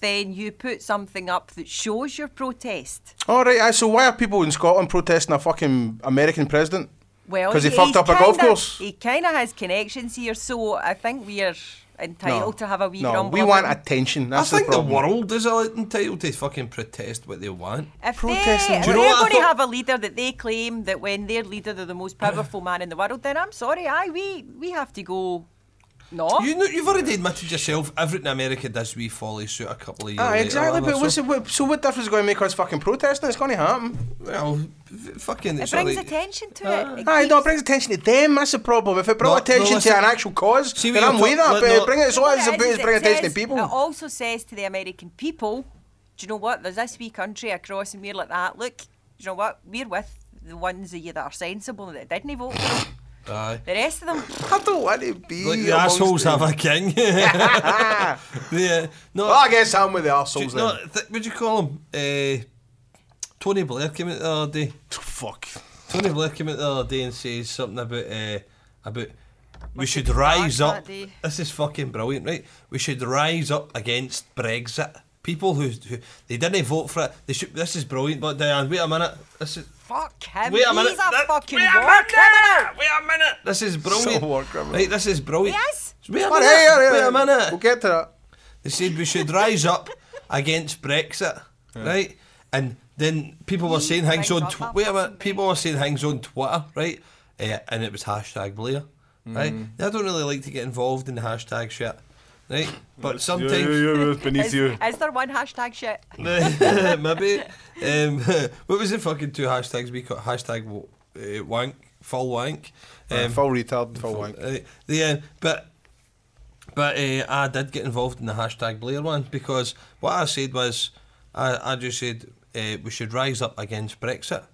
Speaker 3: then you put something up that shows your protest.
Speaker 2: All right, aye, so why are people in Scotland protesting a fucking American president?
Speaker 3: Well,
Speaker 2: because he,
Speaker 3: he's
Speaker 2: fucked up a golf
Speaker 3: kinda-
Speaker 2: course.
Speaker 3: He kind of has connections here, so I think we are entitled to have a wee
Speaker 2: no,
Speaker 3: grumble.
Speaker 2: we want
Speaker 3: about him.
Speaker 2: attention.
Speaker 1: I
Speaker 2: That's
Speaker 1: think
Speaker 2: the
Speaker 1: the,
Speaker 2: problem.
Speaker 1: world is entitled to fucking protest what they want.
Speaker 3: If
Speaker 2: protesting.
Speaker 3: they, if
Speaker 1: Do you know
Speaker 3: they're
Speaker 1: what I
Speaker 3: going
Speaker 1: thought-
Speaker 3: to have a leader that they claim that when their leader they're the most powerful man in the world, then I'm sorry, aye, we we have to go. No,
Speaker 1: You know, you've already admitted yourself everything America does we folly suit a couple of years.
Speaker 2: Ah,
Speaker 1: later
Speaker 2: exactly.
Speaker 1: on or
Speaker 2: But what's
Speaker 1: so.
Speaker 2: it, what, so what difference is going to make us fucking protesting? It's going to happen.
Speaker 1: Well, f- fucking.
Speaker 3: it
Speaker 1: It's
Speaker 3: brings
Speaker 1: already-
Speaker 3: attention to
Speaker 1: Ah.
Speaker 3: it. it
Speaker 2: Aye,
Speaker 3: keeps-
Speaker 2: no, it brings attention to them. That's the problem. If it brought
Speaker 1: No, no,
Speaker 2: attention to
Speaker 1: listen.
Speaker 2: an actual cause,
Speaker 1: See,
Speaker 2: then
Speaker 1: we
Speaker 2: I'm
Speaker 1: were
Speaker 2: with
Speaker 1: talk-
Speaker 2: that.
Speaker 1: no,
Speaker 2: But
Speaker 1: no.
Speaker 2: it bring it's all
Speaker 3: What
Speaker 2: it's
Speaker 3: it
Speaker 2: about
Speaker 3: is
Speaker 2: is
Speaker 3: is
Speaker 2: bring
Speaker 3: it
Speaker 2: attention to
Speaker 3: says- uh, oh. It
Speaker 2: people.
Speaker 3: also says to the American people, do you know what? There's this wee country across and we're like that. Look, do you know what? We're with the ones of you that are sensible and that didn't vote. for them.
Speaker 1: Aye.
Speaker 3: the rest of them,
Speaker 2: I don't want to be
Speaker 1: Like the
Speaker 2: amongst
Speaker 1: assholes
Speaker 2: them.
Speaker 1: have a king.
Speaker 2: Ah,
Speaker 1: yeah. No.
Speaker 3: Oh,
Speaker 2: well, I guess I'm with the
Speaker 1: Do you-
Speaker 2: assholes
Speaker 1: no,
Speaker 2: then.
Speaker 1: th- what'd you call him? Uh, Tony Blair came out the other day.
Speaker 2: Fuck.
Speaker 1: Tony Blair came out the other day and says something about uh, about we
Speaker 3: Was
Speaker 1: should
Speaker 3: it
Speaker 1: rise
Speaker 3: dark
Speaker 1: up.
Speaker 3: that day?
Speaker 1: This is fucking brilliant, right? We should rise up against Brexit. People who, who they didn't vote for it. They should. This is brilliant. But Diane, wait a uh, minute. This is
Speaker 3: Fuck him.
Speaker 1: Wait a
Speaker 3: He's
Speaker 1: minute.
Speaker 3: a
Speaker 1: that-
Speaker 3: fucking
Speaker 1: wait a
Speaker 3: war
Speaker 1: minute,
Speaker 3: criminal.
Speaker 1: Wait a minute. This is brilliant.
Speaker 2: So war criminal.
Speaker 1: Right, this is brilliant.
Speaker 3: He is.
Speaker 1: Wait a
Speaker 2: But
Speaker 1: minute.
Speaker 2: hey, hey,
Speaker 1: wait
Speaker 2: hey,
Speaker 1: a minute.
Speaker 2: We'll get to that.
Speaker 1: They said we should rise up against Brexit, right? And then people were saying things on
Speaker 3: Rise up
Speaker 1: tw- wait a minute,
Speaker 3: against
Speaker 1: people were saying things on Twitter, right? Eh, and it was hashtag Blair, right? I don't really like to get involved in the hashtag shit, right? But sometimes
Speaker 3: Is, is there one hashtag shit?
Speaker 1: Maybe. Um, what was the fucking two hashtags we got? Hashtag w- uh, wank, full wank.
Speaker 2: Um,
Speaker 1: Um,
Speaker 2: full retard and full wank.
Speaker 1: uh, the, uh, but but uh, I did get involved in the hashtag Blair one because what I said was I, I just said uh, we should rise up against Brexit.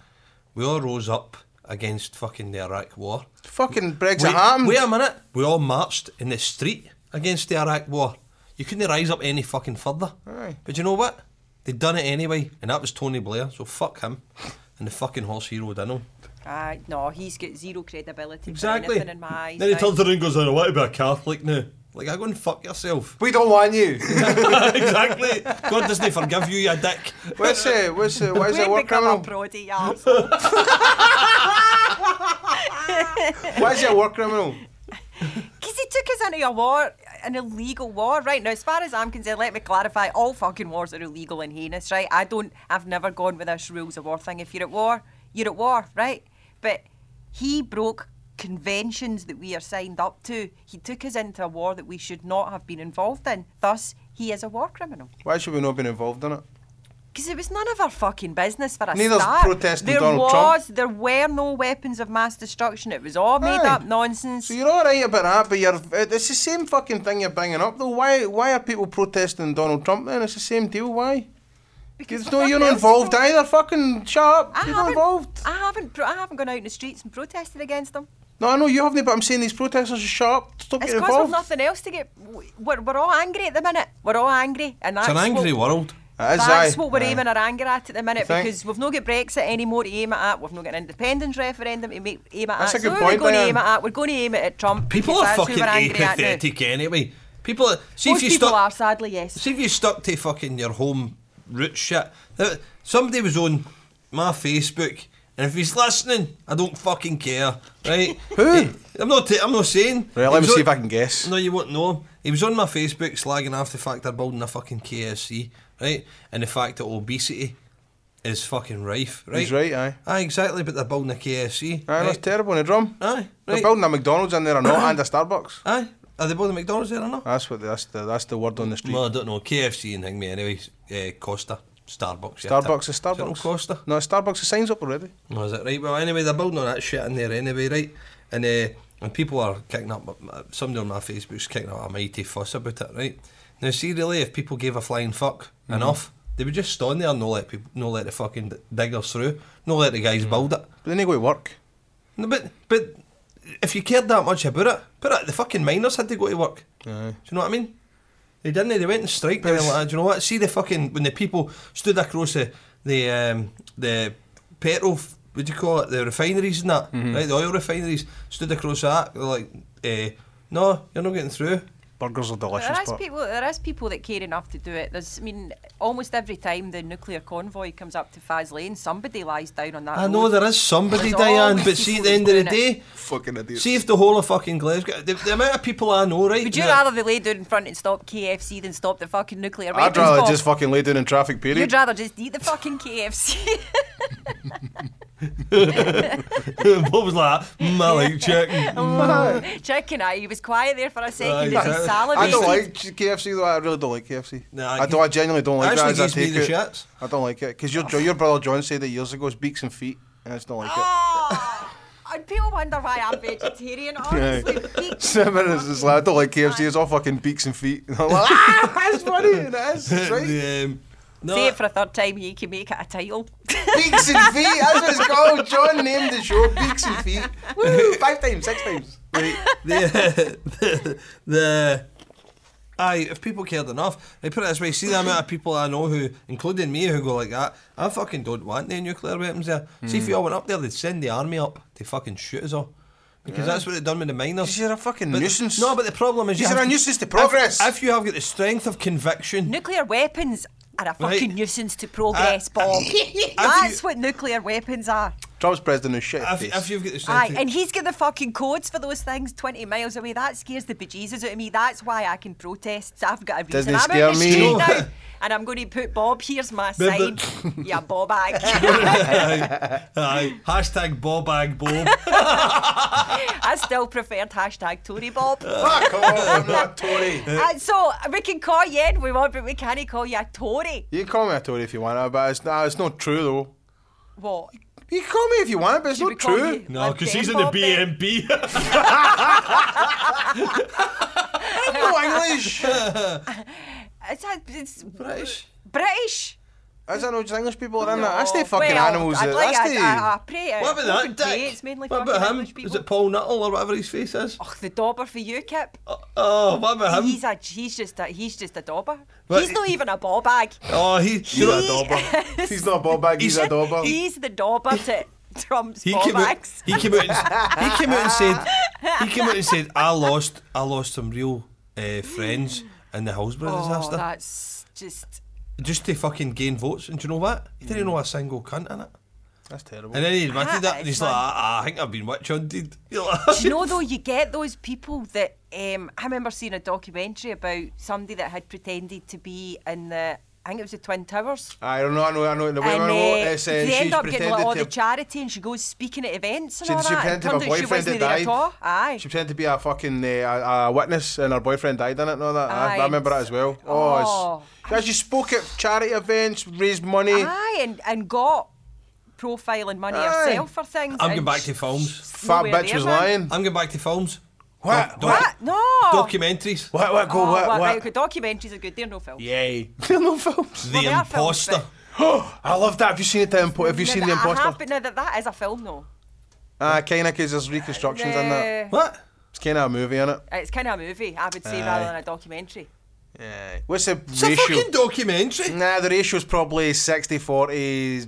Speaker 1: We all rose up against fucking the Iraq war.
Speaker 2: Fucking Brexit
Speaker 1: Wait,
Speaker 2: happened.
Speaker 1: wait a minute. We all marched in the street against the Iraq war. You couldn't rise up any fucking further.
Speaker 2: Aye.
Speaker 1: But you know what? They'd done it anyway, and that was Tony Blair, so fuck him. And the fucking horse he rode in on.
Speaker 3: Uh, no, he's got zero credibility. for
Speaker 1: Exactly.
Speaker 3: anything in my eyes.
Speaker 1: then he
Speaker 3: now.
Speaker 1: turns around and goes, I want to be a Catholic now. Like, I go and fuck yourself.
Speaker 2: We don't want you.
Speaker 1: exactly. God doesn't forgive you, you dick.
Speaker 2: what's it? What's it? What is
Speaker 3: We've
Speaker 2: it? War
Speaker 3: become
Speaker 2: criminal?
Speaker 3: a proddy, you arsehole.
Speaker 2: What is it? War criminal?
Speaker 3: Because he took us into a war, an illegal war, right? Now, as far as I'm concerned, let me clarify all fucking wars are illegal and heinous, right? I don't, I've never gone with this rules of war thing. If you're at war, you're at war, right? But he broke conventions that we are signed up to. He took us into a war that we should not have been involved in. Thus, he is a war criminal.
Speaker 2: Why should we not been involved in it?
Speaker 3: Because it was none of our fucking business for a
Speaker 2: Neither's
Speaker 3: start.
Speaker 2: protesting
Speaker 3: there
Speaker 2: Donald Trump.
Speaker 3: was, there were no weapons of mass destruction. It was all made
Speaker 2: Aye.
Speaker 3: up nonsense.
Speaker 2: So you're all right about that, but you're it's the same fucking thing you're bringing up though. Why why are people protesting Donald Trump then? It's the same deal. Why? Because no,
Speaker 3: fucking
Speaker 2: you're not
Speaker 3: else is
Speaker 2: involved
Speaker 3: wrong.
Speaker 2: either. Fucking shut up.
Speaker 3: I
Speaker 2: you're not
Speaker 3: haven't,
Speaker 2: involved.
Speaker 3: I haven't. Pro- I haven't gone out in the streets and protested against them.
Speaker 2: No, I know you haven't, but I'm saying these protesters should shut up. Stop
Speaker 3: It's
Speaker 2: getting
Speaker 3: because there's
Speaker 2: involved.
Speaker 3: nothing else to get. We're, we're all angry at the minute. We're all angry, and
Speaker 1: It's
Speaker 3: that's
Speaker 1: an angry
Speaker 3: what,
Speaker 1: world.
Speaker 2: It is,
Speaker 3: That's
Speaker 2: aye.
Speaker 3: what we're
Speaker 2: Aye.
Speaker 3: aiming our anger at at the minute
Speaker 2: You think?
Speaker 3: because we've not got Brexit anymore to aim at. We've not got an independence referendum to make, aim at.
Speaker 2: That's a
Speaker 3: so
Speaker 2: good
Speaker 3: who are we
Speaker 2: point,
Speaker 3: going to
Speaker 2: Diane.
Speaker 3: aim it at? We're going to aim it at Trump.
Speaker 1: People
Speaker 3: because
Speaker 1: are
Speaker 3: that's who
Speaker 1: fucking
Speaker 3: we're angry at now.
Speaker 1: apathetic anyway. People are, see
Speaker 3: Most
Speaker 1: if you
Speaker 3: people
Speaker 1: stuck
Speaker 3: are sadly yes.
Speaker 1: see if you stuck to fucking your home root shit. Now, Somebody was on my Facebook and if he's listening, I don't fucking care. Right?
Speaker 2: Who?
Speaker 1: I'm not t- I'm not saying
Speaker 2: Right,
Speaker 1: He
Speaker 2: let me
Speaker 1: was
Speaker 2: see
Speaker 1: on-
Speaker 2: if I can guess.
Speaker 1: No, you won't know. him. He was on my Facebook slagging off the fact they're building a fucking KFC, right? And the fact that obesity is fucking rife, right?
Speaker 2: He's right, aye.
Speaker 1: Aye, exactly, but they're building a KFC.
Speaker 2: Aye, that's
Speaker 1: right?
Speaker 2: terrible in a drum.
Speaker 1: Aye, right.
Speaker 2: They're building a McDonald's in there or not, and a Starbucks.
Speaker 1: Aye. Are they building McDonald's there or not?
Speaker 2: That's what that's the that's the word on the street.
Speaker 1: Well, I don't know. KFC and Hingme anyways. Uh, Costa. Starbucks. yeah,
Speaker 2: Starbucks
Speaker 1: tip.
Speaker 2: is
Speaker 1: it all
Speaker 2: Starbucks.
Speaker 1: Costa?
Speaker 2: No, Starbucks. er The signs up already.
Speaker 1: No, is it right? Well, anyway, they're building all that shit in there anyway, right? And uh, and people are kicking up, uh, somebody on my Facebook's kicking up a mighty fuss about it, right? Now, see, really, if people gave a flying fuck
Speaker 2: Mm.
Speaker 1: enough, they would just stand there and no let people, no let the fucking d- diggers through, no let the
Speaker 2: Mm.
Speaker 1: guys build it.
Speaker 2: But then they go to work.
Speaker 1: No, but but if you cared that much about it, put it, the fucking miners had to go to work.
Speaker 2: Aye.
Speaker 1: Do you know what I mean? They didn't. They went and strike. They went like, do you know what? See the fucking when the people stood across the the um, the petrol. f- What do you call it? The refineries and that, right? The oil refineries stood across that. They're like, eh, no, you're not getting through.
Speaker 2: Burgers are delicious.
Speaker 3: There is
Speaker 2: but
Speaker 3: people. There is people that care enough to do it. There's, I mean, almost every time the nuclear convoy comes up to Faz Lane, somebody lies down on that.
Speaker 1: I know
Speaker 3: road.
Speaker 1: there is somebody,
Speaker 3: There's
Speaker 1: Diane,
Speaker 3: always
Speaker 1: but see at
Speaker 3: people
Speaker 1: the end of the
Speaker 3: doing it.
Speaker 1: day,
Speaker 2: fucking idiots.
Speaker 1: see if the whole of fucking Glasgow, the, the amount of people I know, right?
Speaker 3: Would you
Speaker 1: now-
Speaker 3: rather they lay down in front and stop KFC than stop the fucking nuclear
Speaker 2: I'd
Speaker 3: weapons?
Speaker 2: rather
Speaker 3: bomb?
Speaker 2: just fucking lay down in traffic.
Speaker 3: You'd
Speaker 2: Period.
Speaker 3: rather just eat the fucking KFC.
Speaker 1: what was that? Mm, I like chicken.
Speaker 3: Chicken eye. He was quiet there for a second.
Speaker 1: Aye,
Speaker 3: as he
Speaker 1: exactly.
Speaker 3: salivated.
Speaker 2: I don't like ch- KFC though. I really don't like KFC.
Speaker 1: No, I
Speaker 2: I, don't. I genuinely don't like
Speaker 1: Actually
Speaker 2: that. As
Speaker 1: gives
Speaker 2: I
Speaker 1: me
Speaker 2: take
Speaker 1: the
Speaker 2: it.
Speaker 1: shits.
Speaker 2: I don't like it because your your brother John said it years ago. It's beaks and feet, and it's not like it.
Speaker 3: Oh, and people wonder why I'm vegetarian. Honestly, peak-
Speaker 2: Seven is just like I don't like KFC. It's all fucking beaks and feet. And I'm like, ah, that's funny. and It is. It's right.
Speaker 1: The, um, no,
Speaker 3: Say it for a third time, you can make it a title.
Speaker 2: beaks and feet. That's what it's called. John named the show Beaks and Feet. Woo! Five times, six times.
Speaker 1: the, the, the, the aye, if people cared enough, they put it this way, see the amount of people I know who, including me, who go like that, I fucking don't want any nuclear weapons there. See
Speaker 2: Hmm.
Speaker 1: if we all went up there, they'd send the army up to fucking shoot us all. Because that's what they've done with the miners.
Speaker 2: You're a fucking
Speaker 1: But-
Speaker 2: nuisance.
Speaker 1: No, but the problem is you
Speaker 2: These
Speaker 1: have
Speaker 2: are a
Speaker 1: to-
Speaker 2: nuisance to
Speaker 1: if-
Speaker 2: progress.
Speaker 1: If, you have got the strength of conviction,
Speaker 3: nuclear weapons are a
Speaker 1: Right.
Speaker 3: fucking nuisance to progress,
Speaker 1: Uh,
Speaker 3: Bob.
Speaker 1: you-
Speaker 3: That's what nuclear weapons are.
Speaker 2: Trump's president is shit.
Speaker 1: If,
Speaker 2: face.
Speaker 1: if you've got the
Speaker 3: Aye,
Speaker 1: strength,
Speaker 3: and he's got the fucking codes for those things 20 miles away. That scares the bejesus out of me. That's why I can protest. So I've got a reason.
Speaker 2: Doesn't
Speaker 3: I'm
Speaker 2: scare
Speaker 3: out the
Speaker 2: me.
Speaker 3: street
Speaker 2: No.
Speaker 3: now, and I'm going to put Bob, here's my sign.
Speaker 1: But-
Speaker 3: yeah, Bob Ag.
Speaker 1: aye, aye. hashtag Bobag Bob.
Speaker 3: I still preferred hashtag Tory Bob.
Speaker 2: Fuck off, I'm not Tory.
Speaker 3: and so we can call you in we want, but we can't call you a Tory.
Speaker 2: You can call me a Tory if you want, but it's not, it's not true though.
Speaker 3: What?
Speaker 2: You can call me if you want, but it's
Speaker 3: Should we
Speaker 2: not
Speaker 3: call
Speaker 2: true.
Speaker 3: you
Speaker 1: No,
Speaker 3: a
Speaker 1: because he's
Speaker 3: dead
Speaker 1: in the
Speaker 3: Bob then?
Speaker 1: BNB.
Speaker 2: I'm no English. Is
Speaker 3: It's, a- it's
Speaker 1: British.
Speaker 3: British.
Speaker 2: that not just English people are in that? That's the fucking
Speaker 3: well,
Speaker 2: animals.
Speaker 3: I'd
Speaker 2: that-
Speaker 3: like
Speaker 2: that's
Speaker 3: a,
Speaker 2: the.
Speaker 3: a, a prey.
Speaker 1: What about that, Dick?
Speaker 3: It's mainly
Speaker 1: what
Speaker 3: fucking
Speaker 1: about him?
Speaker 3: English people.
Speaker 1: Is it Paul Nuttall or whatever his face is?
Speaker 3: Oh, the dauber for you, Kip.
Speaker 1: Oh, what
Speaker 2: Um,
Speaker 1: about him?
Speaker 3: He's a he's just a he's just a dauber.
Speaker 1: Well,
Speaker 3: he's not even a ball bag.
Speaker 1: Oh, he.
Speaker 2: He's not a dauber. He's not a ball bag. He's a dauber.
Speaker 3: He's the dauber to Trump's
Speaker 1: He
Speaker 3: ball
Speaker 1: came, out,
Speaker 3: bags.
Speaker 1: he came out. And, he came out and said. He came out and said, "I lost. I lost some real uh, friends in the Hillsborough
Speaker 3: Oh,
Speaker 1: disaster,
Speaker 3: that's just
Speaker 1: just to fucking gain votes." And do you know what? He didn't know a single cunt in it.
Speaker 2: That's terrible.
Speaker 1: And then he admitted
Speaker 3: That
Speaker 1: that. And
Speaker 3: is
Speaker 1: he's like,
Speaker 3: mad.
Speaker 1: "Ah, "I think I've been witch hunted." You're like,
Speaker 3: Do you know though you get those people that um, I remember seeing a documentary about somebody that had pretended to be in the I think it was the Twin Towers.
Speaker 2: I don't know. I know. I know. The way I
Speaker 3: And
Speaker 2: know.
Speaker 3: uh,
Speaker 2: It's, uh,
Speaker 3: they
Speaker 2: she's
Speaker 3: end up getting
Speaker 2: pretended
Speaker 3: like, all
Speaker 2: to
Speaker 3: the charity and she goes speaking at events and
Speaker 2: She,
Speaker 3: all
Speaker 2: she
Speaker 3: that.
Speaker 2: pretended
Speaker 3: and
Speaker 2: to
Speaker 3: turned
Speaker 2: her
Speaker 3: out she
Speaker 2: boyfriend had
Speaker 3: wasn't there
Speaker 2: died.
Speaker 3: at all. Aye.
Speaker 2: She pretended to be a fucking uh, a, a witness, and her boyfriend died in it and all that. I,
Speaker 3: Aye.
Speaker 2: I remember that as well. Oh,
Speaker 3: Oh.
Speaker 2: it's, yeah, she spoke at charity events, raised money.
Speaker 3: Aye, and, and got profiling money
Speaker 2: Aye.
Speaker 3: herself for things.
Speaker 1: I'm
Speaker 3: and
Speaker 1: going back
Speaker 3: sh-
Speaker 1: to films.
Speaker 2: Fat
Speaker 3: nowhere
Speaker 2: bitch
Speaker 3: near
Speaker 2: was
Speaker 3: man.
Speaker 2: lying.
Speaker 1: I'm going back to films. Doc-
Speaker 2: What?
Speaker 1: doc-
Speaker 3: What? Oh. No.
Speaker 1: Documentaries.
Speaker 2: What? What? Go
Speaker 3: Oh,
Speaker 2: what?
Speaker 3: well,
Speaker 2: What?
Speaker 3: right, okay, documentaries are good. They're no film.
Speaker 2: Yay! There are no films.
Speaker 1: The
Speaker 3: they are films,
Speaker 1: Imposter.
Speaker 2: I love that. Have you seen it? The impo- have you
Speaker 3: Now
Speaker 2: seen the
Speaker 3: that I
Speaker 2: imposter?
Speaker 3: have, but now that that is a film, though.
Speaker 2: Ah, kind of because there's reconstructions in that.
Speaker 3: Uh,
Speaker 1: What?
Speaker 2: It's kind of a movie in it.
Speaker 3: It's kind of a movie, I would say,
Speaker 2: Aye.
Speaker 3: rather than a documentary.
Speaker 2: What's the
Speaker 1: It's a
Speaker 2: ratio?
Speaker 1: fucking documentary.
Speaker 2: Nah, the ratio's probably 60 40,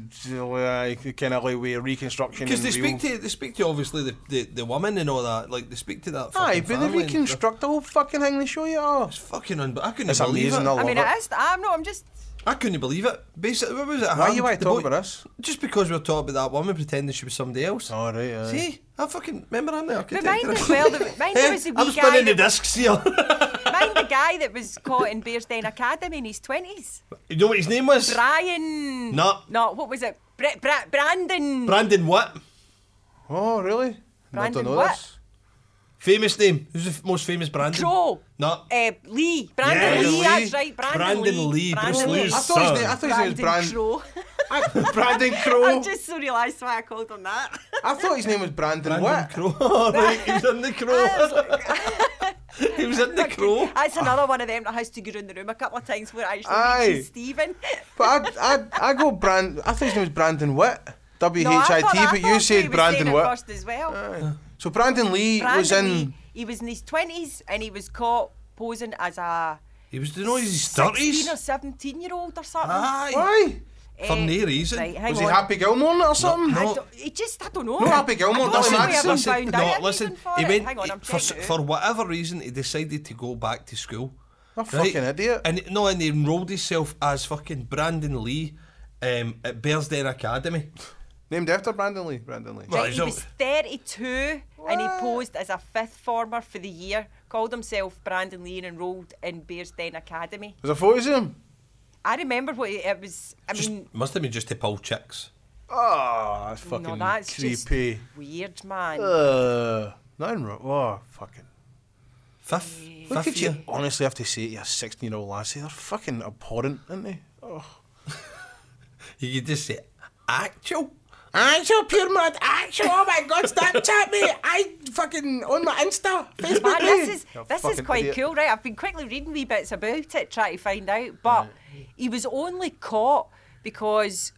Speaker 2: kind of like way reconstruction.
Speaker 1: Because
Speaker 2: and
Speaker 1: they
Speaker 2: real.
Speaker 1: speak to they speak to obviously the, the, the woman and all that. Like they speak to that. fucking
Speaker 2: Aye, but they
Speaker 1: family and stuff.
Speaker 2: reconstruct the whole fucking thing they show you. Oh,
Speaker 1: It's fucking un- I couldn't
Speaker 2: It's
Speaker 1: believe
Speaker 2: amazing,
Speaker 1: it.
Speaker 2: I
Speaker 3: I mean,
Speaker 2: love it.
Speaker 3: it is. I'm not. I'm just.
Speaker 1: I couldn't believe it. Basically, what was it?
Speaker 2: Why you want to talk about this?
Speaker 1: Just because we were talking about that woman pretending she was somebody else.
Speaker 2: All right, aye.
Speaker 1: See, I fucking remember I'm the architect. Eh,
Speaker 3: Remind as well. The, mind there was a
Speaker 1: I'm
Speaker 3: wee guy.
Speaker 1: spinning the
Speaker 3: That,
Speaker 1: discs here.
Speaker 3: mind the guy that was caught in Bearsden Academy in his twenties.
Speaker 1: you know what his name was?
Speaker 3: Brian.
Speaker 1: No.
Speaker 3: No. What was it? Br- Br- Brandon.
Speaker 1: Brandon what?
Speaker 2: Oh, really?
Speaker 3: Brandon
Speaker 2: I don't know
Speaker 3: what?
Speaker 2: this.
Speaker 1: Famous name. Who's the f- most famous Brandon?
Speaker 3: Joe.
Speaker 1: No.
Speaker 3: Uh, Lee. Brandon
Speaker 1: Yeah,
Speaker 3: Lee.
Speaker 1: Lee.
Speaker 3: That's right. Brandon,
Speaker 1: Brandon Lee, Bruce
Speaker 3: Brandon
Speaker 1: Lee's
Speaker 2: I thought his
Speaker 1: son.
Speaker 2: name, I thought his name was Brand-
Speaker 3: Crow.
Speaker 2: I- Brandon Crow.
Speaker 3: I'm just so realised why I called him that.
Speaker 2: I thought his name was Brandon,
Speaker 1: Brandon
Speaker 2: what?
Speaker 1: Crow. right, he was in the crow. he was in the crow.
Speaker 3: That's another one of them that has to go in the room a couple of times where I actually
Speaker 2: Aye.
Speaker 3: reaches Stephen.
Speaker 2: But I, I, I go Brand. I thought his name was Brandon Witt. W
Speaker 3: No, I
Speaker 2: H I
Speaker 3: thought-
Speaker 2: T.
Speaker 3: I
Speaker 2: But
Speaker 3: thought
Speaker 2: you
Speaker 3: he
Speaker 2: said
Speaker 3: was
Speaker 2: Brandon
Speaker 3: saying it
Speaker 2: Witt.
Speaker 3: first as well.
Speaker 2: Aye. So Brandon Lee
Speaker 3: Brandon
Speaker 2: was in.
Speaker 3: Lee, he was in his twenties and he was caught posing as a
Speaker 1: He was doing all his
Speaker 2: Oh,
Speaker 3: 16 or
Speaker 1: thirties.
Speaker 3: seventeen year old or something.
Speaker 1: Aye.
Speaker 2: Why?
Speaker 1: For
Speaker 3: Eh,
Speaker 1: no reason.
Speaker 3: Right, hang
Speaker 2: Was
Speaker 3: on.
Speaker 2: he Happy Gilmore in it or something?
Speaker 3: I
Speaker 1: No.
Speaker 3: don't- he just I don't know.
Speaker 2: No, Happy Gilmore,
Speaker 3: I don't
Speaker 2: Dolly
Speaker 3: think we
Speaker 2: Madison.
Speaker 3: ever found
Speaker 1: no,
Speaker 3: out a
Speaker 1: listen.
Speaker 3: reason for
Speaker 1: He
Speaker 3: it.
Speaker 1: went
Speaker 3: Hang on, I'm
Speaker 1: for,
Speaker 3: checking it out.
Speaker 1: for whatever reason. He decided to go back to school.
Speaker 2: A fucking idiot.
Speaker 1: And no, and he enrolled himself as fucking Brandon Lee um, at Bearsden Academy.
Speaker 2: Named after Brandon Lee. Brandon Lee.
Speaker 1: Well,
Speaker 3: Right,
Speaker 1: he's
Speaker 3: he
Speaker 1: not-
Speaker 3: was 32 and he posed as a fifth former for the year, called himself Brandon Lee and enrolled in Bearsden Academy.
Speaker 2: Was a photo of him?
Speaker 3: I remember what it was, I
Speaker 1: Just
Speaker 3: mean,
Speaker 1: must have been just to pull chicks.
Speaker 2: Oh, that's fucking
Speaker 3: no, that's
Speaker 2: creepy.
Speaker 3: just weird, man.
Speaker 2: Uh, nothing wrong. Oh, fucking.
Speaker 1: Fifth,
Speaker 2: Look
Speaker 1: fifth
Speaker 2: at you.
Speaker 1: year.
Speaker 2: Honestly, I have to say, you're a 16 year old lassie. They're fucking abhorrent, aren't they? Oh.
Speaker 1: You could just say actual.
Speaker 2: Actual pure mud, actual, oh my god, Snapchat me! I fucking on my Insta, Facebook
Speaker 3: Man, this is
Speaker 2: You're a
Speaker 3: this is
Speaker 2: fucking
Speaker 3: quite
Speaker 2: idiot.
Speaker 3: cool, right? I've been quickly reading wee bits about it, trying to find out, but he was only caught because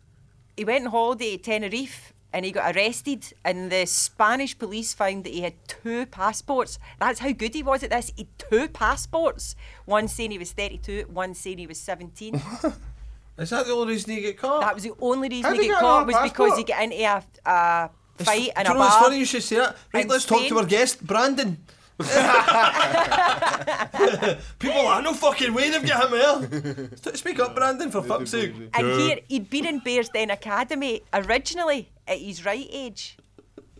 Speaker 3: he went on holiday to Tenerife and he got arrested, and the Spanish police found that he had two passports. That's how good he was at this. He had two passports, one saying he was 32, one saying he was 17.
Speaker 1: Is that the only reason you get caught?
Speaker 3: that was the only reason
Speaker 2: How'd
Speaker 3: he
Speaker 2: he
Speaker 3: got
Speaker 2: get
Speaker 3: caught
Speaker 2: another
Speaker 3: was because he
Speaker 2: passport?
Speaker 3: got into a, a
Speaker 1: It's-
Speaker 3: fight in
Speaker 1: Do
Speaker 3: a
Speaker 1: you know what's
Speaker 3: bar.
Speaker 1: funny you should say that? Right,
Speaker 3: in
Speaker 1: let's talk
Speaker 3: Spain.
Speaker 1: to our guest, Brandon. People are like, no fucking way they've got him there. St- Speak up, Brandon, for fuck's sake.
Speaker 2: believe
Speaker 3: And here, he'd been in Bearsden Academy originally at his right age.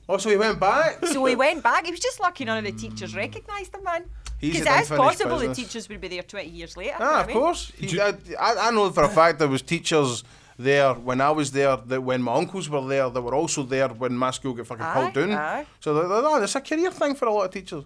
Speaker 2: Oh, so he went back?
Speaker 3: So he went back. He was just lucky none of the teachers recognised him, man.
Speaker 2: He's
Speaker 3: Because
Speaker 2: an
Speaker 3: it's
Speaker 2: unfinished
Speaker 3: possible
Speaker 2: business.
Speaker 3: the teachers would be there 20 years later. you know
Speaker 2: Ah,
Speaker 3: what
Speaker 2: of
Speaker 3: I mean?
Speaker 2: course. He-
Speaker 1: Do-
Speaker 2: I, I I know for a fact there was teachers there when I was there that when my uncles were there they were also there when my school got fucking
Speaker 3: Aye,
Speaker 2: pulled down.
Speaker 3: aye.
Speaker 2: So they're, they're, it's a career thing for a lot of teachers.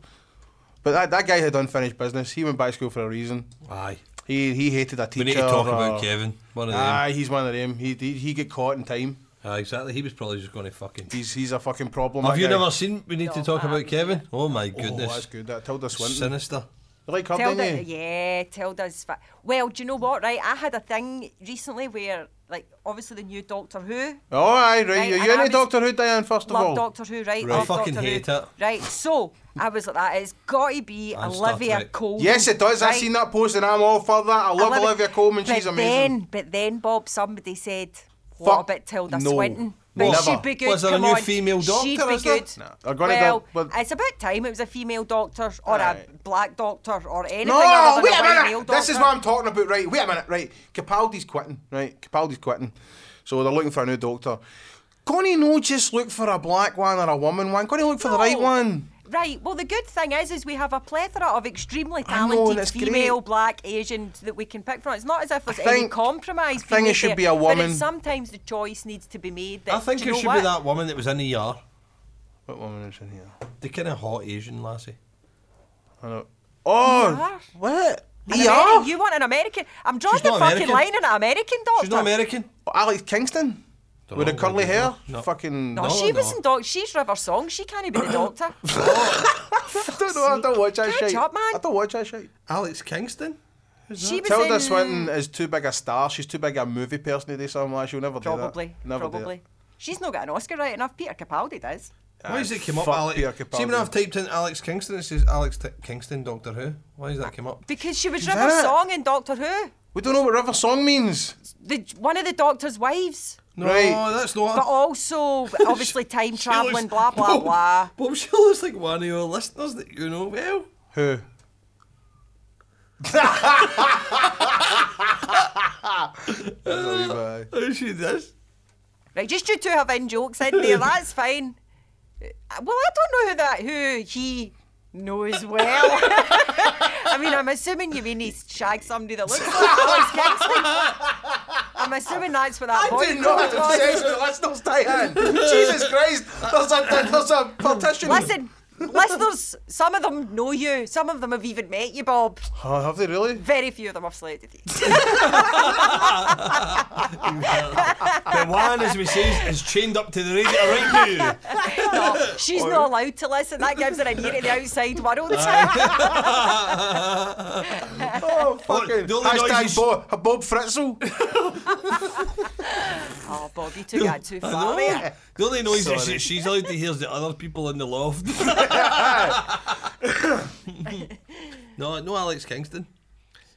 Speaker 2: But that, that guy had unfinished business. He went back to school for a reason.
Speaker 1: Aye.
Speaker 2: He he hated a teacher.
Speaker 1: We need to talk
Speaker 2: or-
Speaker 1: about Kevin. One of them. Aye.
Speaker 2: Aye, he's one of them. He he, he get caught in time.
Speaker 1: exactly. He was probably just going to fucking.
Speaker 2: He's he's a fucking problem.
Speaker 1: Have
Speaker 2: that
Speaker 1: you
Speaker 2: guy.
Speaker 1: never seen We Need to
Speaker 3: No,
Speaker 1: Talk
Speaker 3: I
Speaker 1: About
Speaker 3: haven't
Speaker 1: Kevin?
Speaker 3: seen
Speaker 1: Oh my
Speaker 2: Oh, that's
Speaker 1: goodness.
Speaker 2: good. That Tilda Swinton.
Speaker 1: Sinister.
Speaker 2: You like her,
Speaker 3: Tilda,
Speaker 2: didn't you?
Speaker 3: yeah, Tilda's. Fa- well, do you know what? Right, I had a thing recently where, like, obviously the new Doctor Who.
Speaker 2: Oh, aye, right.
Speaker 3: Right,
Speaker 2: Are
Speaker 3: and
Speaker 2: you
Speaker 3: I
Speaker 2: any
Speaker 3: was-
Speaker 2: Doctor Who, Diane? First of
Speaker 3: Love
Speaker 2: all,
Speaker 3: Doctor Who, right?
Speaker 1: Right.
Speaker 3: Love
Speaker 1: I fucking
Speaker 3: Doctor
Speaker 1: hate
Speaker 3: Who.
Speaker 1: it.
Speaker 3: Right, so I was like that. It's got to be
Speaker 1: And Star
Speaker 3: Olivia
Speaker 1: Trek.
Speaker 3: Colman.
Speaker 2: Yes, it does. I
Speaker 3: right?
Speaker 2: seen that post and I'm all for that. I love
Speaker 3: Olivia-
Speaker 2: Olivia, Coleman.
Speaker 3: But
Speaker 2: She's amazing.
Speaker 3: Then, but then, Bob, somebody said, "What
Speaker 2: Fuck
Speaker 3: about Tilda
Speaker 2: no.
Speaker 3: Swinton?" But
Speaker 2: Never.
Speaker 3: she'd be good.
Speaker 1: Was there a
Speaker 3: come
Speaker 1: new
Speaker 3: on.
Speaker 1: female
Speaker 3: She'd
Speaker 1: doctor,
Speaker 3: be
Speaker 1: is there?
Speaker 3: good.
Speaker 2: No, they're gonna
Speaker 3: well,
Speaker 2: go- but-
Speaker 3: it's about time it was a female doctor or a
Speaker 2: Right.
Speaker 3: black doctor or anything
Speaker 2: No,
Speaker 3: other
Speaker 2: wait
Speaker 3: than a, white
Speaker 2: a
Speaker 3: male
Speaker 2: minute.
Speaker 3: doctor.
Speaker 2: This is what I'm talking about, right? Wait a minute, right? Capaldi's quitting, right? Capaldi's quitting. So they're looking for a new doctor. Gonna no just look for a black one or a woman one. Gonna look for the right
Speaker 3: No.
Speaker 2: one.
Speaker 3: Right. Well, the good thing is, is we have a plethora of extremely
Speaker 2: I know,
Speaker 3: talented
Speaker 2: that's
Speaker 3: female,
Speaker 2: great.
Speaker 3: black, Asian that we can pick from. It's not as if there's any
Speaker 2: think-
Speaker 3: compromise.
Speaker 2: I think
Speaker 3: being
Speaker 2: it should
Speaker 3: made
Speaker 2: be
Speaker 3: there,
Speaker 2: a
Speaker 3: but it's
Speaker 2: woman.
Speaker 3: sometimes the choice needs to be made. That,
Speaker 1: I think
Speaker 3: do
Speaker 1: it
Speaker 3: you know
Speaker 1: should
Speaker 3: what?
Speaker 1: be that woman that was in the ER.
Speaker 2: What woman is in here?
Speaker 1: The kind of hot Asian lassie.
Speaker 2: I know. Oh,
Speaker 3: ER?
Speaker 2: what?
Speaker 3: An
Speaker 2: ER?
Speaker 3: Ameri- you want an American? I'm drawing
Speaker 1: She's
Speaker 3: the
Speaker 1: not
Speaker 3: fucking
Speaker 1: American.
Speaker 3: line in an American doctor.
Speaker 1: She's not American.
Speaker 2: Oh, Alex Kingston?
Speaker 1: Don't
Speaker 2: With the
Speaker 1: know,
Speaker 2: curly
Speaker 1: maybe
Speaker 2: hair?
Speaker 1: not. No.
Speaker 2: Fucking.
Speaker 3: No,
Speaker 1: No,
Speaker 3: she
Speaker 1: no.
Speaker 3: wasn't doc. She's River Song. She can't be the doctor.
Speaker 2: I don't know. I don't watch that
Speaker 3: Catch
Speaker 2: shit.
Speaker 3: up, man.
Speaker 2: I don't watch that shit.
Speaker 1: Alex Kingston?
Speaker 3: she was
Speaker 2: Tilda
Speaker 3: in
Speaker 2: Swinton is too big a star. She's too big a movie person to do something like that. She'll never do
Speaker 3: probably,
Speaker 2: that. Never do
Speaker 3: probably.
Speaker 2: it.
Speaker 3: She's not got an Oscar right enough. Peter Capaldi does.
Speaker 1: Why does it come up
Speaker 2: fuck
Speaker 1: Alex?
Speaker 2: Peter
Speaker 1: See when
Speaker 2: Capaldi.
Speaker 1: I've typed in Alex Kingston, it says Alex T- Kingston, Doctor Who. Why does that come up?
Speaker 3: Because she was
Speaker 2: She's in
Speaker 3: River
Speaker 2: it.
Speaker 3: Song in Doctor Who.
Speaker 2: We don't know what River Song means.
Speaker 3: The, one of the Doctor's wives.
Speaker 1: No,
Speaker 2: Right.
Speaker 1: that's not.
Speaker 3: But also, obviously, time
Speaker 1: She
Speaker 3: travelling,
Speaker 1: looks-
Speaker 3: blah, blah,
Speaker 1: Bob-
Speaker 3: blah.
Speaker 1: Bob, she looks like one of your listeners that you know well.
Speaker 2: Who? That's a wee bit, aye.
Speaker 1: Oh, she does.
Speaker 3: Right, just you two have in jokes in there, that's fine. Uh, Well, I don't know who that, who he knows well. I mean, I'm assuming you mean he shagged somebody that looks like Alex Kingston. I'm assuming that's what that
Speaker 2: I
Speaker 3: boy
Speaker 2: do not
Speaker 3: was.
Speaker 2: obsess with listeners, Diane. Jesus Christ, there's a there's a partition.
Speaker 3: Listen, listeners, some of them know you, some of them have even met you, Bob.
Speaker 2: Oh, have they really?
Speaker 3: Very few of them have slated you.
Speaker 1: The one, as we say, is chained up to the radio right now.
Speaker 3: No, she's not allowed to listen. That gives her an ear to the outside world.
Speaker 2: Oh, fucking
Speaker 1: the only
Speaker 2: hashtag
Speaker 1: noises-
Speaker 2: Bob, Bob Fritzel.
Speaker 3: oh, Bob, you took that too far there.
Speaker 1: The only noise that
Speaker 2: Sorry.
Speaker 1: she- she's allowed to hear is the other people in the loft. no, no Alex Kingston.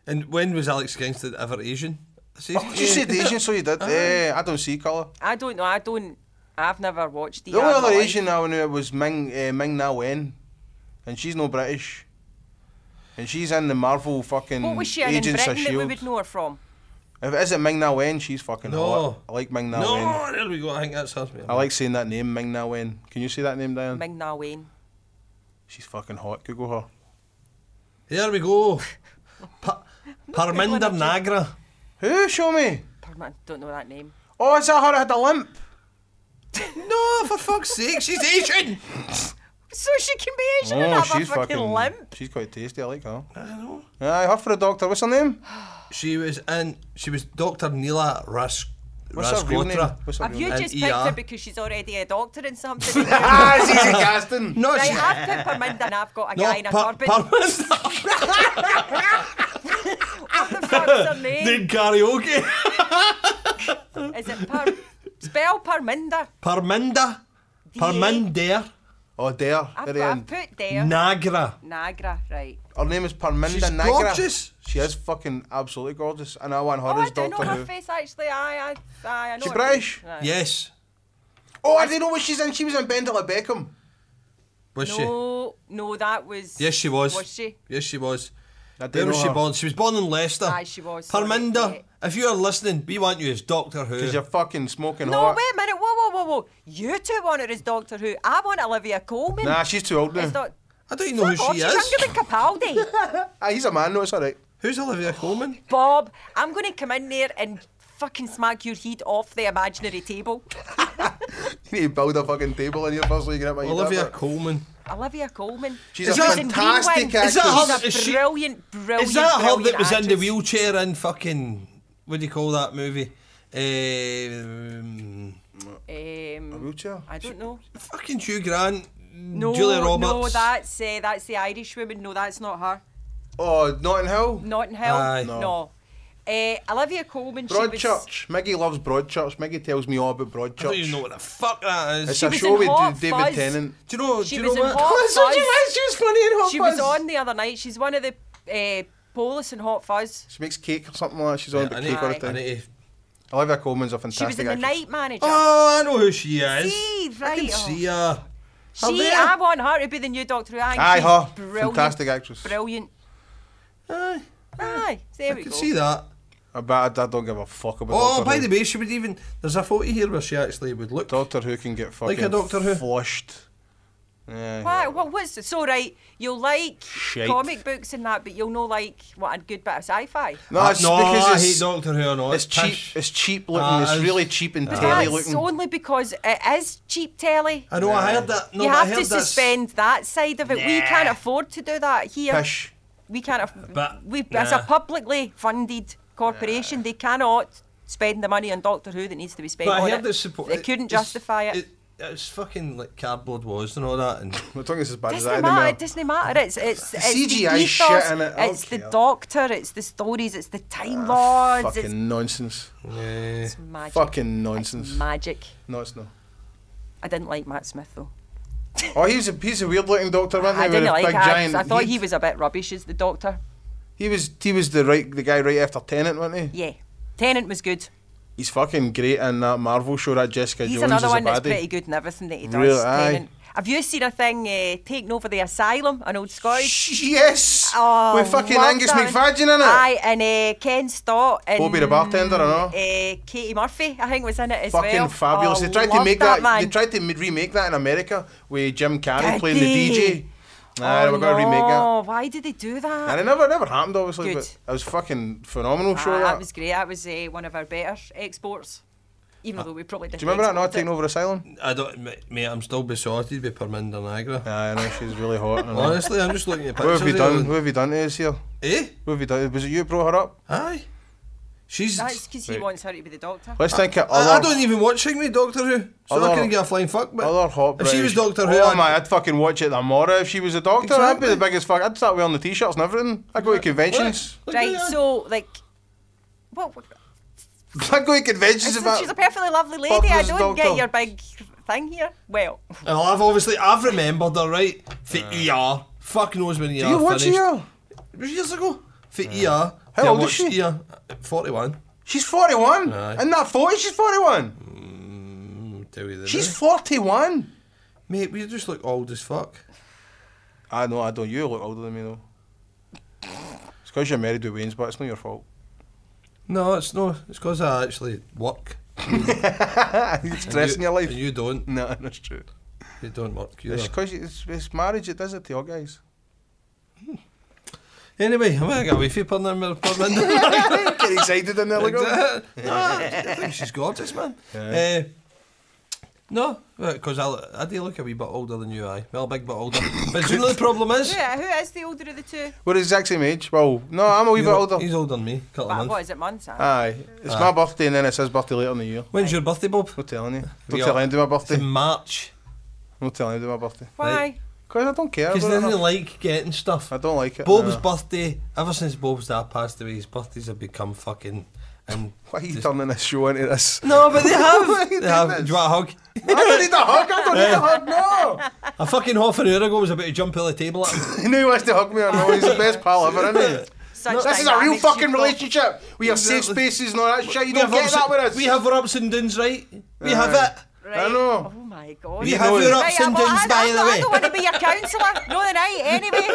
Speaker 1: And when was Alex Kingston ever Asian? I says
Speaker 2: Oh, you said Asian, so you
Speaker 1: Uh-huh.
Speaker 2: did. Eh, I don't see colour.
Speaker 3: I don't know. I don't. I've never watched the.
Speaker 2: The only other Asian I knew was Ming uh, Ming Na Wen, and she's no British, and she's in the Marvel fucking
Speaker 3: What was she in, in
Speaker 2: Agents
Speaker 3: Britain
Speaker 2: of
Speaker 3: that we
Speaker 2: Shield.
Speaker 3: would know her from?
Speaker 2: E If it isn't Ming Na Wen, she's fucking
Speaker 1: No.
Speaker 2: hot. I like Ming Na Wen.
Speaker 1: No, there we go. I think that's her.
Speaker 2: I like saying that name, Ming Na Wen. Can you say that name, Diane?
Speaker 3: Ming Na Wen.
Speaker 2: She's fucking hot. Google her.
Speaker 1: There we go. Pa- Parminder Nagra.
Speaker 2: Who? Show me.
Speaker 3: Pardon, I don't know that name.
Speaker 2: Oh, is that her that had a limp?
Speaker 1: No, for fuck's sake, she's Asian.
Speaker 3: So she can be Asian and
Speaker 2: Oh,
Speaker 3: have
Speaker 2: she's
Speaker 3: a fucking, limp.
Speaker 2: She's quite tasty. I like her.
Speaker 1: I know.
Speaker 2: Aye, her for a doctor. What's her name?
Speaker 1: She was in. She was Doctor Neela Ras.
Speaker 2: What's her real name?
Speaker 1: Raskotra.
Speaker 2: What's her
Speaker 3: Have
Speaker 2: real
Speaker 3: you
Speaker 2: name?
Speaker 1: And
Speaker 3: just picked
Speaker 1: ER.
Speaker 3: her because she's already a doctor in something? right,
Speaker 2: ah, it's easy casting.
Speaker 1: No, she's
Speaker 3: I've picked Parminda and I've got a guy
Speaker 1: no,
Speaker 3: in a
Speaker 1: par-
Speaker 3: turban.
Speaker 1: Parminder.
Speaker 3: what the fuck's her name?
Speaker 1: Did karaoke.
Speaker 3: Is it Par? Spell Parminda.
Speaker 1: Parminda. Parminder
Speaker 2: Oh, there.
Speaker 3: I've,
Speaker 2: There I am.
Speaker 3: I've put there.
Speaker 1: Nagra.
Speaker 3: Nagra, right.
Speaker 2: Her name is Parminda
Speaker 1: She's
Speaker 2: Nigra.
Speaker 1: gorgeous.
Speaker 2: She is fucking absolutely gorgeous, and I want her
Speaker 3: Oh, I
Speaker 2: as
Speaker 3: do know
Speaker 2: Doctor
Speaker 3: her
Speaker 2: Who.
Speaker 3: face actually. I, I, I, I know
Speaker 2: She's
Speaker 3: her face.
Speaker 2: British?
Speaker 3: Aye.
Speaker 1: Yes.
Speaker 2: Oh, I didn't know what she's in. She was in Bender Beckham.
Speaker 1: Was she?
Speaker 3: no, no, that was.
Speaker 1: Yes, she was.
Speaker 3: Was she?
Speaker 1: Yes, she was.
Speaker 2: I do
Speaker 1: Where was
Speaker 2: know
Speaker 1: she
Speaker 2: her.
Speaker 1: born? She was born in Leicester.
Speaker 3: Aye, she was, sorry,
Speaker 1: Parminder,
Speaker 3: yeah.
Speaker 1: if you are listening, we want you as Doctor Who.
Speaker 2: Because you're fucking smoking
Speaker 3: No,
Speaker 2: hot.
Speaker 3: wait a minute. Whoa, whoa, whoa, whoa. You two want her as Doctor Who. I want Olivia Coleman.
Speaker 2: Nah, she's too old now.
Speaker 3: It's not.
Speaker 1: I don't even know
Speaker 3: Fuck
Speaker 1: who
Speaker 3: off,
Speaker 1: she
Speaker 3: she's
Speaker 1: is.
Speaker 3: younger than Capaldi.
Speaker 2: Ah, he's a man, no, it's alright.
Speaker 1: Who's Olivia Coleman?
Speaker 3: Bob, I'm going to come in there and fucking smack your head off the imaginary table.
Speaker 2: You need to build a fucking table in here first so you can hit my
Speaker 1: Olivia
Speaker 2: head up.
Speaker 1: Coleman.
Speaker 3: Olivia Coleman.
Speaker 2: She's
Speaker 1: a
Speaker 3: She was in
Speaker 2: fantastic
Speaker 3: Green Wing.
Speaker 2: actress. Is that
Speaker 1: her-
Speaker 3: She's
Speaker 1: is
Speaker 3: a
Speaker 1: she-
Speaker 3: brilliant, brilliant.
Speaker 1: Is that her that
Speaker 3: brilliant
Speaker 1: was in the
Speaker 3: actress.
Speaker 1: wheelchair in fucking what do you call that movie? Um,
Speaker 2: A
Speaker 3: Um,
Speaker 2: wheelchair?
Speaker 3: I don't know.
Speaker 1: fucking Hugh Grant,
Speaker 3: No,
Speaker 1: Julia Roberts.
Speaker 3: no, that's uh, that's the Irish woman. No, that's not her.
Speaker 2: Oh, Notting Hill?
Speaker 3: Notting Hill.
Speaker 1: Aye.
Speaker 3: No.
Speaker 1: No.
Speaker 3: Eh, Olivia Coleman. she was,
Speaker 2: Broadchurch. Miggy loves Broadchurch. Miggy tells me all about Broadchurch.
Speaker 1: I don't even know what the fuck that is.
Speaker 2: It's
Speaker 3: She
Speaker 2: a
Speaker 3: was
Speaker 2: show
Speaker 3: in
Speaker 2: with
Speaker 3: Hot
Speaker 2: David
Speaker 3: Fuzz.
Speaker 2: Tennant.
Speaker 1: do you know?
Speaker 3: she
Speaker 1: do you
Speaker 3: was
Speaker 1: know
Speaker 3: in
Speaker 1: what?
Speaker 3: Hot
Speaker 2: Oh, so she
Speaker 3: Fuzz.
Speaker 2: was- she was funny in Hot
Speaker 3: She
Speaker 2: Fuzz.
Speaker 3: was on the other night. She's one of the uh, Police and Hot Fuzz.
Speaker 2: She makes cake or something like that. She's on about
Speaker 1: I
Speaker 2: cake
Speaker 1: need,
Speaker 2: all the
Speaker 3: Aye.
Speaker 1: I
Speaker 2: time.
Speaker 1: need to,
Speaker 2: Olivia Coleman's a
Speaker 3: She
Speaker 2: fantastic
Speaker 3: was in the
Speaker 2: actress.
Speaker 3: Night Manager.
Speaker 1: oh, I know who she is.
Speaker 3: See,
Speaker 1: I can
Speaker 3: right, oh.
Speaker 1: see her.
Speaker 3: she,
Speaker 1: there.
Speaker 3: I want her to be the new Doctor Who. I think
Speaker 2: Aye,
Speaker 3: she's
Speaker 2: her.
Speaker 3: Brilliant,
Speaker 2: Fantastic actress.
Speaker 3: Brilliant.
Speaker 1: Aye,
Speaker 3: Aye, there
Speaker 1: I
Speaker 3: we
Speaker 1: can
Speaker 3: go.
Speaker 1: see that.
Speaker 2: I bet I, I don't give a fuck about
Speaker 1: Oh,
Speaker 2: Doctor
Speaker 1: by
Speaker 2: Who.
Speaker 1: the way, she would even. There's a photo here where she actually would look.
Speaker 2: Doctor Who can get fucking
Speaker 1: Like a Doctor Who.
Speaker 2: flushed. Yeah,
Speaker 3: Why? What, what's it's all right? You'll like
Speaker 2: Shite.
Speaker 3: comic books and that, but you'll not like what a good bit of sci-fi.
Speaker 2: No,
Speaker 1: Ah,
Speaker 2: it's
Speaker 1: no, I
Speaker 2: because
Speaker 1: hate
Speaker 2: it's,
Speaker 1: Doctor Who. No,
Speaker 2: it's
Speaker 1: it's,
Speaker 2: cheap.
Speaker 1: pish.
Speaker 2: It's cheap looking.
Speaker 1: Ah,
Speaker 2: it's
Speaker 1: it's-
Speaker 2: really cheap and telly
Speaker 3: That's
Speaker 2: looking.
Speaker 3: only because it is cheap telly.
Speaker 1: I know. I heard that. No,
Speaker 3: you
Speaker 1: but
Speaker 3: have
Speaker 1: I
Speaker 3: to
Speaker 1: heard that's-
Speaker 3: suspend that side of it. We can't afford to do that here.
Speaker 2: Pish.
Speaker 3: We can't. Aff-
Speaker 1: But-
Speaker 3: we as a
Speaker 1: nah.
Speaker 3: publicly funded corporation, they cannot spend the money on Doctor Who that needs to be spent
Speaker 1: But
Speaker 3: on
Speaker 1: I heard
Speaker 3: it.
Speaker 1: the support.
Speaker 3: they couldn't justify it.
Speaker 1: It's fucking like cardboard walls and all that, and
Speaker 2: I don't think it's as bad as
Speaker 3: doesn't
Speaker 2: that
Speaker 3: matter.
Speaker 2: anymore.
Speaker 3: It doesn't matter. It's it's, it's
Speaker 2: CGI
Speaker 3: the
Speaker 2: shit
Speaker 3: ethos,
Speaker 2: in it, I
Speaker 3: It's
Speaker 2: don't
Speaker 3: the
Speaker 2: care. Ah,
Speaker 3: Doctor. It's the stories. It's the Time Lords.
Speaker 2: Fucking
Speaker 3: It's,
Speaker 2: nonsense.
Speaker 1: yeah.
Speaker 3: it's magic.
Speaker 2: Fucking
Speaker 3: It's
Speaker 2: nonsense.
Speaker 3: magic.
Speaker 2: No, it's not.
Speaker 3: I didn't like Matt Smith though.
Speaker 2: Oh, he was a piece of weird looking doctor, wasn't he?
Speaker 3: I
Speaker 2: with
Speaker 3: didn't
Speaker 2: a
Speaker 3: like
Speaker 2: big
Speaker 3: it. I-
Speaker 2: giant
Speaker 3: I thought he
Speaker 2: head?
Speaker 3: was a bit rubbish as the Doctor.
Speaker 2: He was he was the right the guy right after Tennant, wasn't he?
Speaker 3: Yeah, Tennant was good.
Speaker 2: He's fucking great in that Marvel show that Jessica
Speaker 3: He's
Speaker 2: Jones
Speaker 3: another
Speaker 2: is
Speaker 3: one
Speaker 2: a
Speaker 3: that's pretty
Speaker 2: baddie.
Speaker 3: good in everything that he does.
Speaker 2: Really, aye.
Speaker 3: Tennant. Have you seen a thing uh, taking over the asylum? An old Scottish.
Speaker 2: Sh- Yes,
Speaker 3: Oh,
Speaker 2: with fucking
Speaker 3: love
Speaker 2: Angus
Speaker 3: that.
Speaker 2: McFadden in it.
Speaker 3: Aye, and uh, Ken Stott and
Speaker 2: Bobby the bartender, I know.
Speaker 3: Uh, Katie Murphy, I think, was in it as
Speaker 2: fucking
Speaker 3: well.
Speaker 2: fabulous.
Speaker 3: Oh,
Speaker 2: they tried to
Speaker 3: loved
Speaker 2: make
Speaker 3: that.
Speaker 2: that.
Speaker 3: man.
Speaker 2: they tried to m- remake that in America with Jim Carrey
Speaker 3: Did
Speaker 2: playing the
Speaker 3: they?
Speaker 2: DJ. Nah,
Speaker 3: oh,
Speaker 2: we're gonna remake that.
Speaker 3: no, Why did they do that?
Speaker 2: And it never, never happened, obviously.
Speaker 3: Good.
Speaker 2: But it was fucking phenomenal
Speaker 3: Ah,
Speaker 2: show.
Speaker 3: that
Speaker 2: That.
Speaker 3: was great. That was uh, one of our better exports. Even though we probably didn't.
Speaker 2: Ah. Do you remember that? Not
Speaker 3: export
Speaker 2: taking over asylum.
Speaker 1: I don't, ma- mate. I'm still besotted with Perminder Niagara.
Speaker 2: Nah, I know she's really hot. I know.
Speaker 1: Honestly, I'm just looking at
Speaker 2: what
Speaker 1: pictures.
Speaker 2: have we
Speaker 1: of
Speaker 2: done?
Speaker 1: her.
Speaker 2: What have we done to us here?
Speaker 1: Eh?
Speaker 2: What have we done? Was it you who brought her up?
Speaker 1: Aye. She's.
Speaker 3: it. That's because he
Speaker 2: Right.
Speaker 3: wants her to be the doctor.
Speaker 2: Let's think of
Speaker 1: I, I
Speaker 2: other,
Speaker 1: don't even watch Higney Doctor Who, so I
Speaker 2: Other-
Speaker 1: couldn't get a flying fuck. But
Speaker 2: other hot.
Speaker 1: if she was
Speaker 2: British-
Speaker 1: Doctor Who,
Speaker 2: oh
Speaker 1: I'd-
Speaker 2: my, I'd fucking watch it tomorrow if she was a doctor. I'd be the
Speaker 1: Exactly.
Speaker 2: biggest fuck. I'd start wearing the t-shirts and everything. I'd go to conventions.
Speaker 1: Look at
Speaker 3: right.
Speaker 1: that.
Speaker 3: So like, what? what
Speaker 2: I'd go to
Speaker 3: she's,
Speaker 2: conventions
Speaker 3: a,
Speaker 2: about.
Speaker 3: she's a perfectly lovely lady.
Speaker 2: Fuck
Speaker 3: I
Speaker 2: this
Speaker 3: don't
Speaker 2: doctor.
Speaker 3: get your big thing here. Well,
Speaker 1: Well, I've obviously I've remembered her right for ER. Fuck knows when ER
Speaker 2: Do you watch
Speaker 1: finished.
Speaker 2: her?
Speaker 1: It was years ago for ER.
Speaker 2: How
Speaker 1: Then I
Speaker 2: old is
Speaker 1: watched
Speaker 2: she?
Speaker 1: ER, Forty-one.
Speaker 2: She's 41.
Speaker 1: Aye.
Speaker 2: In that photo, she's 41.
Speaker 1: I'll tell you the
Speaker 2: She's
Speaker 1: now.
Speaker 2: 41.
Speaker 1: Mm, mate. We just look old as fuck.
Speaker 2: I know, I don't. You look older than me, though. It's because you're married to Wayne's, but it's not your fault.
Speaker 1: No, it's no. It's because I actually work.
Speaker 2: You're
Speaker 1: and
Speaker 2: stressing
Speaker 1: you-
Speaker 2: your life.
Speaker 1: And you don't.
Speaker 2: no, that's true.
Speaker 1: You don't work. You
Speaker 2: It's because it's, it's marriage, it does it to your guys.
Speaker 1: Anyway, I'm gonna get away from Perminder. Perminder.
Speaker 2: Get excited in there, like, oh.
Speaker 1: no, I think she's gorgeous, man.
Speaker 2: Yeah.
Speaker 1: Eh, no, because I, I do look a wee bit older than you, I. Well, a big bit older. But do you know the problem is?
Speaker 3: yeah. Who is the older of the two?
Speaker 2: We're the exact same age. Well, no, I'm a wee
Speaker 1: He's
Speaker 2: bit
Speaker 1: o-
Speaker 2: older.
Speaker 1: He's older than me. Couple of
Speaker 3: But
Speaker 1: months.
Speaker 3: what is it, months? huh?
Speaker 2: Aye. It's my birthday, and then it's his birthday later in the year.
Speaker 1: When's your birthday, Bob?
Speaker 2: No telling you.
Speaker 1: We
Speaker 2: Don't tell
Speaker 1: are-
Speaker 2: him to my
Speaker 1: It's in
Speaker 2: birthday.
Speaker 1: March.
Speaker 2: No telling him to my birthday.
Speaker 3: Why?
Speaker 2: Because I don't care.
Speaker 1: Because
Speaker 2: about
Speaker 1: then
Speaker 2: it.
Speaker 1: they like getting stuff.
Speaker 2: I don't like it.
Speaker 1: Bob's
Speaker 2: no.
Speaker 1: birthday, ever since Bob's dad passed away, his birthdays have become fucking. And
Speaker 2: Why are you turning this show into this?
Speaker 1: no, but they
Speaker 2: Why are
Speaker 1: have.
Speaker 2: you
Speaker 1: they have.
Speaker 2: doing
Speaker 1: Do you want a hug?
Speaker 2: I don't need a hug. I don't need a hug. No.
Speaker 1: A fucking half an hour ago was about to jump out of the table at him.
Speaker 2: He knew he wants to hug me. I know he's the best pal ever, isn't he?
Speaker 3: Such
Speaker 2: this is a real
Speaker 3: dynamics you've
Speaker 2: fucking
Speaker 3: got.
Speaker 2: relationship. We have safe
Speaker 1: Exactly.
Speaker 2: spaces and all that shit. You
Speaker 1: We
Speaker 2: don't
Speaker 1: have
Speaker 2: get
Speaker 1: ups-
Speaker 2: that with us. Uh,
Speaker 1: We have our ups and downs, right? We have
Speaker 2: Aye.
Speaker 1: it.
Speaker 3: Right.
Speaker 2: know.
Speaker 3: Oh my my God.
Speaker 1: You have your ups and
Speaker 3: I'm-
Speaker 1: downs,
Speaker 3: I-
Speaker 1: by
Speaker 3: I'm
Speaker 1: the
Speaker 3: not-
Speaker 1: way.
Speaker 3: I don't want to be your counsellor. No, tonight, anyway.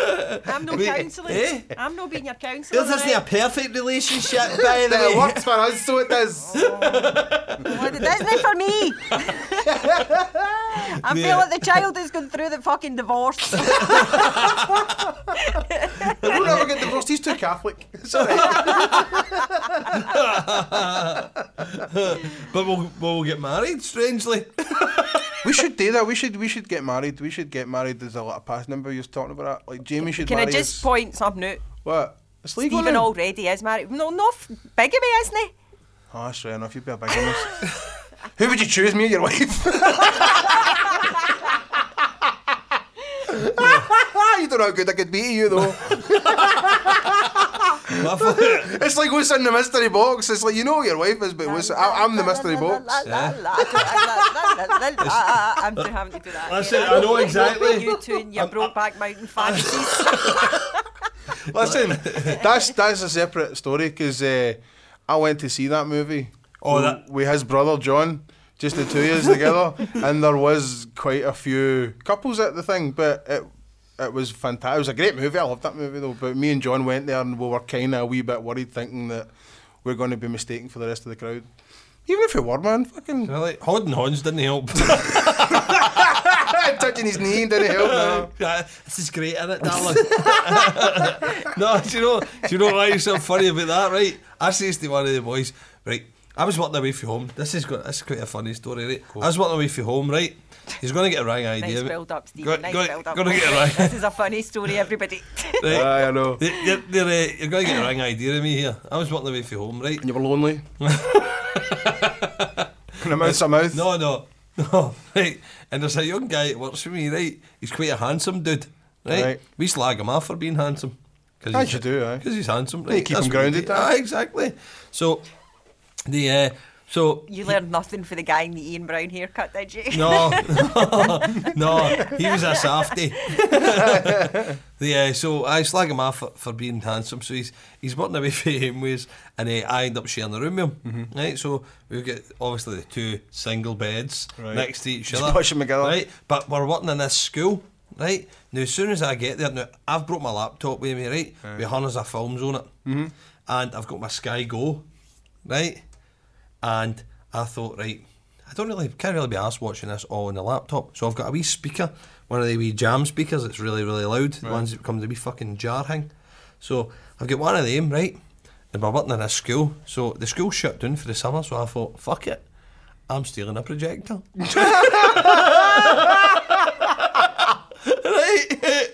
Speaker 3: I'm no
Speaker 1: We-
Speaker 3: counsellor.
Speaker 1: eh?
Speaker 3: I'm not being your counsellor.
Speaker 1: This isn't a
Speaker 3: tonight.
Speaker 1: perfect relationship, by the
Speaker 2: It
Speaker 1: way.
Speaker 2: works for us, so it does.
Speaker 3: Well, it isn't for me. I
Speaker 1: Yeah.
Speaker 3: feel like the child has gone through the fucking divorce.
Speaker 2: We'll never get divorced. He's too Catholic. It's all right.
Speaker 1: But we'll, we'll get married, strangely.
Speaker 2: We should do that. We should we should get married. We should get married. There's a lot of past number you was talking about. that. Like Jamie should
Speaker 3: Can I
Speaker 2: marry
Speaker 3: just
Speaker 2: us.
Speaker 3: point something out?
Speaker 2: What? It's legal
Speaker 3: Stephen
Speaker 2: now.
Speaker 3: already is married. No, no f- bigamy, isn't he?
Speaker 2: Oh, that's fair enough. You'd be a big one. Who would you choose, me or your wife? you don't know how good I could be to you, though.
Speaker 1: What for?
Speaker 2: it's like what's in the mystery box. It's like you know who your wife is, but what's, I, I'm the mystery box.
Speaker 3: Ah, I'm too having to do that.
Speaker 1: That's
Speaker 3: again.
Speaker 1: it, I know exactly.
Speaker 3: You two and your Brokeback Mountain fantasies.
Speaker 2: Listen, that's that's a separate story because uh, I went to see that movie.
Speaker 1: Oh,
Speaker 2: with-
Speaker 1: that-
Speaker 2: with his brother John, just the two years together, and there was quite a few couples at the thing, but it it was fantastic. It was a great movie. I loved that movie though. But me and John went there, and we were kind of a wee bit worried, thinking that we're going to be mistaken for the rest of the crowd. Even if it were, man, fucking
Speaker 1: Really? Hodden Hons didn't help.
Speaker 2: touching his knee didn't help. No.
Speaker 1: this is great, isn't it, darling? no, do you know, do you know why you're so funny about that, right? I says to one of the boys, right, I was working away from home. This is, go- this is quite a funny story, right? I was working away from home, right? He's going to get a wrong idea.
Speaker 3: Nice
Speaker 1: but-
Speaker 3: build up, Stephen.
Speaker 1: Go-
Speaker 3: nice
Speaker 1: go-
Speaker 3: build up.
Speaker 1: Gonna get a wrong.
Speaker 3: This is a funny story, everybody.
Speaker 1: Right.
Speaker 2: Aye, I know.
Speaker 1: They- they're, they're, uh, you're going to get a wrong idea of me here. I was working away from home, right?
Speaker 2: And you were lonely. Can I mouth some mouth?
Speaker 1: No, no, no, right. And there's a young guy that works for me, right? He's quite a handsome dude, right?
Speaker 2: Right.
Speaker 1: We slag him off for being handsome.
Speaker 2: Aye, you do, aye.
Speaker 1: Because he's handsome,
Speaker 2: Yeah,
Speaker 1: right?
Speaker 2: keep
Speaker 1: That's
Speaker 2: him
Speaker 1: what we
Speaker 2: grounded,
Speaker 1: do.
Speaker 2: aye.
Speaker 1: Aye, exactly. So, the, uh, so,
Speaker 3: You learned nothing for the guy in the Ian Brown haircut, did you?
Speaker 1: no, no, he was a softy. the, uh, so I slag him off for, for being handsome. So he's he's working away for him ways, and uh, I end up sharing the room with him.
Speaker 2: Mm-hmm.
Speaker 1: Right, so we've got obviously the two single beds
Speaker 2: Right.
Speaker 1: next to each
Speaker 2: Just
Speaker 1: other.
Speaker 2: push 'em together.
Speaker 1: Right, but we're working in this school. Right now, as soon as I get there, now I've brought my laptop with me. Right, with hundreds of films on it, mm-hmm. and I've got my Sky Go. Right, and I thought, right, I don't really can't really be asked watching this all on the laptop. So I've got a wee speaker, one of the wee jam speakers that's really, really loud. The ones that come to wee fucking jar thing. So I've got one of them, right? And we're working in a school. So the school shut down for the summer, so I thought, fuck it. I'm stealing a projector. right?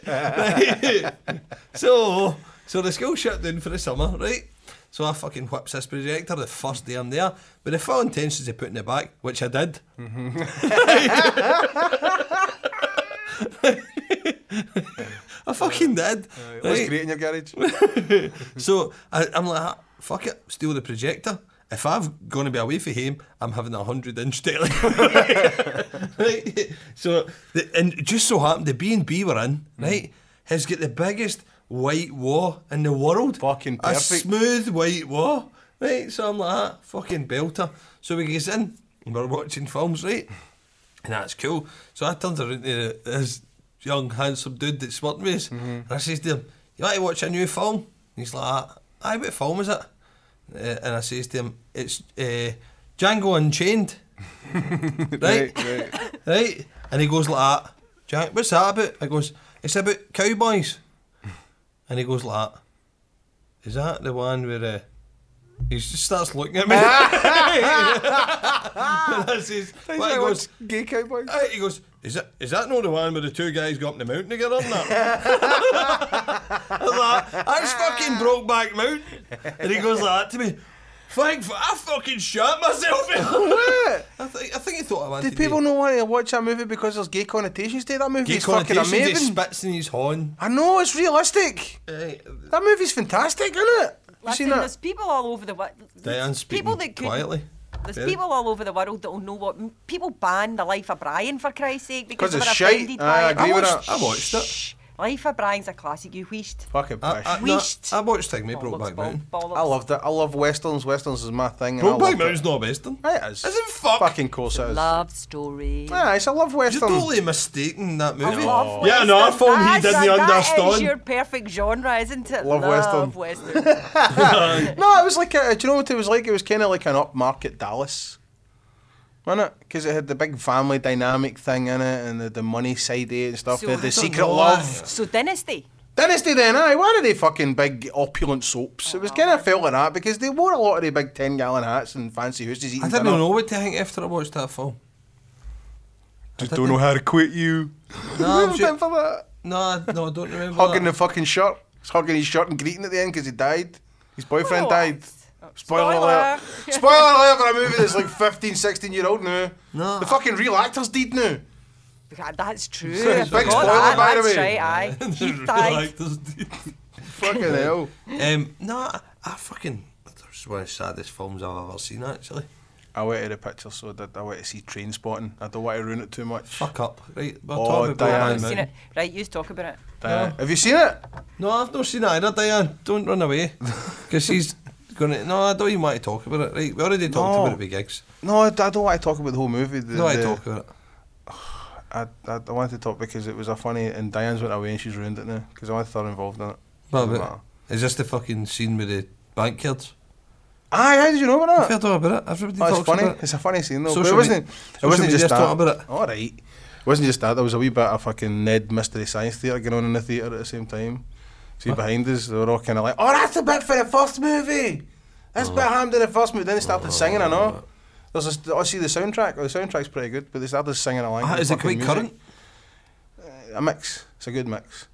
Speaker 1: right. So, so the school shut down for the summer, right? So I fucking whips this projector the first day I'm there with the full intentions of putting it back, which I did.
Speaker 2: Mm-hmm.
Speaker 1: I fucking did.
Speaker 2: It was
Speaker 1: right?
Speaker 2: great in your garage.
Speaker 1: So I, I'm like, "Ah, fuck it, steal the projector. If I'm going to be away from him, I'm having a hundred inch telly. right? So, the, and it just so happened the B and B we're in,
Speaker 2: Mm.
Speaker 1: right, has got the biggest white wall in the world.
Speaker 2: Fucking
Speaker 1: A
Speaker 2: perfect.
Speaker 1: smooth white wall, right? So I'm like, ah, fucking belter. So we get in, and we're watching films, right? And that's cool. So I turned around to this young, handsome dude that's working with us,
Speaker 2: Mm-hmm.
Speaker 1: and I says to him, You want to watch a new film? And he's like, Aye, what film is it? Uh, and I says to him, It's uh, Django Unchained. right?
Speaker 2: right.
Speaker 1: right? And he goes like that. Jack, what's that about? I goes, it's about cowboys. And he goes like that. Is that the one where uh, he just starts looking at me? and I says, what? He goes,
Speaker 2: gay cowboys.
Speaker 1: "Aye," he goes, is that is that not the one where the two guys go up the mountain together or not? I was like, that's fucking Brokeback Mountain. And he goes like that to me. Thank for I fucking shot myself. I, think I think he thought I wanted
Speaker 2: Did people not want to watch that movie because there's gay connotations to it? That movie
Speaker 1: He
Speaker 2: is fucking
Speaker 1: He
Speaker 2: amazing.
Speaker 1: spits in his horn.
Speaker 2: I know, it's realistic. That movie's fantastic, isn't it? You
Speaker 3: Listen,
Speaker 2: seen
Speaker 3: there's
Speaker 2: that?
Speaker 3: people all over the world.
Speaker 1: Diane speaking
Speaker 3: people that could,
Speaker 1: quietly.
Speaker 3: There's
Speaker 1: Very-
Speaker 3: people all over the world that will know what m- people ban the life of Brian for Christ's sake because
Speaker 2: 'Cause
Speaker 3: they're
Speaker 2: it's shite.
Speaker 3: offended by
Speaker 2: Aye, I
Speaker 3: it.
Speaker 2: agree
Speaker 1: I
Speaker 2: with
Speaker 1: watched, I watched it.
Speaker 3: Shh. Life of Brian's a classic. You wheeshed.
Speaker 2: Fucking
Speaker 1: I,
Speaker 2: pish.
Speaker 1: I,
Speaker 2: I,
Speaker 1: no,
Speaker 3: Wheeshed.
Speaker 1: I watched Tigme,
Speaker 3: Bollocks,
Speaker 1: Brokeback
Speaker 3: ball-
Speaker 1: Mountain.
Speaker 3: bollocks.
Speaker 2: loved it. I love westerns. Westerns is my thing. and I
Speaker 1: Brokeback
Speaker 2: loved
Speaker 1: Mountain's not a western.
Speaker 2: It is.
Speaker 1: Isn't fuck.
Speaker 2: Fucking course it is.
Speaker 3: Love story.
Speaker 2: Ah, it's a love
Speaker 1: You're
Speaker 2: western.
Speaker 1: totally mistaken that
Speaker 3: I
Speaker 1: movie.
Speaker 3: love
Speaker 1: Yeah, no, I
Speaker 3: Western.
Speaker 1: thought he
Speaker 3: That's
Speaker 1: didn't
Speaker 3: a- That is
Speaker 1: understand.
Speaker 3: your perfect genre, isn't it?
Speaker 2: Love
Speaker 3: Western.
Speaker 2: No, it was like a, do you know what it was like? It was kind of like an upmarket Dallas, wasn't it? Because it had the big family dynamic thing in it, and the, the money side of it and stuff.
Speaker 3: So-
Speaker 2: They had
Speaker 3: I
Speaker 2: the
Speaker 1: don't
Speaker 2: secret
Speaker 1: know.
Speaker 2: love.
Speaker 3: so Dynasty.
Speaker 2: Dynasty then, aye, why are they fucking big opulent soaps?
Speaker 1: Oh,
Speaker 2: It was kind of felt like that because they wore a lot of the big ten gallon hats and fancy houses. Eating
Speaker 1: I didn't
Speaker 2: dinner.
Speaker 1: know what to think after oh. I watched that film.
Speaker 2: Just
Speaker 1: I
Speaker 2: don't know how to quit you.
Speaker 1: No, I'm
Speaker 2: Remember
Speaker 1: sure-
Speaker 2: that?
Speaker 1: No, I- no, I don't remember.
Speaker 2: Hugging the
Speaker 1: that.
Speaker 2: fucking shirt. He's hugging his shirt and greeting at the end because he died. His boyfriend
Speaker 3: What?
Speaker 2: died. Spoiler, alert.
Speaker 3: Spoiler.
Speaker 2: Spoiler alert for a movie that's like 15, 16 year old now.
Speaker 1: No.
Speaker 2: The fucking real actors did now.
Speaker 3: God, that's true.
Speaker 2: So
Speaker 3: I
Speaker 2: it's big
Speaker 3: forgot
Speaker 2: spoiler,
Speaker 3: that.
Speaker 2: by the
Speaker 3: That's
Speaker 2: way.
Speaker 3: right, aye.
Speaker 1: And the
Speaker 3: He
Speaker 1: real
Speaker 3: died.
Speaker 1: actors did.
Speaker 2: Fucking hell.
Speaker 1: um, no, I, I fucking. It's one of the saddest films I've ever seen, actually.
Speaker 2: I went to the picture, so I, did, I went to see train spotting. I don't want to ruin it too much.
Speaker 1: Fuck up, right? We're
Speaker 2: Oh,
Speaker 1: talking about
Speaker 2: Diane.
Speaker 3: I've
Speaker 1: Brokeback
Speaker 3: not seen
Speaker 1: Mountain.
Speaker 3: it. Right, you talk about it.
Speaker 2: Diane, Uh, Have you seen it?
Speaker 1: No, I've not seen it either, Diane. Don't run away. Because she's going to. No, I don't even want to talk about it, right? We already talked
Speaker 2: No.
Speaker 1: about it with gigs.
Speaker 2: No, I, I don't want to talk about the whole movie. The,
Speaker 1: No, I
Speaker 2: the-
Speaker 1: talk about it.
Speaker 2: I, I, I wanted to talk because it was a funny, and Diane's went away and she's ruined it now because I wanted her involved in it.
Speaker 1: What
Speaker 2: Doesn't
Speaker 1: about-
Speaker 2: matter.
Speaker 1: Is this the fucking scene with the bank kids?
Speaker 2: Aye, how did you know about
Speaker 1: I've
Speaker 2: that?
Speaker 1: heard all about it. Everybody
Speaker 2: Ah. Oh,
Speaker 1: talks
Speaker 2: it's funny.
Speaker 1: about it.
Speaker 2: It's a funny scene though. but
Speaker 1: Social
Speaker 2: it wasn't.
Speaker 1: me-
Speaker 2: it
Speaker 1: social
Speaker 2: wasn't just
Speaker 1: media's
Speaker 2: that.
Speaker 1: talking about it.
Speaker 2: All right. It wasn't just that. There was a wee bit of fucking Ned Mystery Science Theatre going on in the theatre at the same time. See behind us, they were all kind of like, "Oh, that's the bit for the first movie. That's
Speaker 1: Oh.
Speaker 2: bit hammed in the first movie." Then they started singing. I know. There's a, st- I see the soundtrack. Oh, the soundtrack's pretty good, but they started singing along.
Speaker 1: Ah,
Speaker 2: to the
Speaker 1: is it
Speaker 2: fucking
Speaker 1: quite
Speaker 2: music.
Speaker 1: current?
Speaker 2: A mix. It's a good mix.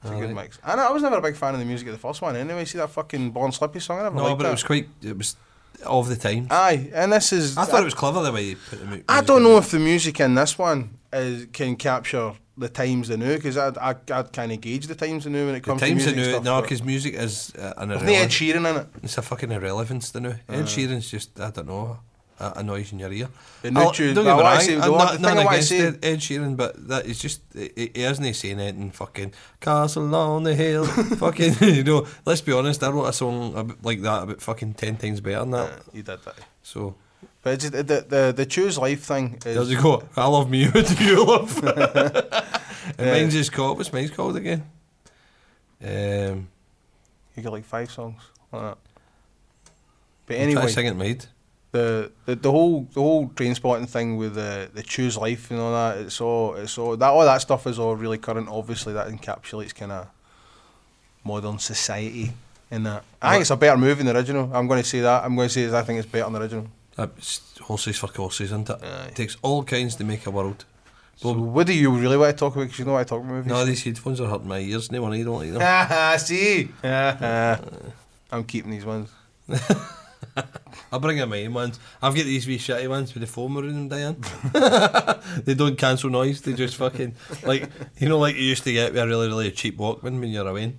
Speaker 2: It's a
Speaker 1: Alright.
Speaker 2: good mix. I know. I was never a big fan of the music of the first one. Anyway, see that fucking Born Slippy song. I never
Speaker 1: No,
Speaker 2: liked
Speaker 1: but
Speaker 2: that.
Speaker 1: it was quite. It was of the time.
Speaker 2: Aye, and this is.
Speaker 1: I thought it was clever the way you put them out.
Speaker 2: I don't know if the music in this one is, can capture the times they knew because I'd, I, I'd kind of gauge the times they knew when it
Speaker 1: The
Speaker 2: comes
Speaker 1: times
Speaker 2: to
Speaker 1: are
Speaker 2: music
Speaker 1: new.
Speaker 2: stuff.
Speaker 1: No,
Speaker 2: but-
Speaker 1: because music is uh, an
Speaker 2: There's no Ed
Speaker 1: irrelevance.
Speaker 2: Sheeran in it.
Speaker 1: It's a fucking irrelevance to now.
Speaker 2: Uh.
Speaker 1: Ed Sheeran's just I don't know a, a noise in your ear.
Speaker 2: The new
Speaker 1: I'll-
Speaker 2: tune,
Speaker 1: don't
Speaker 2: but
Speaker 1: get me
Speaker 2: what I
Speaker 1: wrong,
Speaker 2: say-
Speaker 1: I'm
Speaker 2: the one-
Speaker 1: not-
Speaker 2: the thing
Speaker 1: nothing
Speaker 2: I
Speaker 1: against
Speaker 2: say-
Speaker 1: Ed, Ed Sheeran, but that is just he, he isn't saying anything. Fucking castle on the hill. fucking you know. Let's be honest. I wrote a song ab- like that about fucking ten times better than that.
Speaker 2: You did that.
Speaker 1: So
Speaker 2: But it's, the, the the choose life thing
Speaker 1: there
Speaker 2: is
Speaker 1: you go. I love me. What do you love? and mine's just called. What's mine's called again? Um.
Speaker 2: you get like five songs on it.
Speaker 1: I'm
Speaker 2: But
Speaker 1: trying
Speaker 2: anyway,
Speaker 1: to sing it made.
Speaker 2: the, the the whole the whole train spotting thing with the the choose life and all that it's all it's all that all that stuff is all really current. Obviously, that encapsulates kind of modern society in that. I think it's a better movie than the original. I'm going to say that. I'm going to say is I think it's better than the original.
Speaker 1: That's horses for courses, isn't it?
Speaker 2: Aye.
Speaker 1: Takes all kinds to make a world.
Speaker 2: So what do you really want to talk about? Because you know I talk about movies.
Speaker 1: No, these headphones are hurting my ears. No one, I don't like them.
Speaker 2: I see. Uh, I'm keeping these ones.
Speaker 1: I'll bring in my own ones. I've got these wee shitty ones with the foam around them, Diane. they don't cancel noise. They just fucking like you know, like you used to get with a really, really cheap Walkman when you're away.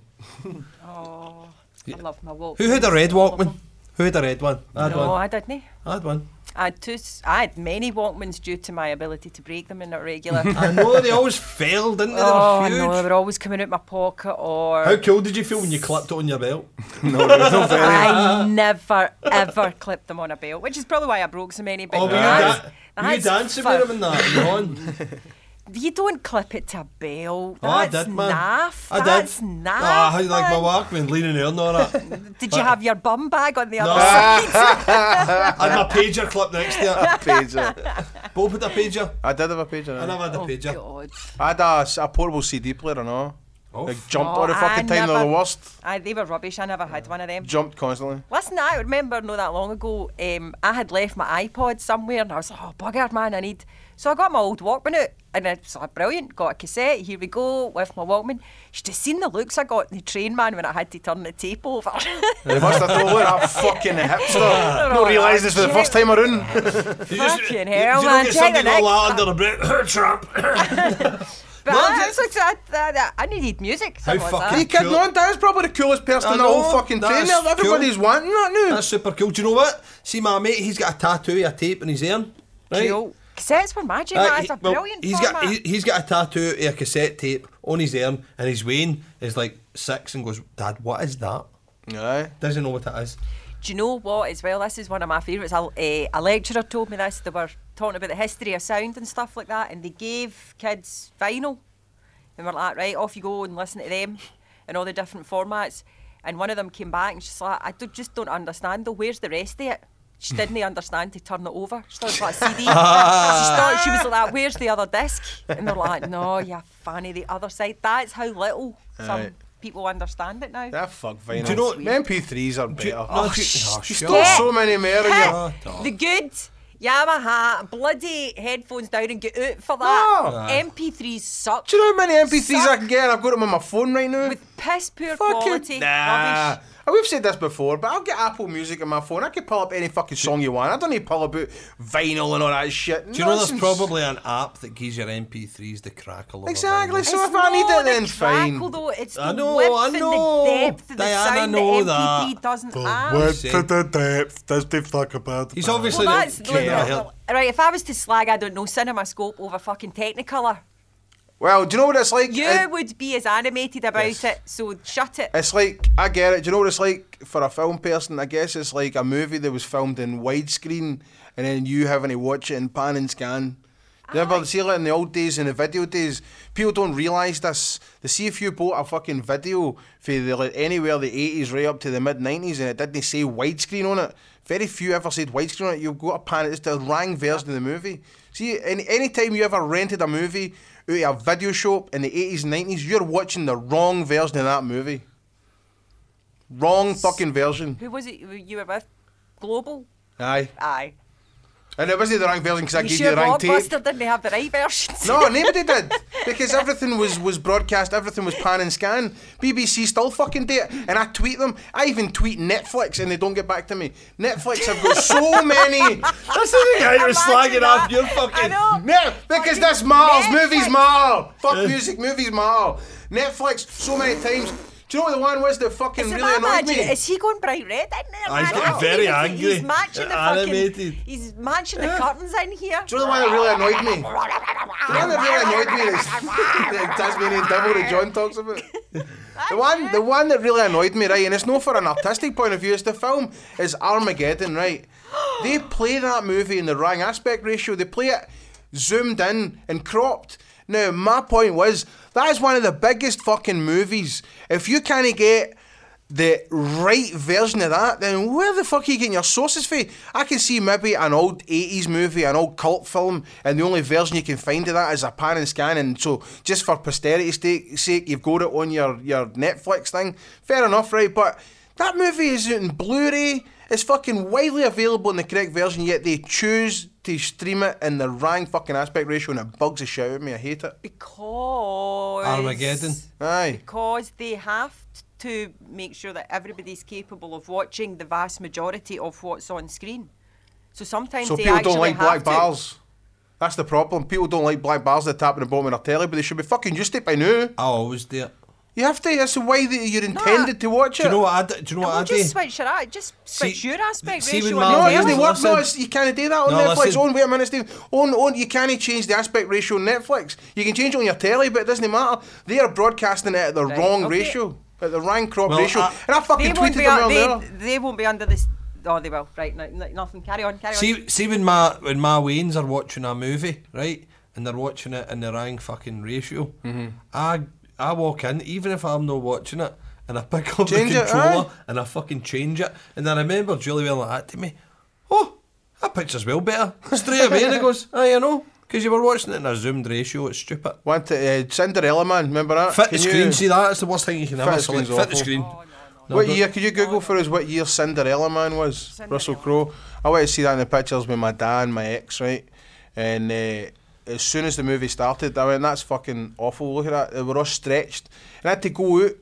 Speaker 3: Oh, I love my walk.
Speaker 1: Who had a red Walkman? Who had a red one? I had
Speaker 3: no,
Speaker 1: one.
Speaker 3: I didn't.
Speaker 1: I had one.
Speaker 3: I had two. s- I had many Walkmans due to my ability to break them in a regular.
Speaker 1: I know they always failed, didn't they?
Speaker 3: oh
Speaker 1: they were
Speaker 3: no,
Speaker 1: huge.
Speaker 3: they were always coming out my pocket or.
Speaker 1: How cool did you feel when you clapped it on your belt?
Speaker 3: I never ever clipped them on a belt, which is probably why I broke so many. But
Speaker 1: Oh, were you,
Speaker 3: that's-
Speaker 1: da- were you
Speaker 3: that's
Speaker 1: dancing
Speaker 3: fu-
Speaker 1: with them in that? Go on.
Speaker 3: You don't clip it to a belt.
Speaker 1: Oh, I
Speaker 3: That's
Speaker 1: did, man.
Speaker 3: naff.
Speaker 1: I did.
Speaker 3: That's
Speaker 1: Ah,
Speaker 3: naff.
Speaker 1: how you like my
Speaker 3: man.
Speaker 1: Walkman leaning in on that?
Speaker 3: Did you have your bum bag on the
Speaker 1: No.
Speaker 3: other side?
Speaker 1: and my pager clip next to
Speaker 2: pager.
Speaker 1: it. Both with a pager.
Speaker 2: I did have a pager.
Speaker 1: I never had a
Speaker 3: Oh,
Speaker 1: pager.
Speaker 3: God.
Speaker 2: I had a, s- a portable CD player, no.
Speaker 1: Oh,
Speaker 2: Like jumped
Speaker 3: No,
Speaker 2: all the fucking
Speaker 3: I
Speaker 2: time. They're
Speaker 3: never-
Speaker 2: the worst.
Speaker 3: Aye, they were rubbish. I never had one of them.
Speaker 2: Jumped constantly.
Speaker 3: Listen, I remember not that long ago, um, I had left my iPod somewhere and I was like, oh, buggered, man, I need. So I got my old Walkman out and I was like, brilliant, got a cassette, here we go with my Walkman. You should have seen the looks I got in the train, man, when I had to turn the tape over.
Speaker 2: They must have thought, look at that fucking hipster. Not realised this for the first time around.
Speaker 1: You
Speaker 3: Fucking
Speaker 1: you-
Speaker 3: hell,
Speaker 1: you don't
Speaker 3: man,
Speaker 1: get
Speaker 3: check
Speaker 1: something
Speaker 3: the
Speaker 1: all out under the breath. Trump.
Speaker 3: but
Speaker 1: No,
Speaker 3: I,
Speaker 1: just-
Speaker 3: was like, I, I, I needed music.
Speaker 1: How
Speaker 3: something like
Speaker 1: fucking
Speaker 3: that.
Speaker 2: He could
Speaker 1: Cool.
Speaker 2: not. That was probably the coolest person
Speaker 1: I
Speaker 2: in the whole
Speaker 1: know,
Speaker 2: fucking
Speaker 1: that
Speaker 2: train.
Speaker 1: is
Speaker 2: there. Everybody's
Speaker 1: cool.
Speaker 2: wanting that now.
Speaker 1: That's super cool. Do you know what? See, my mate, he's got a tattoo of a tape in his arm. Right?
Speaker 3: Cool. Cassettes were magic.
Speaker 1: Aye,
Speaker 3: man. It's a
Speaker 1: he- well,
Speaker 3: brilliant
Speaker 1: he's
Speaker 3: format.
Speaker 1: got he, he's got a tattoo, of a cassette tape on his arm, and his Wayne is like six and goes, "Dad, what is that?"
Speaker 2: Aye.
Speaker 1: Doesn't know what it is.
Speaker 3: Do you know what as well? This is one of my favourites. A, a, a lecturer told me this. They were talking about the history of sound and stuff like that, and they gave kids vinyl, and were like, right, off you go and listen to them, and all the different formats. And one of them came back and she's like, I do, just don't understand though. Where's the rest of it? She didn't understand to turn it over. She thought it was like a CD. she, thought, she was like, where's the other disc? And they're like, no, you fanny, the other side. That's how little some
Speaker 2: Aye.
Speaker 3: people understand it now.
Speaker 2: That fuck vinyl.
Speaker 1: Do you know-
Speaker 2: MP3s are better?
Speaker 1: Do you- no,
Speaker 2: oh,
Speaker 1: do you- no,
Speaker 2: you
Speaker 1: shut
Speaker 2: stole
Speaker 1: up.
Speaker 2: so many more of your.
Speaker 1: Oh, no.
Speaker 3: the good Yamaha bloody headphones down and get out for that.
Speaker 2: No.
Speaker 3: MP3s suck
Speaker 2: Oh. Do you know how many MP3s I
Speaker 3: Suck.
Speaker 2: can get? I've got them on my phone right now.
Speaker 3: with piss poor
Speaker 2: Fucking-
Speaker 3: quality
Speaker 2: nah.
Speaker 3: rubbish.
Speaker 2: And We've said this before, but I'll get Apple Music on my phone. I can pull up any fucking song you want. I don't need to pull about vinyl and all that shit.
Speaker 1: Do you know there's probably an app that gives your MP3s the crackle? of a
Speaker 2: Exactly.
Speaker 1: vinyl?
Speaker 2: So
Speaker 3: it's
Speaker 2: if I need
Speaker 3: not
Speaker 2: it, then
Speaker 3: the crackle,
Speaker 2: fine.
Speaker 3: Though, it's the
Speaker 1: I know,
Speaker 3: width
Speaker 1: I know.
Speaker 3: and the depth of the
Speaker 1: Diana,
Speaker 3: sound
Speaker 1: know
Speaker 3: that MP3
Speaker 1: that.
Speaker 3: doesn't
Speaker 4: The
Speaker 3: have.
Speaker 4: width
Speaker 1: Same.
Speaker 4: to the depth. That's the fuck about.
Speaker 1: He's
Speaker 4: that.
Speaker 1: obviously
Speaker 3: Well, that's
Speaker 1: not care.
Speaker 3: well, well, right. If I was to slag, I don't know, CinemaScope over fucking Technicolor,
Speaker 2: Well, do you know what it's like?
Speaker 3: you
Speaker 2: It-
Speaker 3: would be as animated about
Speaker 2: Yes.
Speaker 3: it. So shut it.
Speaker 2: It's like I get it. Do you know what it's like for a film person? I guess it's like a movie that was filmed in widescreen, and then you having to watch it in pan and scan. Do you Remember, see, like in the old days, in the video days, people don't realise this. They see if you bought a fucking video for the, like, anywhere the eighties right up to the mid nineties, and it didn't say widescreen on it. Very few ever said widescreen on it. You've got a pan. It's the wrong version of the movie. See, any any time you ever rented a movie out of a video shop in the eighties, nineties, you're watching the wrong version of that movie. Wrong fucking version.
Speaker 3: Who was it you were with? Global.
Speaker 2: Aye.
Speaker 3: Aye.
Speaker 2: And it wasn't the wrong version because I
Speaker 3: you
Speaker 2: gave
Speaker 3: sure
Speaker 2: you the wrong tape.
Speaker 3: Blockbuster didn't have the right version?
Speaker 2: No, nobody did. Because everything was, was broadcast, everything was pan and scan. BBC still fucking do it. And I tweet them. I even tweet Netflix and they don't get back to me. Netflix have got so many.
Speaker 1: That's the guy you're
Speaker 3: Imagine
Speaker 1: slagging
Speaker 3: that.
Speaker 1: off. You're
Speaker 3: I
Speaker 1: fucking.
Speaker 3: know.
Speaker 2: No, because that's miles. Movies
Speaker 3: Netflix.
Speaker 2: mile. Fuck music, movies mile. Netflix, so many times. Do you know what the one was that fucking
Speaker 3: It's
Speaker 2: really annoyed
Speaker 3: imagine,
Speaker 2: me?
Speaker 3: is he going bright red in there?
Speaker 1: Ah, he's
Speaker 3: man?
Speaker 1: getting
Speaker 3: Oh,
Speaker 1: very
Speaker 3: he's-
Speaker 1: angry.
Speaker 3: He's matching the
Speaker 1: Animated.
Speaker 3: fucking. He's matching the curtains in here.
Speaker 2: Do you know the one that really annoyed me? The one that really annoyed me is the Tasmanian devil that John talks about. The one, the one that really annoyed me, right, and it's not for an artistic point of view, it's the film is Armageddon, right? They play that movie in the wrong aspect ratio. They play it zoomed in and cropped. Now, my point was that is one of the biggest fucking movies. If you can't get the right version of that, then where the fuck are you getting your sources for? I can see maybe an old 80s movie, an old cult film, and the only version you can find of that is a pan and scan. And so, just for posterity's sake, sake you've got it on your, your Netflix thing. Fair enough, right? But that movie is out in Blu ray, it's fucking widely available in the correct version, yet they choose to stream it in the wrong fucking aspect ratio, and it bugs the shit out of me. I hate it.
Speaker 3: Because.
Speaker 1: Armageddon.
Speaker 2: Aye.
Speaker 3: Because they have to make sure that everybody's capable of watching the vast majority of what's on screen. So sometimes
Speaker 2: So
Speaker 3: they
Speaker 2: people
Speaker 3: actually
Speaker 2: don't like
Speaker 3: have
Speaker 2: black
Speaker 3: to-
Speaker 2: bars. That's the problem. People don't like black bars that tap in the bottom of their telly, but they should be fucking used to it by now.
Speaker 1: I always do. Oh, it.
Speaker 2: You have to. That's the way that you're intended to watch it.
Speaker 1: Do you know what I do? Do you know
Speaker 3: And
Speaker 1: what I
Speaker 3: we'll
Speaker 1: do?
Speaker 3: just switch it out. Just switch
Speaker 1: See-
Speaker 3: your aspect
Speaker 1: see,
Speaker 3: ratio.
Speaker 1: when
Speaker 3: on
Speaker 2: No,
Speaker 1: my
Speaker 2: it
Speaker 3: the
Speaker 2: doesn't
Speaker 1: Listen.
Speaker 2: work. No, it's, you can't do that on
Speaker 1: No,
Speaker 2: Netflix.
Speaker 1: listen.
Speaker 2: On, wait a minute, Steve. On, on, you can't change the aspect ratio on Netflix. You can change it on your telly, but it doesn't matter. They are broadcasting it at the
Speaker 3: Right,
Speaker 2: wrong
Speaker 3: okay.
Speaker 2: ratio, at the wrong crop
Speaker 1: Well,
Speaker 2: ratio.
Speaker 1: I-
Speaker 2: and I fucking
Speaker 3: they won't
Speaker 2: tweeted
Speaker 3: be
Speaker 2: them
Speaker 3: un-
Speaker 2: on
Speaker 3: they,
Speaker 2: there.
Speaker 3: they won't be under this. Oh, they will. Right, no, no- nothing. Carry on, carry on.
Speaker 1: See, see when my when my Waynes are watching a movie, right, and they're watching it in the wrong fucking ratio. I I walk in, even if I'm not watching it, and I pick up
Speaker 2: Change it,
Speaker 1: the controller
Speaker 2: aye.
Speaker 1: and I fucking change it. And I remember Julie well like that to me. Oh, that picture's well better straight away. and I goes, oh, you know, because you were watching it in a zoomed ratio. It's stupid.
Speaker 2: Want to, uh, Cinderella Man, remember that?
Speaker 1: Fit the
Speaker 2: Can
Speaker 1: screen.
Speaker 2: you-
Speaker 1: See that? That's the worst thing you can ever.
Speaker 2: the
Speaker 1: select.
Speaker 2: screen's
Speaker 1: Fit the
Speaker 2: awful.
Speaker 1: screen.
Speaker 3: Oh, no, no.
Speaker 1: No,
Speaker 2: what
Speaker 1: but-
Speaker 2: year? Could you Google for us what year Cinderella Man was? Russell Crowe. I went to see that in the pictures with my dad and my ex, right? And uh, as soon as the movie started, I went, that's fucking awful. Look at that. They were all stretched. And I had to go out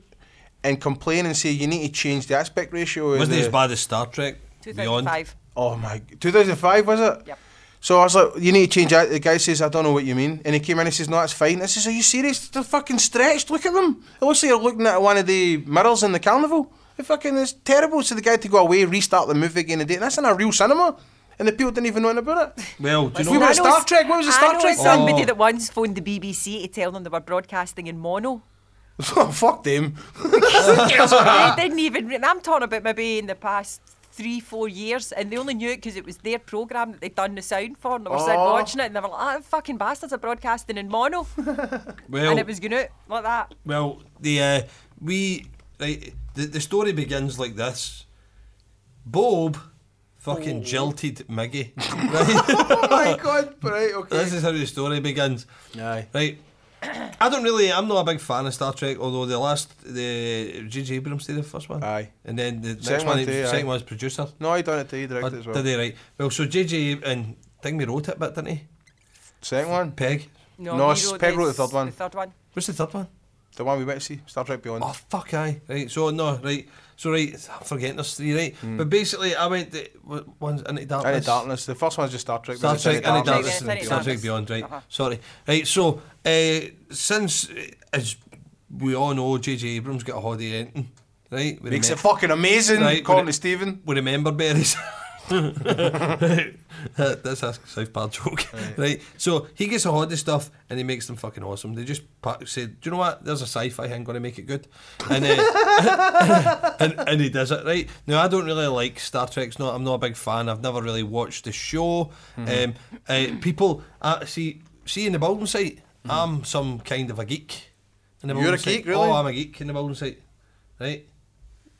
Speaker 2: and complain and say, you need to change the aspect ratio. of
Speaker 1: Wasn't it
Speaker 2: the-
Speaker 1: as bad as Star Trek? Beyond.
Speaker 3: 2005.
Speaker 2: Oh my, 2005 was it?
Speaker 3: Yep.
Speaker 2: So I was like, you need to change that. The guy says, I don't know what you mean. And he came in and says, no, that's fine. I says, are you serious? They're fucking stretched. Look at them. It looks like you're looking at one of the mirrors in the carnival. It fucking is terrible. So the guy had to go away, restart the movie again and date. That's in a real cinema. and the people didn't even know about it.
Speaker 1: Well, do you know
Speaker 2: We were
Speaker 1: what?
Speaker 2: at Star Trek. What was the
Speaker 3: I
Speaker 2: Star
Speaker 3: know
Speaker 2: Trek thing?
Speaker 3: somebody
Speaker 1: Oh.
Speaker 3: that once phoned the BBC to tell them they were broadcasting in mono.
Speaker 2: Oh, fuck them.
Speaker 3: they didn't even. And I'm talking about maybe in the past three, four years, and they only knew it because it was their program that they'd done the sound for, and they were sitting
Speaker 2: Oh.
Speaker 3: watching it, and they were like, "Ah, fucking bastards are broadcasting in mono,"
Speaker 1: Well,
Speaker 3: and it was going out like that.
Speaker 1: Well, the uh, we right, the the story begins like this: Bob
Speaker 3: Oh.
Speaker 1: fucking jilted Miggy. Right?
Speaker 2: oh my god. Right,
Speaker 1: this
Speaker 2: okay.
Speaker 1: is how the story begins.
Speaker 2: Aye.
Speaker 1: Right. I don't really. I'm not a big fan of Star Trek. Although the last, the J.J. Abrams did the first one.
Speaker 2: Aye.
Speaker 1: And then the
Speaker 2: Second
Speaker 1: next one,
Speaker 2: one too, aye.
Speaker 1: second one was producer.
Speaker 2: No, I done it to you
Speaker 1: Or
Speaker 2: direct as
Speaker 1: Did
Speaker 2: well.
Speaker 1: he right? Well, so J.J. and Dingby wrote it, but didn't he?
Speaker 2: Second one.
Speaker 1: Peg.
Speaker 3: No,
Speaker 2: No,
Speaker 3: he
Speaker 2: Peg wrote the
Speaker 3: this-
Speaker 2: third one.
Speaker 3: The third one.
Speaker 1: What's the third one?
Speaker 2: The one we went to see, Star Trek Beyond.
Speaker 1: Oh fuck aye. Right, so no, right. So right, I'm forgetting there's three, right? But basically I went the w- one's into darkness.
Speaker 2: Into Darkness. The first one's just Star Trek.
Speaker 1: Star
Speaker 2: but it's Into
Speaker 1: Trek Into Darkness
Speaker 3: Darkness. Into
Speaker 1: and Star Trek
Speaker 3: Darkness.
Speaker 1: Beyond, right.
Speaker 3: Uh-huh.
Speaker 1: Sorry. Right, so uh, since uh, as we all know, JJ Abrams got a holiday ending, right? We
Speaker 2: Makes
Speaker 1: remem-
Speaker 2: it fucking amazing,
Speaker 1: Right,
Speaker 2: calling
Speaker 1: but it-
Speaker 2: it Stephen.
Speaker 1: we remember berries. That's a South Park joke, right. So he gets a holiday stuff and he makes them fucking awesome. They just pa- said, "Do you know what? There's a sci-fi thing going to make it good," and, uh, and and he does it right. Now I don't really like Star Trek's. Not I'm not a big fan. I've never really watched the show.
Speaker 2: Hmm.
Speaker 1: Um, uh, people uh, see see in the building site. I'm some kind of a geek. In the
Speaker 2: Hmm. You're a
Speaker 1: building site.
Speaker 2: geek, really?
Speaker 1: Oh, I'm a geek in the building site, right?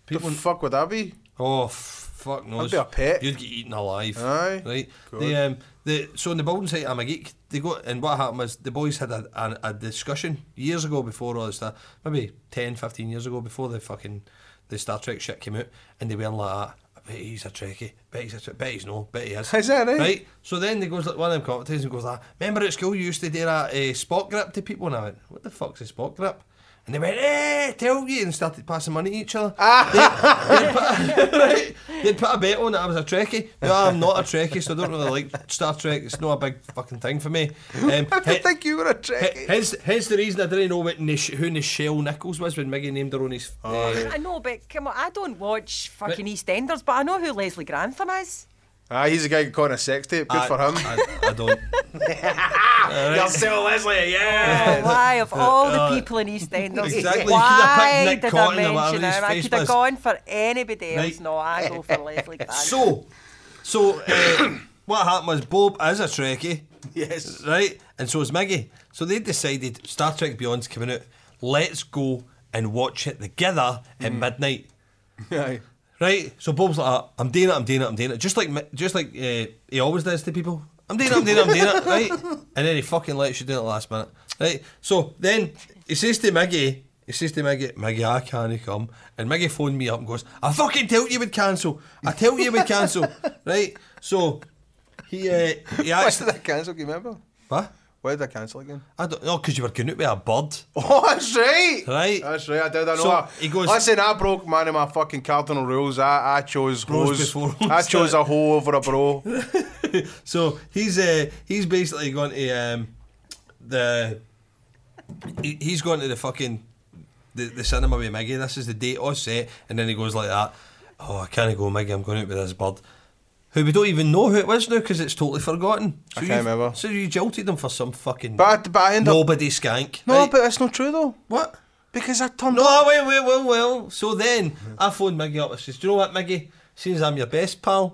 Speaker 2: The
Speaker 1: People
Speaker 2: fuck would that be?
Speaker 1: Oh f- fuck no!
Speaker 2: I'd be a pet.
Speaker 1: You'd get eaten alive.
Speaker 2: Aye.
Speaker 1: Right.
Speaker 2: God.
Speaker 1: The um the so in the building site I'm a geek. They got and what happened was the boys had a, a, a discussion years ago before all this stuff, maybe 10, 15 years ago before the fucking the Star Trek shit came out, and they were like that. I bet he's a Trekkie. Bet he's a Trekkie. Bet he's no. Bet he is.
Speaker 2: Is that right?
Speaker 1: Right. So then they goes like one of them commentators and goes like, "Remember at school you used to do that uh, spot grip to people?" And I went, "What the fuck's a spot grip?" And they went, "Eh, tell you," and started passing money to each other.
Speaker 2: Ah.
Speaker 1: right? They'd put a bet on that I was a Trekkie. No, I'm not a Trekkie, so I don't really like Star Trek. It's not a big fucking thing for me. Um,
Speaker 2: I
Speaker 1: he-
Speaker 2: didn't think you were a
Speaker 1: he-
Speaker 2: Trekkie.
Speaker 1: hence, hence the reason I didn't know what Nish, who Nichelle Nichols was when Miggy named her on his. uh,
Speaker 3: I know, but come on, I don't watch fucking EastEnders, but I know who Leslie Grantham is.
Speaker 2: Ah, he's the guy who caught a sex tape. Good
Speaker 1: I-
Speaker 2: for him.
Speaker 1: I, I don't.
Speaker 2: You're still Leslie, yeah.
Speaker 3: Oh, why of all
Speaker 1: uh,
Speaker 3: the people in EastEnders,
Speaker 1: Exactly, you could have picked
Speaker 3: why
Speaker 1: Nick
Speaker 3: did I
Speaker 1: Cotton or whatever
Speaker 3: mention
Speaker 1: his
Speaker 3: him? I
Speaker 1: face
Speaker 3: could have
Speaker 1: was.
Speaker 3: gone for anybody else.
Speaker 1: Right.
Speaker 3: No, I go for Leslie Grantham.
Speaker 1: So, so uh, what happened was Bob is a Trekkie,
Speaker 2: Yes.
Speaker 1: right? And so is Miggy. So they decided Star Trek Beyond's coming out. Let's go and watch it together at midnight.
Speaker 2: Aye.
Speaker 1: Right, so Bob's like, "Ah, I'm doing it, I'm doing it, I'm doing it. Just like, mi- just like uh, he always does to people. I'm doing it, I'm doing it, I'm doing it. Right, and then he fucking lets you do it at the last minute. Right, so then he says to Miggy, he says to Miggy, Miggy, I can't come. And Miggy phoned me up and goes, I fucking tell you would cancel. I tell you would cancel. right, so he uh, he
Speaker 2: Why did
Speaker 1: actually
Speaker 2: I cancel? Can you remember?
Speaker 1: what?
Speaker 2: Why did I cancel again?
Speaker 1: I don't know because you were going out with a bird,
Speaker 2: Oh, that's right.
Speaker 1: Right.
Speaker 2: That's right. I did. I know.
Speaker 1: So,
Speaker 2: I,
Speaker 1: he goes-
Speaker 2: Listen, I broke man of my fucking cardinal rules. I, I chose
Speaker 1: Bros
Speaker 2: hoes.
Speaker 1: before
Speaker 2: I
Speaker 1: hoes.
Speaker 2: chose a hoe over a bro.
Speaker 1: so he's uh, he's basically going to um, the he, he's going to the fucking the, the cinema with Miggy. This is the date all set, and then he goes like that. Oh, I can't go, Miggy. I'm going out with this bird. Who we don't even know who it was now because it's totally forgotten. So
Speaker 2: I
Speaker 1: you-
Speaker 2: can't remember.
Speaker 1: So you jilted him for some fucking
Speaker 2: But, I- but I ended up.
Speaker 1: nobody skank.
Speaker 2: No,
Speaker 1: right?
Speaker 2: but it's not true though.
Speaker 1: what?
Speaker 2: Because I turned
Speaker 1: No,
Speaker 2: up.
Speaker 1: I went, well, well, well. So then I phoned Miggy up. I says, Do you know what, Miggy? Seems I'm your best pal.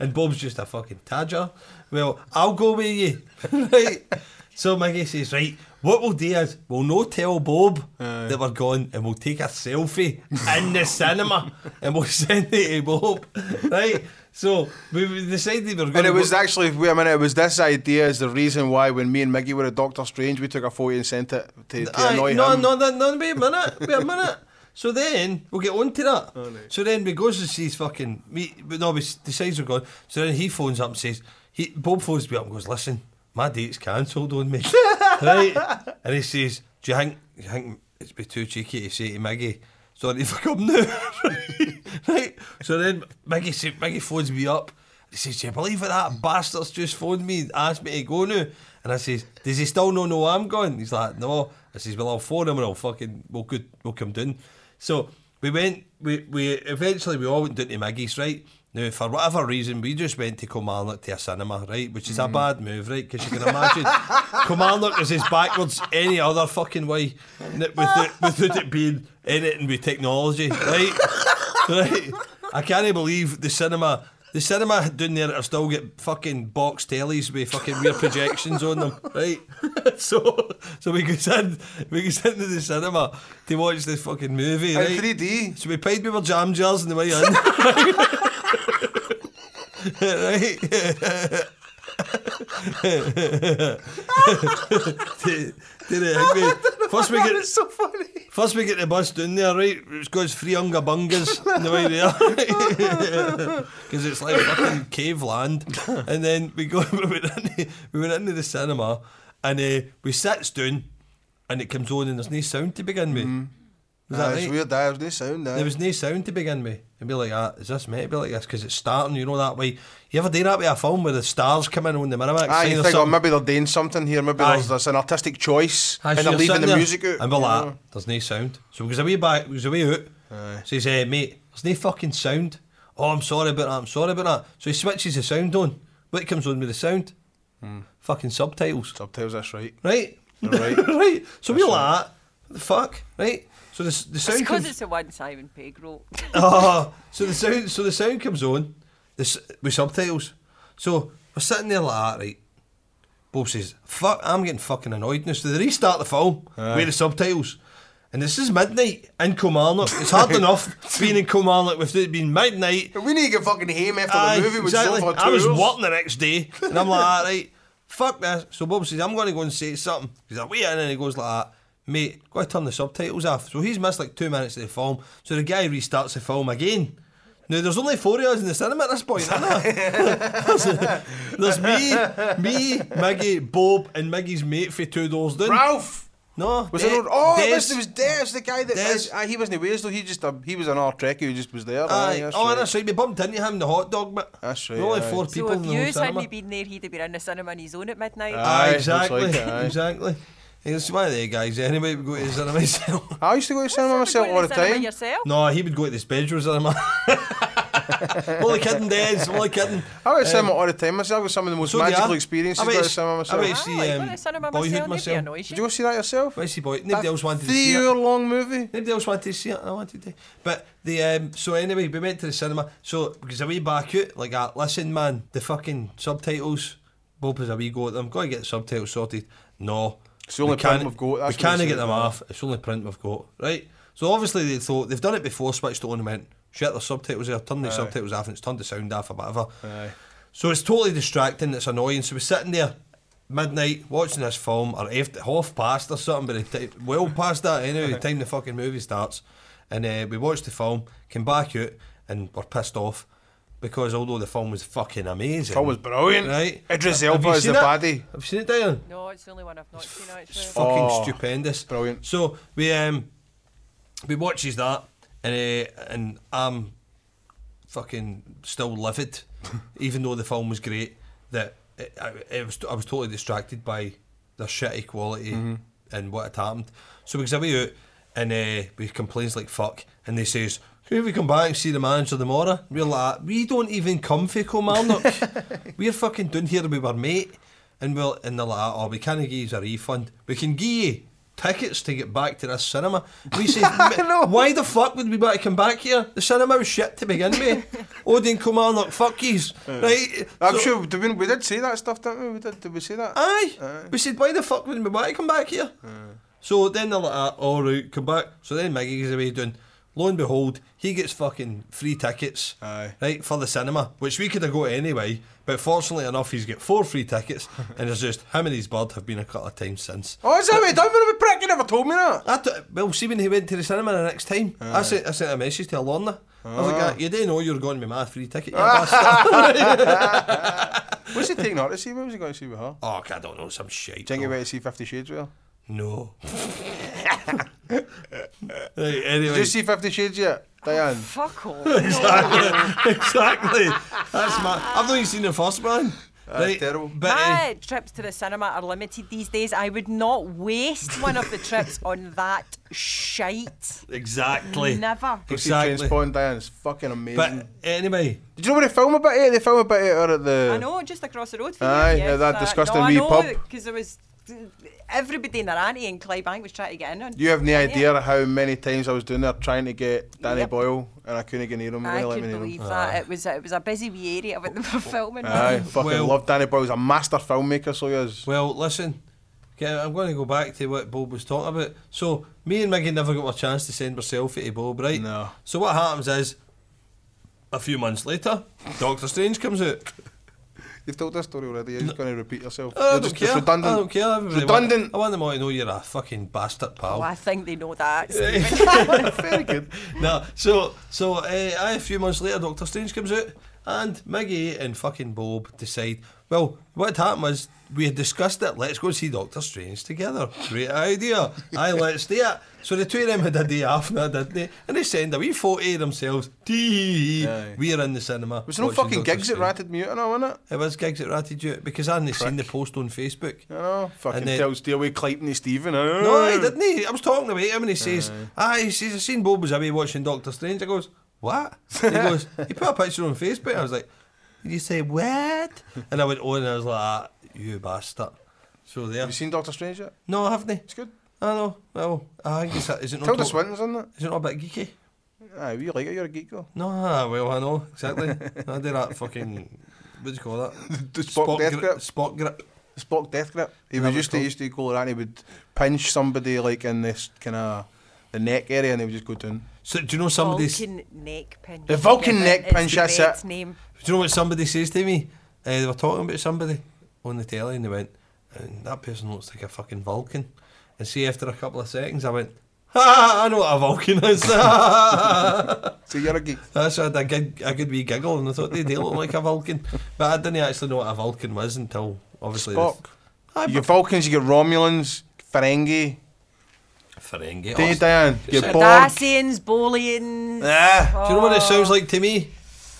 Speaker 1: and Bob's just a fucking tadger. Well, I'll go with you. right. So Miggy says, Right, what we'll do is we'll no tell Bob that we're gone and we'll take a selfie in the cinema and we'll send it to Bob. Right. So we we decided we we're going
Speaker 2: And it
Speaker 1: to
Speaker 2: was actually, wait a minute, it was this idea is the reason why when me and Miggy were at Doctor Strange, we took a photo and sent it to, to
Speaker 1: Aye,
Speaker 2: annoy
Speaker 1: no,
Speaker 2: him.
Speaker 1: No, no, no, wait a minute, wait a minute. So then we'll get on to that. So then we goes and sees fucking me. But no, we s- decides we're going. So then he phones up and says, he Bob phones me up and goes, listen, my date's cancelled on me, right? And he says, do you think you think it's be too cheeky to say to Maggie? Sorry if I come now, right? So then Maggie sa- Maggie phones me up. He says, Do you believe it? That bastard's just phoned me and asked me to go now. And I says, Does he still not know I'm going? He's like, No. I says, Well, I'll phone him and I'll fucking, we'll, go, we'll come down. So we went, we, we eventually, we all went down to Maggie's, right? Now, for whatever reason, we just went to Kilmarnock to a cinema, right? Which is a bad move, right? Because you can imagine Kilmarnock is as backwards any other fucking way n- without, without it being anything with technology, right? right? I can't believe the cinema. The cinema down there are still get fucking box tellies with fucking weird projections on them, right? so, so we could send we could send to the cinema to watch this fucking movie, right?
Speaker 2: In 3D.
Speaker 1: So we paid people jam jars on the way in. right? did, did it hit me? First we get
Speaker 2: so funny.
Speaker 1: first we get the bus down there, right? It's got its three unga bungas on the way there, because it's like fucking cave land. And then we go, we went into, we went into the cinema, and uh, we sits down, and it comes on, and there's no sound to begin with. Was that
Speaker 2: Nah, it's
Speaker 1: right?
Speaker 2: weird. Mm-hmm. eh? That was no sound. eh? That.
Speaker 1: There was no sound to begin with. It'd be like, ah, is this meant to be like this? Because it's starting, you know, that way. You ever do that with a film where the stars come in on the Miramax
Speaker 2: Aye,
Speaker 1: sign
Speaker 2: you
Speaker 1: or
Speaker 2: think, oh,
Speaker 1: something?
Speaker 2: maybe they're doing something here. Maybe
Speaker 1: Aye.
Speaker 2: there's, there's an artistic choice,
Speaker 1: Aye, so
Speaker 2: and they're
Speaker 1: you're
Speaker 2: leaving
Speaker 1: sitting
Speaker 2: the
Speaker 1: there,
Speaker 2: music out.
Speaker 1: And we're
Speaker 2: you
Speaker 1: like,
Speaker 2: know.
Speaker 1: there's no sound. So because a wee back, was a wee out. So he said, mate, there's no fucking sound. Oh, I'm sorry about that. I'm sorry about that. So he switches the sound on. What comes on with the sound?
Speaker 2: Hmm.
Speaker 1: Fucking subtitles.
Speaker 2: Subtitles, that's right.
Speaker 1: Right?
Speaker 2: You're right.
Speaker 1: right. So we
Speaker 2: That's
Speaker 1: like, what the fuck? Right? So the, s- the sound
Speaker 3: It's because
Speaker 1: comes
Speaker 3: it's the one Simon Pegg wrote.
Speaker 1: oh, so the sound, so the sound comes on, this with subtitles. So we're sitting there like that, right? Bob says, "Fuck, I'm getting fucking annoyed now." So they restart the film with the subtitles, and this is midnight in Kilmarnock. It's hard enough being in Kilmarnock with it being midnight.
Speaker 2: We need to get fucking him after
Speaker 1: Aye,
Speaker 2: the movie. which is
Speaker 1: exactly.
Speaker 2: over
Speaker 1: I
Speaker 2: two
Speaker 1: was
Speaker 2: hours.
Speaker 1: working the next day, and I'm like, "Ah, right, fuck this. So Bob says, I'm going to go and say something. He's like, wait, in," and he goes like that. Mate, got to turn the subtitles off. So he's missed like two minutes of the film. So the guy restarts the film again. Now there's only four of us in the cinema at this point, isn't there? there's me, me, Miggy, Bob, and Miggy's mate for two doors down.
Speaker 2: Ralph.
Speaker 1: No,
Speaker 2: Was
Speaker 1: Des-
Speaker 2: it? Oh,
Speaker 1: Des-
Speaker 2: this was Des, the guy that
Speaker 1: Des-
Speaker 2: is- aye, he wasn't with us though. He just um, he was an R Trekker who just was there.
Speaker 1: Aye.
Speaker 2: aye, that's
Speaker 1: oh,
Speaker 2: right.
Speaker 1: that's right. We bumped into him in the hot dog, but
Speaker 2: That's right,
Speaker 1: Only
Speaker 2: aye.
Speaker 1: four
Speaker 3: so
Speaker 1: people in
Speaker 3: if
Speaker 1: the whole
Speaker 3: you
Speaker 1: cinema. Ah.
Speaker 3: hadn't been there, he'd have been in the cinema on his own at midnight.
Speaker 2: Aye,
Speaker 1: Aye,
Speaker 2: looks
Speaker 1: exactly.
Speaker 2: like it, aye.
Speaker 1: Exactly. It's one of the guys. Anyway, we go to the cinema myself.
Speaker 2: I used to go to cinema
Speaker 3: What's up
Speaker 2: myself
Speaker 3: with
Speaker 2: all the
Speaker 3: going to cinema
Speaker 2: time.
Speaker 3: Yourself?
Speaker 1: No, he would go to the Spedro cinema. only kidding, Des. Only kidding.
Speaker 2: I went to cinema all the time myself. It was some of the most
Speaker 1: Um, so do
Speaker 2: magical
Speaker 1: I.
Speaker 2: experiences.
Speaker 1: I went
Speaker 2: Go to
Speaker 1: to-
Speaker 2: cinema
Speaker 1: I
Speaker 2: myself.
Speaker 1: went to-
Speaker 3: Ah, I
Speaker 1: um,
Speaker 3: went to cinema
Speaker 1: Boyhood
Speaker 3: myself. Nobody
Speaker 1: myself.
Speaker 3: annoys
Speaker 2: Did
Speaker 3: you.
Speaker 2: you go see that yourself?
Speaker 1: Wait, see, boy. Nobody else wanted to see it.
Speaker 2: Three-hour long movie.
Speaker 1: Nobody else wanted to see it. I wanted to. But the um, so anyway, we went to the cinema. So because a wee back out like that. Listen, man, the fucking subtitles. Bob has a wee go at them. Got to get the subtitles sorted. No,
Speaker 2: It's the only
Speaker 1: we can't-
Speaker 2: print we've got,
Speaker 1: We
Speaker 2: that's what
Speaker 1: can't
Speaker 2: they
Speaker 1: get
Speaker 2: say.
Speaker 1: them off. It's the only print we've got, right? So obviously they thought they've done it before. Switched it on and went shit. There's subtitles there. Turn the subtitles off and it's turned the sound off or whatever.
Speaker 2: Aye.
Speaker 1: So it's totally distracting. It's annoying. So we're sitting there. Midnight watching this film, or after, half past or something, but the ti- well past that anyway. The time the fucking movie starts, and uh, we watched the film, came back out, and were pissed off because although the film was fucking amazing,
Speaker 2: Film was brilliant.
Speaker 1: Right,
Speaker 2: Idris
Speaker 1: Have
Speaker 2: Elba
Speaker 1: you
Speaker 2: is the
Speaker 1: seen it?
Speaker 2: baddie.
Speaker 1: Have you seen it, Diane?
Speaker 3: No, it's the only one I've not seen
Speaker 1: It's
Speaker 3: actually.
Speaker 1: fucking
Speaker 2: Oh,
Speaker 1: stupendous.
Speaker 2: brilliant.
Speaker 1: So we um we watches that and uh, and I'm fucking still livid, even though the film was great. That it, I, it was I was totally distracted by the shitty quality
Speaker 2: Mm-hmm.
Speaker 1: and what had happened. So we give out and uh, we complains like fuck, and they says. Can we come back and see the manager tomorrow? We're like, we don't even come for Kilmarnock. We're fucking down here with our mate. And well, and they're like, oh, we can't give you a refund. We can give you tickets to get back to this cinema. We say, why the fuck would we want to come back here? The cinema was shit to begin with. Odin Kilmarnock, fuck yous. Right?
Speaker 2: I'm
Speaker 1: So-
Speaker 2: sure did we, we did say that stuff, didn't we? we did, did we say that?
Speaker 1: Aye.
Speaker 2: Aye.
Speaker 1: We said, why the fuck would we want to come back here? So then they're like, ah, all right, come back. So then Miggy goes away doing. Lo and behold, he gets fucking free tickets,
Speaker 2: Aye.
Speaker 1: right, for the cinema, which we could have got anyway. But fortunately enough, he's got four free tickets, and it's just him and his bird have been a couple of times since.
Speaker 2: Oh, is that what he done with him? Prick, you never told me that.
Speaker 1: I t- well, see when he went to the cinema the next time, I sent I sent a message to Alorna. I was like, "Ah, you didn't know you were going to be my free ticket, you bastard.
Speaker 2: What's he taking her to see? What was he going to see with her?
Speaker 1: oh, I don't know, some shit.
Speaker 2: Do you think he went to see Fifty Shades with her?
Speaker 1: no. right, anyway.
Speaker 2: Did you see Fifty Shades yet, Diane?
Speaker 3: Fuck off.
Speaker 1: exactly. That's my. I've not even seen the first one. Right,
Speaker 2: terrible.
Speaker 1: But uh,
Speaker 3: My trips to the cinema are limited these days. I would not waste one of the trips on that shite.
Speaker 1: exactly.
Speaker 3: Never.
Speaker 2: Go see
Speaker 1: Exactly.
Speaker 2: Trainspotting, Diane. It's fucking amazing.
Speaker 1: But anyway,
Speaker 2: Did you know where they film about it? They film about it out at the.
Speaker 3: I know, just across the road from
Speaker 2: Aye,
Speaker 3: you.
Speaker 2: at that disgusting wee pub.
Speaker 3: Because there was everybody in their auntie in Clybank was trying to get in on.
Speaker 2: You have no
Speaker 3: Yeah.
Speaker 2: idea how many times I was doing there trying to get Danny
Speaker 3: Yep.
Speaker 2: Boyle and I couldn't get near him.
Speaker 3: I
Speaker 2: They let
Speaker 3: could
Speaker 2: me near him.
Speaker 3: believe that it was it was a busy wee area when they were filming.
Speaker 2: Aye, fucking
Speaker 1: Well-
Speaker 2: love Danny Boyle. He's a master filmmaker, so he is.
Speaker 1: well, listen. Okay, I'm going to go back to what Bob was talking about. So me and Miggy never got my chance to send our selfie to Bob, right?
Speaker 2: No.
Speaker 1: So what happens is, a few months later, Doctor Strange comes out.
Speaker 2: You've told this story already. You're just going to repeat yourself.
Speaker 1: I
Speaker 2: You're
Speaker 1: don't
Speaker 2: just,
Speaker 1: care.
Speaker 2: It's redundant.
Speaker 1: I don't care. Everybody want-
Speaker 2: Redundant.
Speaker 1: I want them all to know you're a fucking bastard, pal.
Speaker 3: Oh, I think they know that.
Speaker 2: Very good.
Speaker 1: no, so so uh, aye, a few months later, Doctor Strange comes out, and Miggy and fucking Bob decide. Well, what had happened was we had discussed it. Let's go and see Doctor Strange together. Great idea. Aye, let's do it. So the two of them had a day off now, didn't they? And they send a wee photo of themselves. Tee
Speaker 2: Aye.
Speaker 1: We are in the cinema.
Speaker 2: Was there no
Speaker 1: watching
Speaker 2: fucking
Speaker 1: Doctor
Speaker 2: gigs that
Speaker 1: Strange.
Speaker 2: ratted me out and all, wasn't it?
Speaker 1: It was gigs at Ratty because I hadn't seen the post on Facebook.
Speaker 2: I know. Fucking
Speaker 1: And then-
Speaker 2: tells Dearway Clayton to Stephen.
Speaker 1: No,
Speaker 2: Hmm.
Speaker 1: he didn't. He. I was talking about him and he says, ah, he says, I seen Bob was away watching Doctor Strange. I goes, what? He goes, he put a picture on Facebook. I was like, did you say what? And I went on and I was like, ah, you bastard. So there.
Speaker 2: Have you seen Doctor Strange yet?
Speaker 1: No, I haven't.
Speaker 2: It's good.
Speaker 1: I know. Well, I think it's, is it not,
Speaker 2: Tilda
Speaker 1: to-
Speaker 2: Swinton's in it.
Speaker 1: is it not a bit geeky?
Speaker 2: Aye, you like it. You're a geek girl.
Speaker 1: No, ah, well, I know, exactly. I did that fucking, what do you call that?
Speaker 2: The Spock death grip.
Speaker 1: Spot grip.
Speaker 2: Spock death grip. He
Speaker 1: That
Speaker 2: was
Speaker 1: was
Speaker 2: used to
Speaker 1: cool.
Speaker 2: used to go around. He would pinch somebody like in this kind of the neck area, and they would just go down.
Speaker 1: So do you know somebody's...
Speaker 3: Vulcan neck pinch.
Speaker 2: The Vulcan
Speaker 3: Yeah,
Speaker 2: neck
Speaker 3: it's the
Speaker 2: pinch, that's it.
Speaker 3: bed's Name.
Speaker 1: Do you know what somebody says to me? Uh, they were talking about somebody on the telly and they went, "And that person looks like a fucking Vulcan. And see, after a couple of seconds, I went, ha, I know what a Vulcan is. That's
Speaker 2: So you're a geek.
Speaker 1: I had a, gig, a good wee giggle and I thought they, they look like a Vulcan. But I didn't actually know what a Vulcan was until, obviously,
Speaker 2: Spock.
Speaker 1: The, Aye,
Speaker 2: You
Speaker 1: but
Speaker 2: get Vulcans. You get Romulans. Ferengi.
Speaker 1: Ferengi.
Speaker 2: Don't you,
Speaker 1: Oh,
Speaker 2: Diane? You get Borg.
Speaker 3: Cardassians, Bolians.
Speaker 2: Ah.
Speaker 1: Do you know what it sounds like to me?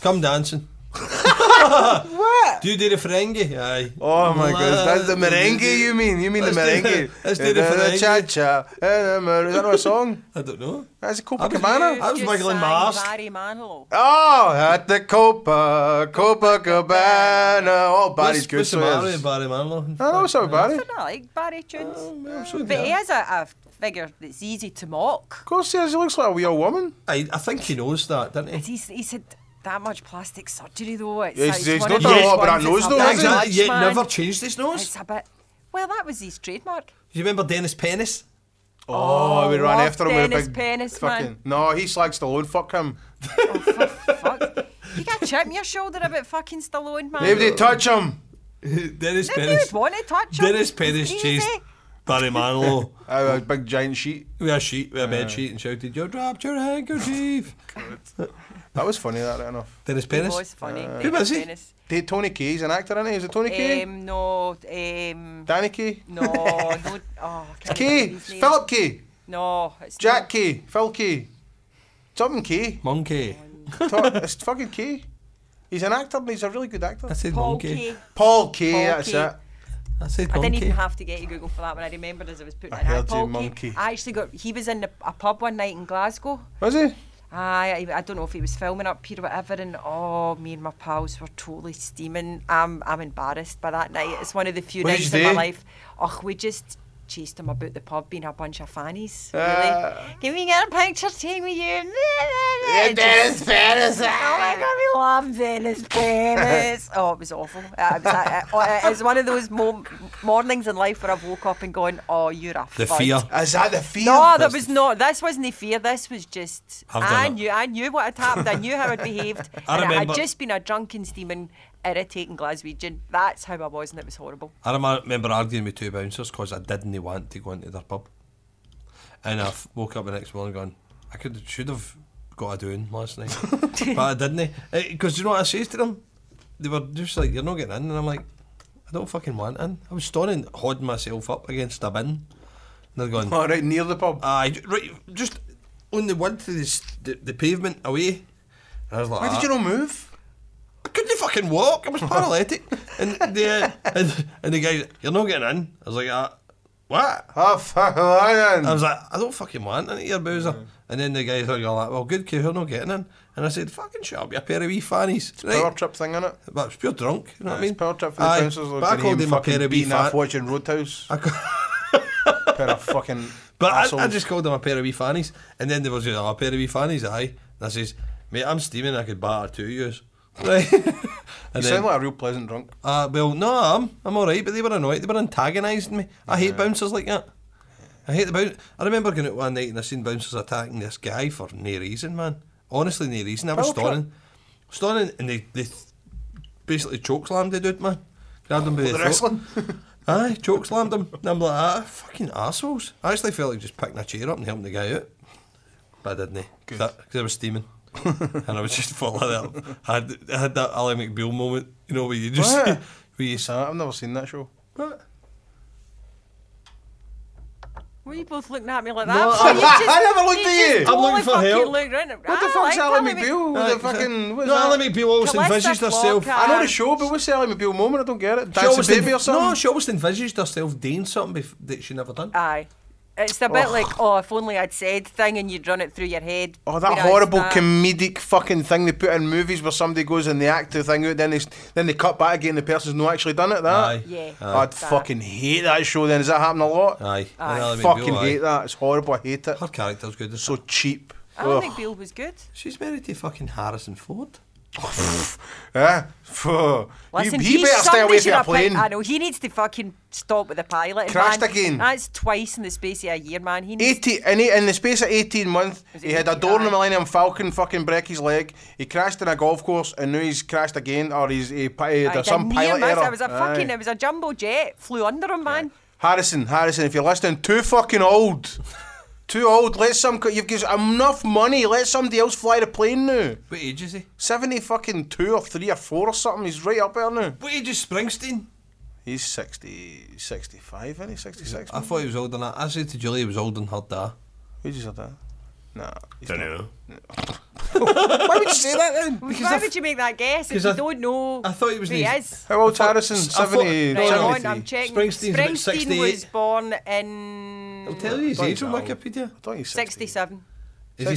Speaker 1: Come dancing.
Speaker 3: What?
Speaker 1: Do you do the Ferengi? Aye.
Speaker 2: Oh my goodness, that's the
Speaker 1: Do you do
Speaker 2: merengue you mean? You mean the
Speaker 1: Let's do
Speaker 2: merengue? Eh,
Speaker 1: the- let's do the merengue.
Speaker 2: Cha cha. Eh, Is that not a song?
Speaker 1: I don't know.
Speaker 2: That's a
Speaker 1: I was-
Speaker 2: Copacabana.
Speaker 1: I was wiggling my arse.
Speaker 3: Barry Manilow.
Speaker 2: Oh, at the Copa, Copacabana. Oh, Barry's
Speaker 1: What's-
Speaker 2: good.
Speaker 1: what's the
Speaker 2: So
Speaker 1: matter
Speaker 2: yes. Oh,
Speaker 1: with Barry Manilow?
Speaker 2: I know, so Barry.
Speaker 3: I don't like Barry tunes.
Speaker 1: Oh, well, so
Speaker 3: but
Speaker 1: do
Speaker 3: he
Speaker 1: I.
Speaker 3: is a, a figure that's easy to
Speaker 2: Of
Speaker 3: mock.
Speaker 2: course, yes, he looks like a wee old woman.
Speaker 1: I, I think he knows that, doesn't he?
Speaker 3: He's, he's had that much plastic surgery though. It's,
Speaker 2: Yeah, he's-
Speaker 3: it's
Speaker 2: he's
Speaker 3: one
Speaker 2: not
Speaker 3: of
Speaker 2: done a
Speaker 3: those
Speaker 2: lot about
Speaker 3: ones
Speaker 2: that nose,
Speaker 3: that's a
Speaker 2: though,
Speaker 3: bit
Speaker 2: has he?
Speaker 1: Exactly,
Speaker 3: much,
Speaker 1: yet
Speaker 3: man.
Speaker 1: never changed his nose.
Speaker 3: It's a bit. Well, that was his trademark.
Speaker 1: Do you remember Dennis Pennis?
Speaker 2: Oh, we ran
Speaker 3: love
Speaker 2: after him with a
Speaker 3: Dennis
Speaker 2: big
Speaker 3: Penis,
Speaker 2: fucking.
Speaker 3: man.
Speaker 2: No, he slags Stallone. Fuck him.
Speaker 3: Oh, for fuck. You got a chip in your shoulder about fucking Stallone, man.
Speaker 2: Nobody touch him.
Speaker 1: Dennis
Speaker 3: Nobody
Speaker 1: Pennis.
Speaker 3: would want to touch him.
Speaker 1: Dennis Pennis
Speaker 3: It's
Speaker 1: chased
Speaker 3: easy.
Speaker 1: Barry Manilow
Speaker 2: Oh, a big giant sheet.
Speaker 1: with a sheet, with a bed sheet, and shouted, "You dropped your handkerchief."
Speaker 2: That was funny. That right enough.
Speaker 1: Dennis
Speaker 3: It
Speaker 1: Pennis.
Speaker 3: was funny.
Speaker 1: Who was he?
Speaker 3: Dennis
Speaker 2: Did Tony Kaye, he's an actor, isn't he? Is it Tony Kaye?
Speaker 3: Penis. Um, no, um,
Speaker 2: Danny Kaye?
Speaker 3: no, no. Oh, I can't
Speaker 2: Kaye.
Speaker 3: remember his name.
Speaker 2: Philip Kaye.
Speaker 3: No, it's
Speaker 2: Jack Key, Phil Key, something Key.
Speaker 1: Monkey.
Speaker 2: To- it's fucking Key. He's an actor, and he's a really good actor.
Speaker 1: I said
Speaker 3: not Paul
Speaker 1: monkey.
Speaker 3: Kaye.
Speaker 2: Paul Key,
Speaker 3: Paul
Speaker 2: that's
Speaker 3: Kay.
Speaker 2: it.
Speaker 1: I said
Speaker 3: I
Speaker 1: monkey.
Speaker 3: didn't even have to get to Google for that one. I remembered as I was putting
Speaker 2: I
Speaker 3: it in.
Speaker 2: heard you,
Speaker 3: Paul Kay-
Speaker 2: monkey.
Speaker 3: I actually got. He was in the, a pub one night in Glasgow.
Speaker 2: Was he?
Speaker 3: Aye, I, I don't know if he was filming up here or whatever, and oh, me and my pals were totally steaming. I'm, I'm embarrassed by that night. It's one of the few
Speaker 2: What did
Speaker 3: nights
Speaker 2: you
Speaker 3: in my
Speaker 2: do?
Speaker 3: life. Oh, we just chased him about the pub, being a bunch of fannies. Really?
Speaker 2: Ah.
Speaker 3: Can we get a picture taken with you?
Speaker 2: Yeah,
Speaker 3: Just-
Speaker 2: Dennis Dennis.
Speaker 3: Oh my god, we love Dennis Dennis. oh, it was awful. Uh, it was, uh, uh, it was one of those mom- mornings in life where I've woke up and gone, "Oh, you're a
Speaker 1: The
Speaker 3: fud."
Speaker 1: fear.
Speaker 2: Is that the fear?
Speaker 3: No, there
Speaker 1: That's
Speaker 3: was no. This wasn't the fear. This was just.
Speaker 1: I've
Speaker 3: I
Speaker 1: done it.
Speaker 3: knew. I knew what had happened. I knew how I'd behaved.
Speaker 1: I
Speaker 3: and
Speaker 1: remember-
Speaker 3: I'd just been a drunken, steaming, irritating Glaswegian. That's how I was, and it was horrible.
Speaker 1: I remem- remember arguing with two bouncers because I didn't want to go into their pub. And I f- woke up the next morning going, I could should have got a doing last night, but I didn't. Because you know what I says to them? They were just like, you're not getting in. And I'm like, I don't fucking want in. I was standing, holding myself up against a bin. And they're going,
Speaker 2: Oh, right near the pub.
Speaker 1: aye, j- right, just on the one to the, s- the, the pavement away. And I was like,
Speaker 2: Why
Speaker 1: "Ah."
Speaker 2: did you not move?
Speaker 1: I couldn't fucking walk. I was paralytic. And the uh, and, and the guy, you're not getting in. I was like, uh, what?
Speaker 2: Ah, fuck, lion.
Speaker 1: I was like, I don't fucking want any here, Boozer. And then the guys are all like, well, good, you're not getting in. And I said, fucking shut up, you pair of wee fannies.
Speaker 2: Power
Speaker 1: Right?
Speaker 2: trip thing in it.
Speaker 1: But it's pure drunk, you know what I mean?
Speaker 2: power trip for the
Speaker 1: Aye,
Speaker 2: councils.
Speaker 1: But I called him a pair
Speaker 2: fucking
Speaker 1: of wee
Speaker 2: beaten off
Speaker 1: fannies.
Speaker 2: watching Roadhouse. pair of fucking.
Speaker 1: But I, I
Speaker 2: assholes.
Speaker 1: just called him a pair of wee fannies. And then there was, you know, "Oh, a pair of wee fannies, aye. And I says, mate, I'm steaming, I could batter two of yous. Right?
Speaker 2: You
Speaker 1: and
Speaker 2: sound
Speaker 1: then,
Speaker 2: like a real pleasant drunk.
Speaker 1: uh, well, no, I'm, I'm all right, but they were annoyed. They were antagonising me. I hate bouncers like that. I hate the bounce. I remember going out one night and I seen bouncers attacking this guy for no reason, man. Honestly, no reason. I was
Speaker 2: Power trip.
Speaker 1: stunning, stunning, and they, they basically choke slammed the dude, man. Grabbed him by the,
Speaker 2: The
Speaker 1: throat.
Speaker 2: wrestling.
Speaker 1: Aye, choke slammed him. And I'm like, ah, fucking assholes. I actually felt like just picking a chair up and helping the guy out. But I didn't.
Speaker 2: Good.
Speaker 1: Because I was steaming. and I was just full of that. I had, I had that Ali McBeal moment, you know, where you just.
Speaker 2: What?
Speaker 1: where you,
Speaker 2: So, I've never seen that show.
Speaker 1: what?
Speaker 3: Were you both looking at me like that?
Speaker 1: No,
Speaker 3: So
Speaker 1: I-
Speaker 3: you just-
Speaker 2: I never looked
Speaker 3: you
Speaker 2: at you.
Speaker 3: just
Speaker 1: I'm looking
Speaker 3: totally
Speaker 1: for
Speaker 3: fucking
Speaker 1: help.
Speaker 3: looked round at-
Speaker 2: What the
Speaker 3: I
Speaker 2: fuck's
Speaker 3: like
Speaker 2: Ali
Speaker 3: Ally Mc-
Speaker 2: McBeal? What the fucking. What is
Speaker 1: no,
Speaker 2: that?
Speaker 1: Ali McBeal always
Speaker 3: Calista
Speaker 1: envisaged herself.
Speaker 3: Flockhart.
Speaker 2: I know the show, but what's the Ali McBeal moment? I don't get it.
Speaker 1: She
Speaker 2: Dance
Speaker 1: always
Speaker 2: a baby
Speaker 1: en-
Speaker 2: or something?
Speaker 1: No, she always envisaged herself doing something bef- that she never done.
Speaker 3: Aye. It's a bit like, oh, if only I'd said thing and you'd run it through your head.
Speaker 2: Oh, that
Speaker 3: Whereas
Speaker 2: horrible
Speaker 3: that-
Speaker 2: comedic fucking thing they put in movies where somebody goes and they act the thing out, then they s- then they cut back again. The person's not actually done it. That
Speaker 1: Aye.
Speaker 3: Yeah.
Speaker 2: I'd
Speaker 3: That.
Speaker 2: fucking hate that show. Then does that happen a lot?
Speaker 1: Aye.
Speaker 3: Aye.
Speaker 1: And Ally McBeal,
Speaker 2: fucking
Speaker 1: aye.
Speaker 2: hate that. It's horrible. I hate it.
Speaker 1: Her character's good. as
Speaker 2: So cheap.
Speaker 3: Alan
Speaker 2: Ugh.
Speaker 3: McBeal was good.
Speaker 1: She's married to fucking Harrison Ford.
Speaker 2: Eh? Phew.
Speaker 3: Listen,
Speaker 2: he, he
Speaker 3: he's
Speaker 2: better stay
Speaker 3: somebody
Speaker 2: away
Speaker 3: should
Speaker 2: from a
Speaker 3: have picked-
Speaker 2: plane.
Speaker 3: I know he needs to fucking stop with the pilot. and
Speaker 2: Crashed
Speaker 3: man,
Speaker 2: again.
Speaker 3: That's twice in the space of a year, man. He needs.
Speaker 2: Eighteen in, in the space of eighteen months,
Speaker 3: Was it
Speaker 2: he had a
Speaker 3: 18?
Speaker 2: door in the
Speaker 3: Aye.
Speaker 2: Millennium Falcon fucking break his leg. He crashed in a golf course, and now he's crashed again, or he's he, pi- he
Speaker 3: Aye,
Speaker 2: there's
Speaker 3: the
Speaker 2: some
Speaker 3: near
Speaker 2: pilot
Speaker 3: miss,
Speaker 2: error.
Speaker 3: It was a fucking.
Speaker 2: Aye.
Speaker 3: It was a jumbo jet flew under him, man.
Speaker 2: Harrison, Harrison, if you're listening, too fucking old. too old. Let some. co- You've got enough money. Let somebody else fly the plane now.
Speaker 1: What age is he?
Speaker 2: Seventy fucking two or three or four or something. He's right up there now.
Speaker 1: What age is Springsteen?
Speaker 2: He's 60, 65, isn't he? 66.
Speaker 1: I thought he was older than that. I said to Julie he was older than her dad.
Speaker 2: Who just said that? Nah. he's not.
Speaker 1: know.
Speaker 2: Why would you say that then?
Speaker 1: Because
Speaker 3: Why
Speaker 1: I-
Speaker 3: would you make that guess if
Speaker 1: because
Speaker 3: you
Speaker 1: I-
Speaker 3: don't know
Speaker 1: I thought he was
Speaker 3: who he
Speaker 1: these-
Speaker 3: is?
Speaker 2: How old's
Speaker 1: I thought-
Speaker 2: Harrison?
Speaker 1: I thought-
Speaker 2: 70,
Speaker 1: Right,
Speaker 3: Right,
Speaker 1: no,
Speaker 3: on,
Speaker 2: 73.
Speaker 3: I'm checking.
Speaker 1: Springsteen's about
Speaker 3: Springsteen
Speaker 1: 68.
Speaker 3: was born in.
Speaker 1: I'll tell you his
Speaker 2: Don't
Speaker 1: age on
Speaker 2: know.
Speaker 1: Wikipedia.
Speaker 2: I thought he's 60.
Speaker 3: 67.
Speaker 1: Is he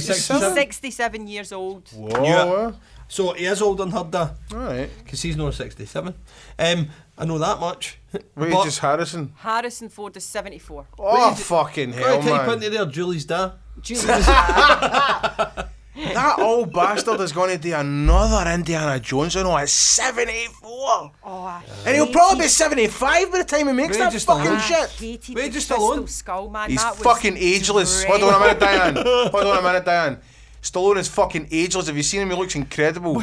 Speaker 1: 67?
Speaker 2: 67?
Speaker 3: 67 years old.
Speaker 2: Whoa.
Speaker 1: Yeah. So he is older than her dad.
Speaker 2: Alright.
Speaker 1: Because uh, he's not 67. Um, I know that much.
Speaker 2: Wait,
Speaker 1: But-
Speaker 2: just Harrison.
Speaker 3: Harrison Ford is 74.
Speaker 2: Oh,
Speaker 1: just-
Speaker 2: fucking
Speaker 1: Go
Speaker 2: hell,
Speaker 1: type
Speaker 2: man.
Speaker 1: into there, Julie's dad.
Speaker 3: Julius.
Speaker 2: That old bastard is going to do another Indiana Jones, you know, at 74.
Speaker 3: oh, I
Speaker 2: And he'll probably be 75 by the time he makes
Speaker 1: Really
Speaker 2: that
Speaker 1: just
Speaker 2: fucking
Speaker 1: alone.
Speaker 3: I
Speaker 2: shit.
Speaker 3: hated
Speaker 1: Wait,
Speaker 3: the
Speaker 1: just
Speaker 3: Crystal
Speaker 1: alone.
Speaker 3: Skull, man.
Speaker 2: He's
Speaker 3: that was
Speaker 2: fucking ageless.
Speaker 3: dreadful.
Speaker 2: Hold on a minute, Diane. Hold on a minute, Diane. Stallone is fucking ageless. Have you seen him? He looks incredible.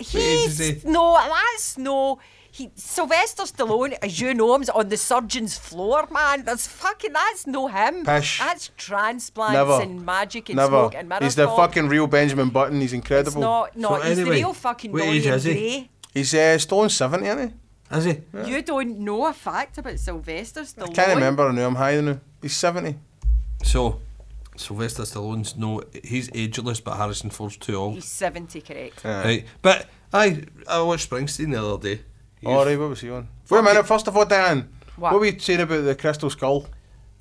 Speaker 1: Ages is
Speaker 3: He's no, that's no. He, Sylvester Stallone, as you know him, is on the surgeon's floor, man. That's fucking, that's no him.
Speaker 2: Pish.
Speaker 3: That's transplants
Speaker 2: Never.
Speaker 3: and magic and
Speaker 2: Never.
Speaker 3: smoke and miracles.
Speaker 2: He's the fucking real Benjamin Button. He's
Speaker 3: It's
Speaker 2: incredible.
Speaker 3: not, no,
Speaker 1: So
Speaker 3: he's
Speaker 1: anyway,
Speaker 3: the real fucking
Speaker 1: what
Speaker 3: Dorian
Speaker 1: age is he?
Speaker 3: Gray.
Speaker 2: He's uh, Stallone 70, isn't he?
Speaker 1: Is he?
Speaker 3: You don't know a fact about Sylvester Stallone.
Speaker 2: Can't remember. I know I'm higher than him. He's 70.
Speaker 1: So, Sylvester Stallone's no, he's ageless, but Harrison Ford's too old.
Speaker 3: He's 70, correct.
Speaker 1: Right. But I, I watched Springsteen the other day. He
Speaker 2: All
Speaker 1: was-
Speaker 2: right, what was he on? Wait a minute, first of all, Dan. What,
Speaker 3: What?
Speaker 2: were you saying about the Crystal Skull?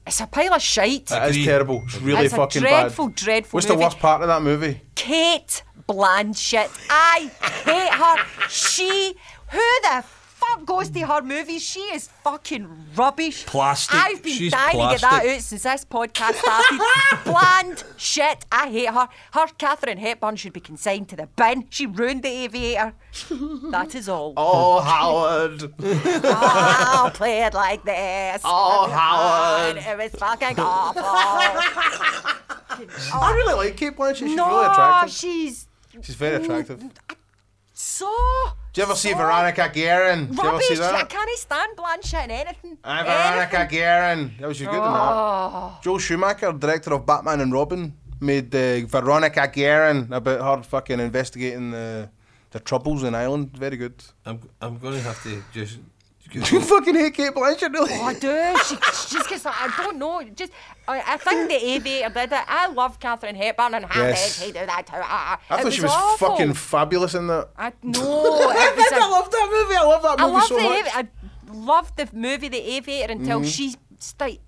Speaker 3: It's a pile of shite.
Speaker 1: Uh,
Speaker 2: It's
Speaker 1: Agree.
Speaker 2: terrible. It's really
Speaker 3: It's a
Speaker 2: fucking
Speaker 3: dreadful,
Speaker 2: bad.
Speaker 3: dreadful
Speaker 2: What's the
Speaker 3: movie.
Speaker 2: worst part of that movie?
Speaker 3: Kate Blanchett. I hate her. She. Who the fuck goes to her movies? She is fucking rubbish.
Speaker 1: Plastic.
Speaker 3: I've been
Speaker 1: She's
Speaker 3: dying to get that
Speaker 1: plastic.
Speaker 3: out since this podcast started. Bland shit. I hate her. Her Catherine Hepburn should be consigned to the bin. She ruined the aviator. That is all.
Speaker 2: Oh, Howard.
Speaker 3: oh, play it like this.
Speaker 2: Oh,
Speaker 3: It was
Speaker 2: Howard.
Speaker 3: fun. It was fucking awful.
Speaker 2: I really like Kate Blanchett. She's
Speaker 3: no,
Speaker 2: really attractive.
Speaker 3: she's
Speaker 2: She's very attractive. Do
Speaker 3: so.
Speaker 2: you ever see
Speaker 3: so
Speaker 2: Veronica Guerin? Do you ever
Speaker 3: Rubbish!
Speaker 2: see
Speaker 3: I
Speaker 2: that?
Speaker 3: can't stand Blanchett in anything.
Speaker 2: Aye, Veronica
Speaker 3: Anything. Oh.
Speaker 2: Guerin. That was good in that. Joel Schumacher, director of Batman and Robin, made uh, Veronica Guerin about her fucking investigating the, the troubles in Ireland. Very good.
Speaker 1: I'm, I'm going to have to just.
Speaker 2: Do you fucking hate Kate Blanchett, really?
Speaker 3: Oh, I do. She, she just gets. I don't know. Just, I, I think the aviator did it. I love Catherine Hepburn, and how
Speaker 2: Yes.
Speaker 3: did he do that to her?
Speaker 2: I thought
Speaker 3: It
Speaker 2: she was
Speaker 3: awful.
Speaker 2: fucking fabulous in that.
Speaker 3: I know. it was a-
Speaker 2: love that movie. I love that that
Speaker 3: Oh, I
Speaker 2: movie
Speaker 3: love
Speaker 2: so
Speaker 3: the
Speaker 2: much. Mm-hmm.
Speaker 3: Avi- I loved the movie The Aviator until she st-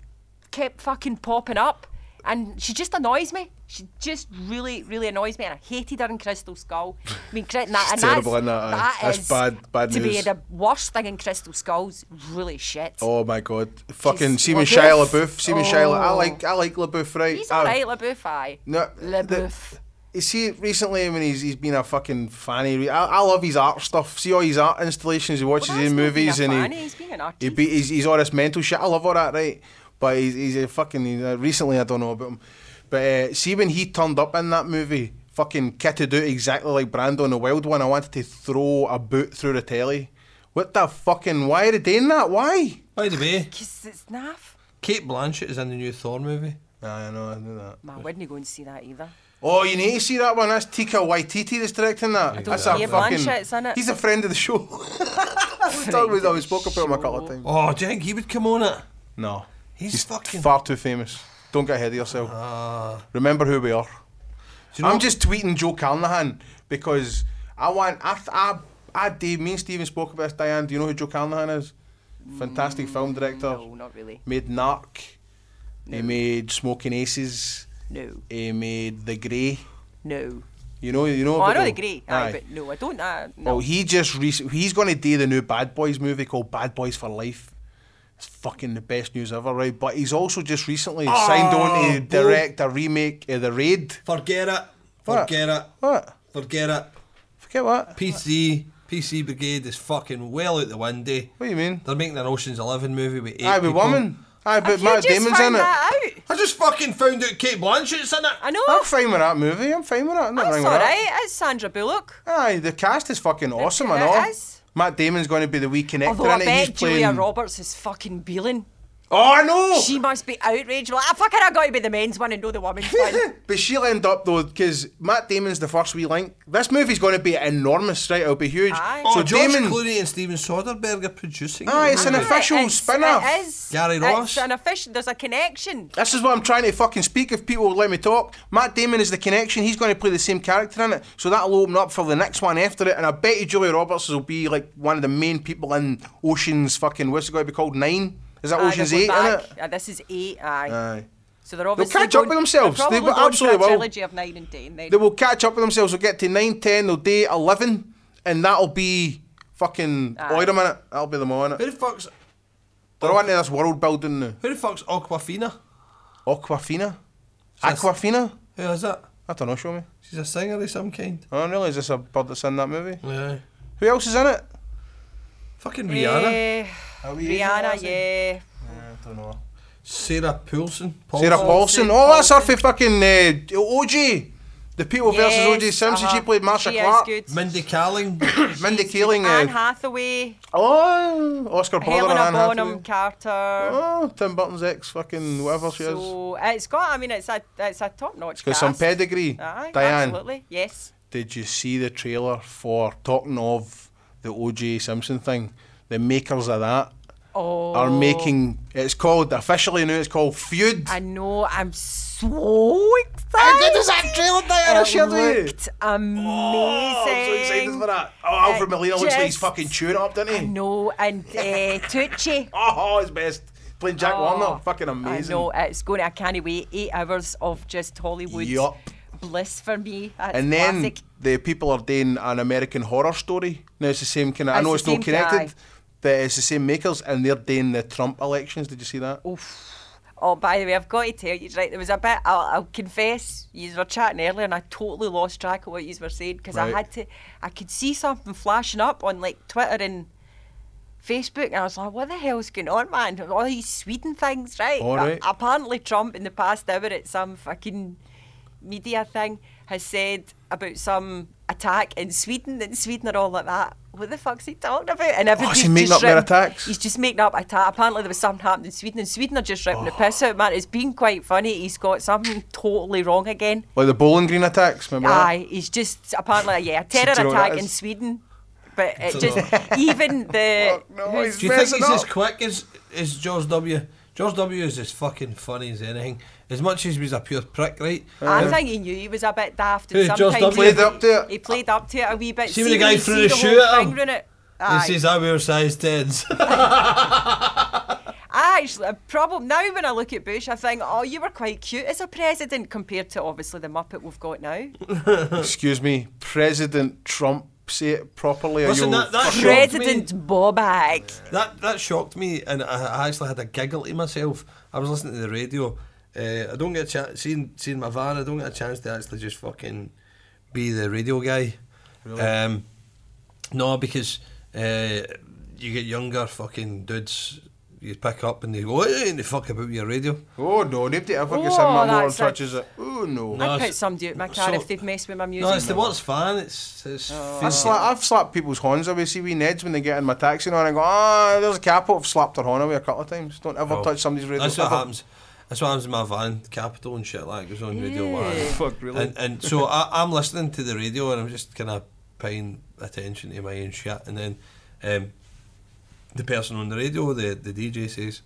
Speaker 3: kept fucking popping up, and she just annoys me. She just really, really annoys me, and I hated her in Crystal Skull. I mean, cri- na- and
Speaker 2: terrible
Speaker 3: that's,
Speaker 2: in that, aye. That's
Speaker 3: is
Speaker 2: bad- bad
Speaker 3: to be
Speaker 2: news.
Speaker 3: the worst thing in Crystal Skull's really shit.
Speaker 2: Oh my god! Fucking
Speaker 3: She's-
Speaker 2: see me Shia
Speaker 3: LaBeouf.
Speaker 2: LaBeouf. See me Shia. La- I
Speaker 3: Oh.
Speaker 2: like I like LaBeouf, right?
Speaker 3: He's
Speaker 2: I-
Speaker 3: alright, LaBeouf, aye.
Speaker 2: uh, No, the-
Speaker 3: LaBeouf.
Speaker 2: You see, recently when he's he's been a fucking fanny. re- I, I love his art stuff. See all his art installations. He watches
Speaker 3: Well,
Speaker 2: his
Speaker 3: that's not being
Speaker 2: movies
Speaker 3: a
Speaker 2: and
Speaker 3: fan,
Speaker 2: he
Speaker 3: he's being an
Speaker 2: he
Speaker 3: artist.
Speaker 2: be, he's, he's all this mental shit. I love all that, right? But he's he's a fucking. He's a, recently, I don't know about him, but uh, see when he turned up in that movie, fucking kitted out exactly like Brando in the Wild One. I wanted to throw a boot through the telly. What the fucking? Why are they doing that? Why?
Speaker 1: By the way,
Speaker 3: 'Cause it's naff.
Speaker 1: Kate Blanchett is in the new Thor movie.
Speaker 2: Nah, I know, I knew that.
Speaker 3: Man, I wouldn't go and see that either.
Speaker 2: Oh, you need to see that one. That's Tika Waititi that's directing that.
Speaker 3: don't
Speaker 2: that's
Speaker 3: see
Speaker 2: a
Speaker 3: it,
Speaker 2: fucking.
Speaker 3: Blanchett's in it.
Speaker 2: He's a friend of the show. we talked about that. We spoke about him a couple of times.
Speaker 1: Oh, do you think he would come on it?
Speaker 2: No,
Speaker 1: He's, fucking.
Speaker 2: far too famous. Don't get ahead of yourself.
Speaker 3: Uh-huh.
Speaker 2: Remember who we are.
Speaker 1: Ah, Do you know-
Speaker 2: I'm just tweeting Joe Carnahan because I want. I, I, I, Dave, me and Steven spoke about this. Diane, do you know who Joe Carnahan is? Fantastic film director.
Speaker 3: Mm, No, not really.
Speaker 2: Made Narc. He made Smoking Aces.
Speaker 3: No,
Speaker 2: He made The Grey.
Speaker 3: no.
Speaker 2: You know, you know.
Speaker 3: Oh, I
Speaker 2: about
Speaker 3: don't
Speaker 2: the-
Speaker 3: agree. Aye, but no, I don't. Uh, no.
Speaker 2: Well, he just rec- he's going to do the new Bad Boys movie called Bad Boys for Life. It's fucking the best news ever, right? But he's also just recently signed on
Speaker 3: Oh,
Speaker 2: to
Speaker 1: boom.
Speaker 2: direct a remake of The Raid.
Speaker 1: Forget it.
Speaker 2: What?
Speaker 1: Forget it.
Speaker 2: What?
Speaker 1: Forget it.
Speaker 2: Forget what?
Speaker 1: PC PC Brigade is fucking well out the window.
Speaker 2: What do you mean?
Speaker 1: They're making an Ocean's Eleven movie with eight
Speaker 2: Aye, with
Speaker 1: people.
Speaker 2: woman. Aye, but
Speaker 3: Have you
Speaker 2: Matt
Speaker 3: just
Speaker 2: Damon's in
Speaker 3: found
Speaker 2: it.
Speaker 3: that out?
Speaker 1: I just fucking found out Kate Blanchett's in it.
Speaker 3: I know.
Speaker 2: I'm fine with that movie. I'm fine with that. I'm not
Speaker 3: That's
Speaker 2: wrong
Speaker 3: all
Speaker 2: with that.
Speaker 3: right. It's Sandra Bullock.
Speaker 2: Aye, the cast is fucking awesome and
Speaker 3: it
Speaker 2: all.
Speaker 3: is.
Speaker 2: Matt Damon's going to be the wee connector
Speaker 3: Although I
Speaker 2: in it.
Speaker 3: bet
Speaker 2: He's
Speaker 3: Julia
Speaker 2: playing.
Speaker 3: Roberts is fucking beeling.
Speaker 2: Oh, I know.
Speaker 3: She must be outraged. Like, I fucking I got to be the men's one and know the women's one.
Speaker 2: but she'll end up though because Matt Damon's the first wee link. This movie's going to be enormous, right? It'll be huge.
Speaker 3: Aye.
Speaker 1: Oh,
Speaker 2: So
Speaker 1: George
Speaker 2: Damon,
Speaker 1: Clooney and Steven Soderbergh are producing.
Speaker 2: Aye,
Speaker 1: it.
Speaker 2: it's an
Speaker 3: Aye,
Speaker 2: official
Speaker 3: it's-
Speaker 2: spin-off.
Speaker 3: It is.
Speaker 1: Gary Ross.
Speaker 3: It's an official. There's a connection.
Speaker 2: this is what I'm trying to fucking speak. If people would let me talk, Matt Damon is the connection. He's going to play the same character in it, so that'll open up for the next one after it. And I bet you Julia Roberts will be like one of the main people in Ocean's fucking what's it going to be called? Nine? Is that
Speaker 3: Aye,
Speaker 2: Ocean's
Speaker 3: they'll
Speaker 2: Eight
Speaker 3: go
Speaker 2: in
Speaker 3: Ah, back.
Speaker 2: it?
Speaker 3: Aye, this is eight. Aye.
Speaker 2: Aye.
Speaker 3: So they're obviously
Speaker 2: catch up
Speaker 3: going,
Speaker 2: with themselves.
Speaker 3: They're
Speaker 2: They
Speaker 3: probably
Speaker 2: will-
Speaker 3: going for
Speaker 2: absolutely
Speaker 3: a
Speaker 2: will.
Speaker 3: trilogy of nine and ten. Then
Speaker 2: They will catch up with themselves. They'll get to nine, ten. They'll day eleven, and that'll be fucking.
Speaker 3: Aye.
Speaker 2: Wait a minute, that'll be them all in it.
Speaker 1: Who the fuck's
Speaker 2: They're all into this world building now.
Speaker 1: Who the fuck's Aquafina?
Speaker 2: Aquafina?
Speaker 1: Just-
Speaker 2: Aquafina?
Speaker 1: Who is that?
Speaker 2: I don't know, show me.
Speaker 1: She's a singer of some kind.
Speaker 2: I don't realise this a bird that's in that movie.
Speaker 1: Yeah.
Speaker 2: Who else is in it?
Speaker 1: Fucking Rihanna.
Speaker 3: Eh, Rihanna, yeah.
Speaker 2: I don't know.
Speaker 1: Sarah Paulson. Paulson.
Speaker 2: Sarah Paulson. Oh, that's her for fucking uh, OJ. The People
Speaker 3: Yes,
Speaker 2: versus OJ Simpson. She
Speaker 3: uh-huh.
Speaker 2: played Marsha
Speaker 3: She is
Speaker 2: Clark.
Speaker 3: good.
Speaker 1: Mindy Kaling.
Speaker 2: Mindy Kaling.
Speaker 3: Anne
Speaker 2: Uh,
Speaker 3: Hathaway,
Speaker 2: oh, Oscar Butler and
Speaker 3: Helena
Speaker 2: Anne
Speaker 3: Bonham
Speaker 2: Hathaway.
Speaker 3: Carter.
Speaker 2: Oh, Tim Burton's ex fucking whatever she is.
Speaker 3: so uh, it's got. I mean, it's a it's a top notch.
Speaker 2: She's got some pedigree.
Speaker 3: Aye,
Speaker 2: Diane,
Speaker 3: absolutely. Yes.
Speaker 2: did you see the trailer for talking of the OJ Simpson thing? The makers of that
Speaker 3: Oh.
Speaker 2: are making it's called officially now it's called Feud.
Speaker 3: I know. I'm so excited.
Speaker 2: How good is that trailer, Diana? I
Speaker 3: It
Speaker 2: shared with you.
Speaker 3: looked amazing.
Speaker 2: Oh, I'm so excited for that. Oh, Alfred
Speaker 3: It
Speaker 2: Molina looks like he's
Speaker 3: just-
Speaker 2: fucking chewing it up, doesn't he?
Speaker 3: No, and uh, Tucci.
Speaker 2: Oh, his best. Playing Jack
Speaker 3: Oh,
Speaker 2: Warner. Fucking amazing.
Speaker 3: I know it's going. I can't wait. Eight hours of just Hollywood
Speaker 2: Yup.
Speaker 3: bliss for me. That's
Speaker 2: And then
Speaker 3: classic.
Speaker 2: the people are doing an American horror story. Now it's the same kind of. I
Speaker 3: It's
Speaker 2: know
Speaker 3: the
Speaker 2: it's not
Speaker 3: same
Speaker 2: connected,
Speaker 3: guy.
Speaker 2: but it's the same makers, and they're doing the Trump elections. Did you see that?
Speaker 3: Oh, by the way, I've got to tell you, right, there was a bit, I'll, I'll confess, you were chatting earlier and I totally lost track of what you were saying because
Speaker 2: Right.
Speaker 3: I had to, I could see something flashing up on like Twitter and Facebook and I was like, what the hell's going on, man? All these Sweden things, right?
Speaker 2: All right.
Speaker 3: A- apparently, Trump in the past hour at some fucking media thing has said about some attack in Sweden and Sweden are all like that. What the fuck's he talking about? And everybody's
Speaker 2: he making
Speaker 3: just
Speaker 2: up their
Speaker 3: written-
Speaker 2: attacks?
Speaker 3: He's just making up attacks. Apparently there was something happened in Sweden and Sweden are just ripping the piss out, man. It's been quite funny. He's got something totally wrong again.
Speaker 2: Like the Bowling Green attacks, remember? that?
Speaker 3: Aye, he's just apparently yeah, a terror
Speaker 2: Do you know what
Speaker 3: attack
Speaker 2: that
Speaker 3: in
Speaker 2: is?
Speaker 3: Sweden. But it
Speaker 1: Don't
Speaker 3: just even the
Speaker 2: Fuck, no,
Speaker 3: who's-
Speaker 2: he's
Speaker 1: Do you think
Speaker 2: messing
Speaker 1: he's as
Speaker 2: up.
Speaker 1: quick as, as George W? George W is as fucking funny as anything. As much as he was a pure prick, right?
Speaker 3: I think he knew he was a bit daft. and
Speaker 1: Who's Josh Dudley?
Speaker 3: sometimes he
Speaker 2: Uh, Played up to it.
Speaker 3: He played up to it a wee bit.
Speaker 1: See when the guy
Speaker 3: you
Speaker 1: threw the
Speaker 3: see whole
Speaker 1: shoe at
Speaker 3: thing
Speaker 1: him?
Speaker 3: round it,
Speaker 1: and
Speaker 3: Aye.
Speaker 1: says I wear size tens.
Speaker 3: I actually, a problem now when I look at Bush, I think, oh, you were quite cute as a president compared to obviously the Muppet we've got now.
Speaker 2: Excuse me, President Trump. Say it properly. or
Speaker 1: Listen,
Speaker 2: you'll
Speaker 1: that- that
Speaker 2: fuck
Speaker 1: shocked
Speaker 2: up.
Speaker 3: president Bobak.
Speaker 1: That that shocked me, and I, I actually had a giggle to myself. I was listening to the radio. Uh, I don't get a chance seeing seeing my van. I don't get a chance to actually just fucking be the radio guy. Um, no, because uh, you get younger fucking dudes. You pick up and they go, "Hey, and they fuck about your radio."
Speaker 2: Oh no, nobody ever gets in
Speaker 3: Oh,
Speaker 2: my moral
Speaker 3: that's a-
Speaker 2: touches it. Oh no.
Speaker 1: No,
Speaker 3: I'd
Speaker 1: it's-
Speaker 3: put somebody out my car
Speaker 1: so-
Speaker 3: if they've messed with my music.
Speaker 1: No, it's the worst fan. It's it's.
Speaker 2: Oh, I sla- I've slapped people's horns away. See, wee Neds when they get in my taxi now and I go, ah, there's a capo. I've slapped her horn away a couple of times. Don't ever
Speaker 1: Oh.
Speaker 2: touch somebody's radio.
Speaker 1: That's what
Speaker 2: ever.
Speaker 1: happens. That's what happens in my van, Capital and shit like goes on Radio
Speaker 3: Yeah.
Speaker 1: One.
Speaker 2: Fuck, really?
Speaker 1: And, and so I, I'm listening to the radio and I'm just kind of paying attention to my own shit. And then um, the person on the radio, the, the DJ says,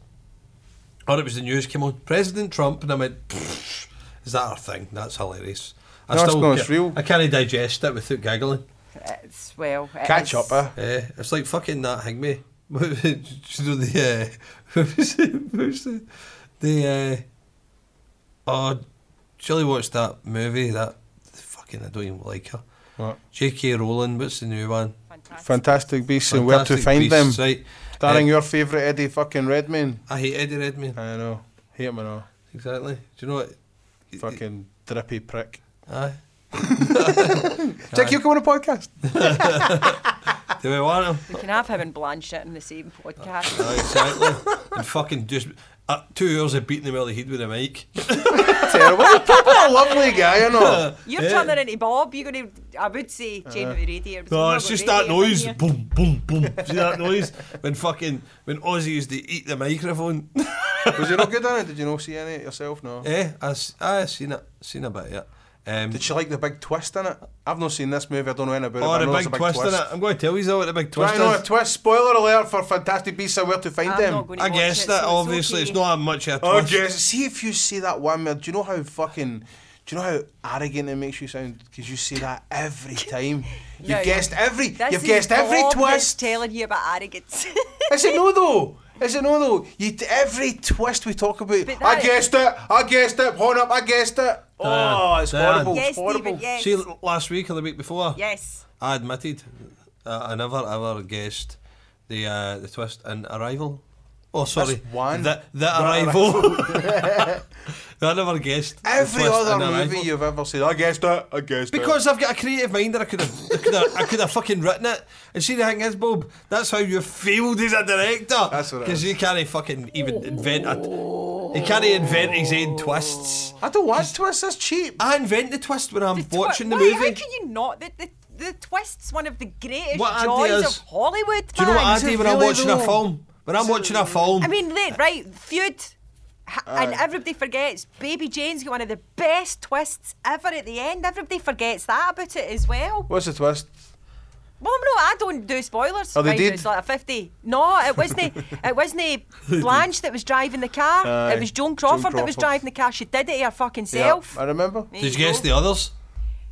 Speaker 1: or it was the news came on, President Trump. And I went, "Pfft, is that our thing? That's hilarious. I
Speaker 2: No, it's not, it's
Speaker 1: ca-
Speaker 2: real.
Speaker 1: I can't digest it without giggling.
Speaker 3: It's, well, it
Speaker 2: Catch
Speaker 3: is-
Speaker 2: up, eh?
Speaker 1: Uh, it's like fucking that Higme. Do you know the uh, what was it? What was the the uh, oh, Shirley watched that movie that fucking I don't even like her.
Speaker 2: What?
Speaker 1: J.K. Rowling, what's the new one?
Speaker 3: Fantastic.
Speaker 2: Fantastic beasts and where to
Speaker 1: Fantastic
Speaker 2: find
Speaker 1: Beasts,
Speaker 2: them.
Speaker 1: Right.
Speaker 2: Starring
Speaker 1: Uh,
Speaker 2: your favourite Eddie fucking Redmayne.
Speaker 1: I hate Eddie Redmayne.
Speaker 2: I know. Hate him and all.
Speaker 1: Exactly. Do you know what?
Speaker 2: Fucking drippy prick.
Speaker 1: Aye.
Speaker 2: Jack, you come on a podcast.
Speaker 1: Do we want him?
Speaker 3: We can have him and Blanchett in the same podcast.
Speaker 1: Aye, exactly. and fucking just uh, two hours of beating him out of the head with a mic.
Speaker 2: Terrible. what a lovely guy, I know.
Speaker 3: You're
Speaker 1: Yeah. Uh,
Speaker 3: turning into Bob. You're going to, I would say, Jane with the radio. but
Speaker 1: No,
Speaker 3: not
Speaker 1: it's
Speaker 3: with
Speaker 1: just that
Speaker 3: radio in
Speaker 1: noise.
Speaker 3: here.
Speaker 1: Boom, boom, boom. See that noise? When fucking when Ozzy used to eat the microphone.
Speaker 2: Was he not good at it? Did you not see any yourself? No.
Speaker 1: eh, I, s- I seen it, seen a bit of it. Um,
Speaker 2: Did you like the big twist in it? I've not seen this movie. I don't know anything about it.
Speaker 1: oh,
Speaker 2: but I
Speaker 1: the
Speaker 2: know there's
Speaker 1: big,
Speaker 2: a big
Speaker 1: twist, in it. I'm going to tell you what the big twist
Speaker 2: Right, no, a
Speaker 1: is.
Speaker 2: twist. Spoiler alert for Fantastic Beasts and Where to Find
Speaker 3: I'm
Speaker 2: Them.
Speaker 3: not gonna
Speaker 1: I
Speaker 3: watch
Speaker 1: guess
Speaker 3: it,
Speaker 1: that
Speaker 3: so
Speaker 1: obviously
Speaker 3: okay.
Speaker 1: it's not much of a
Speaker 2: Oh,
Speaker 1: twist.
Speaker 2: yes. See if you see that one word. Do you know how fucking? Do you know how arrogant it makes you sound? Because you say that every time. You've
Speaker 3: No,
Speaker 2: guessed every.
Speaker 3: This
Speaker 2: You've
Speaker 3: is
Speaker 2: guessed every
Speaker 3: Bob that's
Speaker 2: twist.
Speaker 3: telling you about arrogance.
Speaker 2: Is it no though? Is it no though? You t- every twist we talk about.
Speaker 3: But
Speaker 2: I
Speaker 3: that-
Speaker 2: guessed it. I guessed it. Hold up. I guessed it. Oh,
Speaker 1: Diane,
Speaker 2: it's
Speaker 1: Diane.
Speaker 2: horrible.
Speaker 3: yes,
Speaker 2: it's horrible.
Speaker 3: Stephen, yes.
Speaker 1: See, l- last week or the week before,
Speaker 3: yes.
Speaker 1: I admitted uh, I never ever guessed the uh, the twist in Arrival. Oh, sorry,
Speaker 2: one.
Speaker 1: The, the,
Speaker 2: The
Speaker 1: Arrival. I never guessed the
Speaker 2: Every
Speaker 1: twist
Speaker 2: other
Speaker 1: in
Speaker 2: movie
Speaker 1: Arrival.
Speaker 2: you've ever seen, I guessed it. I guessed it.
Speaker 1: Because I've got a creative mind and I could have, I could have, I could have fucking written it. And see the thing is, Bob, that's how you failed as a director.
Speaker 2: That's what it
Speaker 1: Because
Speaker 2: is.
Speaker 1: you can't fucking even invent it. He can't invent his own twists.
Speaker 2: I don't want twists. That's cheap.
Speaker 1: I invent the twist when I'm
Speaker 3: The twi-
Speaker 1: watching the
Speaker 3: Why-
Speaker 1: movie.
Speaker 3: How can you not? The, the, the twist's one of the greatest
Speaker 1: What I do
Speaker 3: joys
Speaker 1: is-
Speaker 3: of Hollywood.
Speaker 1: Do you know what I
Speaker 3: man.
Speaker 1: do
Speaker 2: it
Speaker 1: when I'm
Speaker 2: really
Speaker 1: watching a
Speaker 2: though?
Speaker 1: film? When I'm watching a film,
Speaker 3: I mean, they, right, feud. Ha- and everybody forgets Baby Jane's got one of the best twists ever at the end. Everybody forgets that about it as well.
Speaker 2: What's the twist?
Speaker 3: Well, no, I don't do spoilers.
Speaker 2: Oh, they
Speaker 3: Mind you,
Speaker 2: did?
Speaker 3: It's like a fifty. No, it wasn't. it wasn't Blanche that was driving the car.
Speaker 2: Aye,
Speaker 3: it was Joan
Speaker 2: Joan
Speaker 3: Crawford, that was
Speaker 2: Crawford.
Speaker 3: driving the car. She did it to her fucking
Speaker 2: Yeah,
Speaker 3: self.
Speaker 2: I remember.
Speaker 3: There
Speaker 1: did you
Speaker 3: you
Speaker 1: guess
Speaker 3: go.
Speaker 1: the others?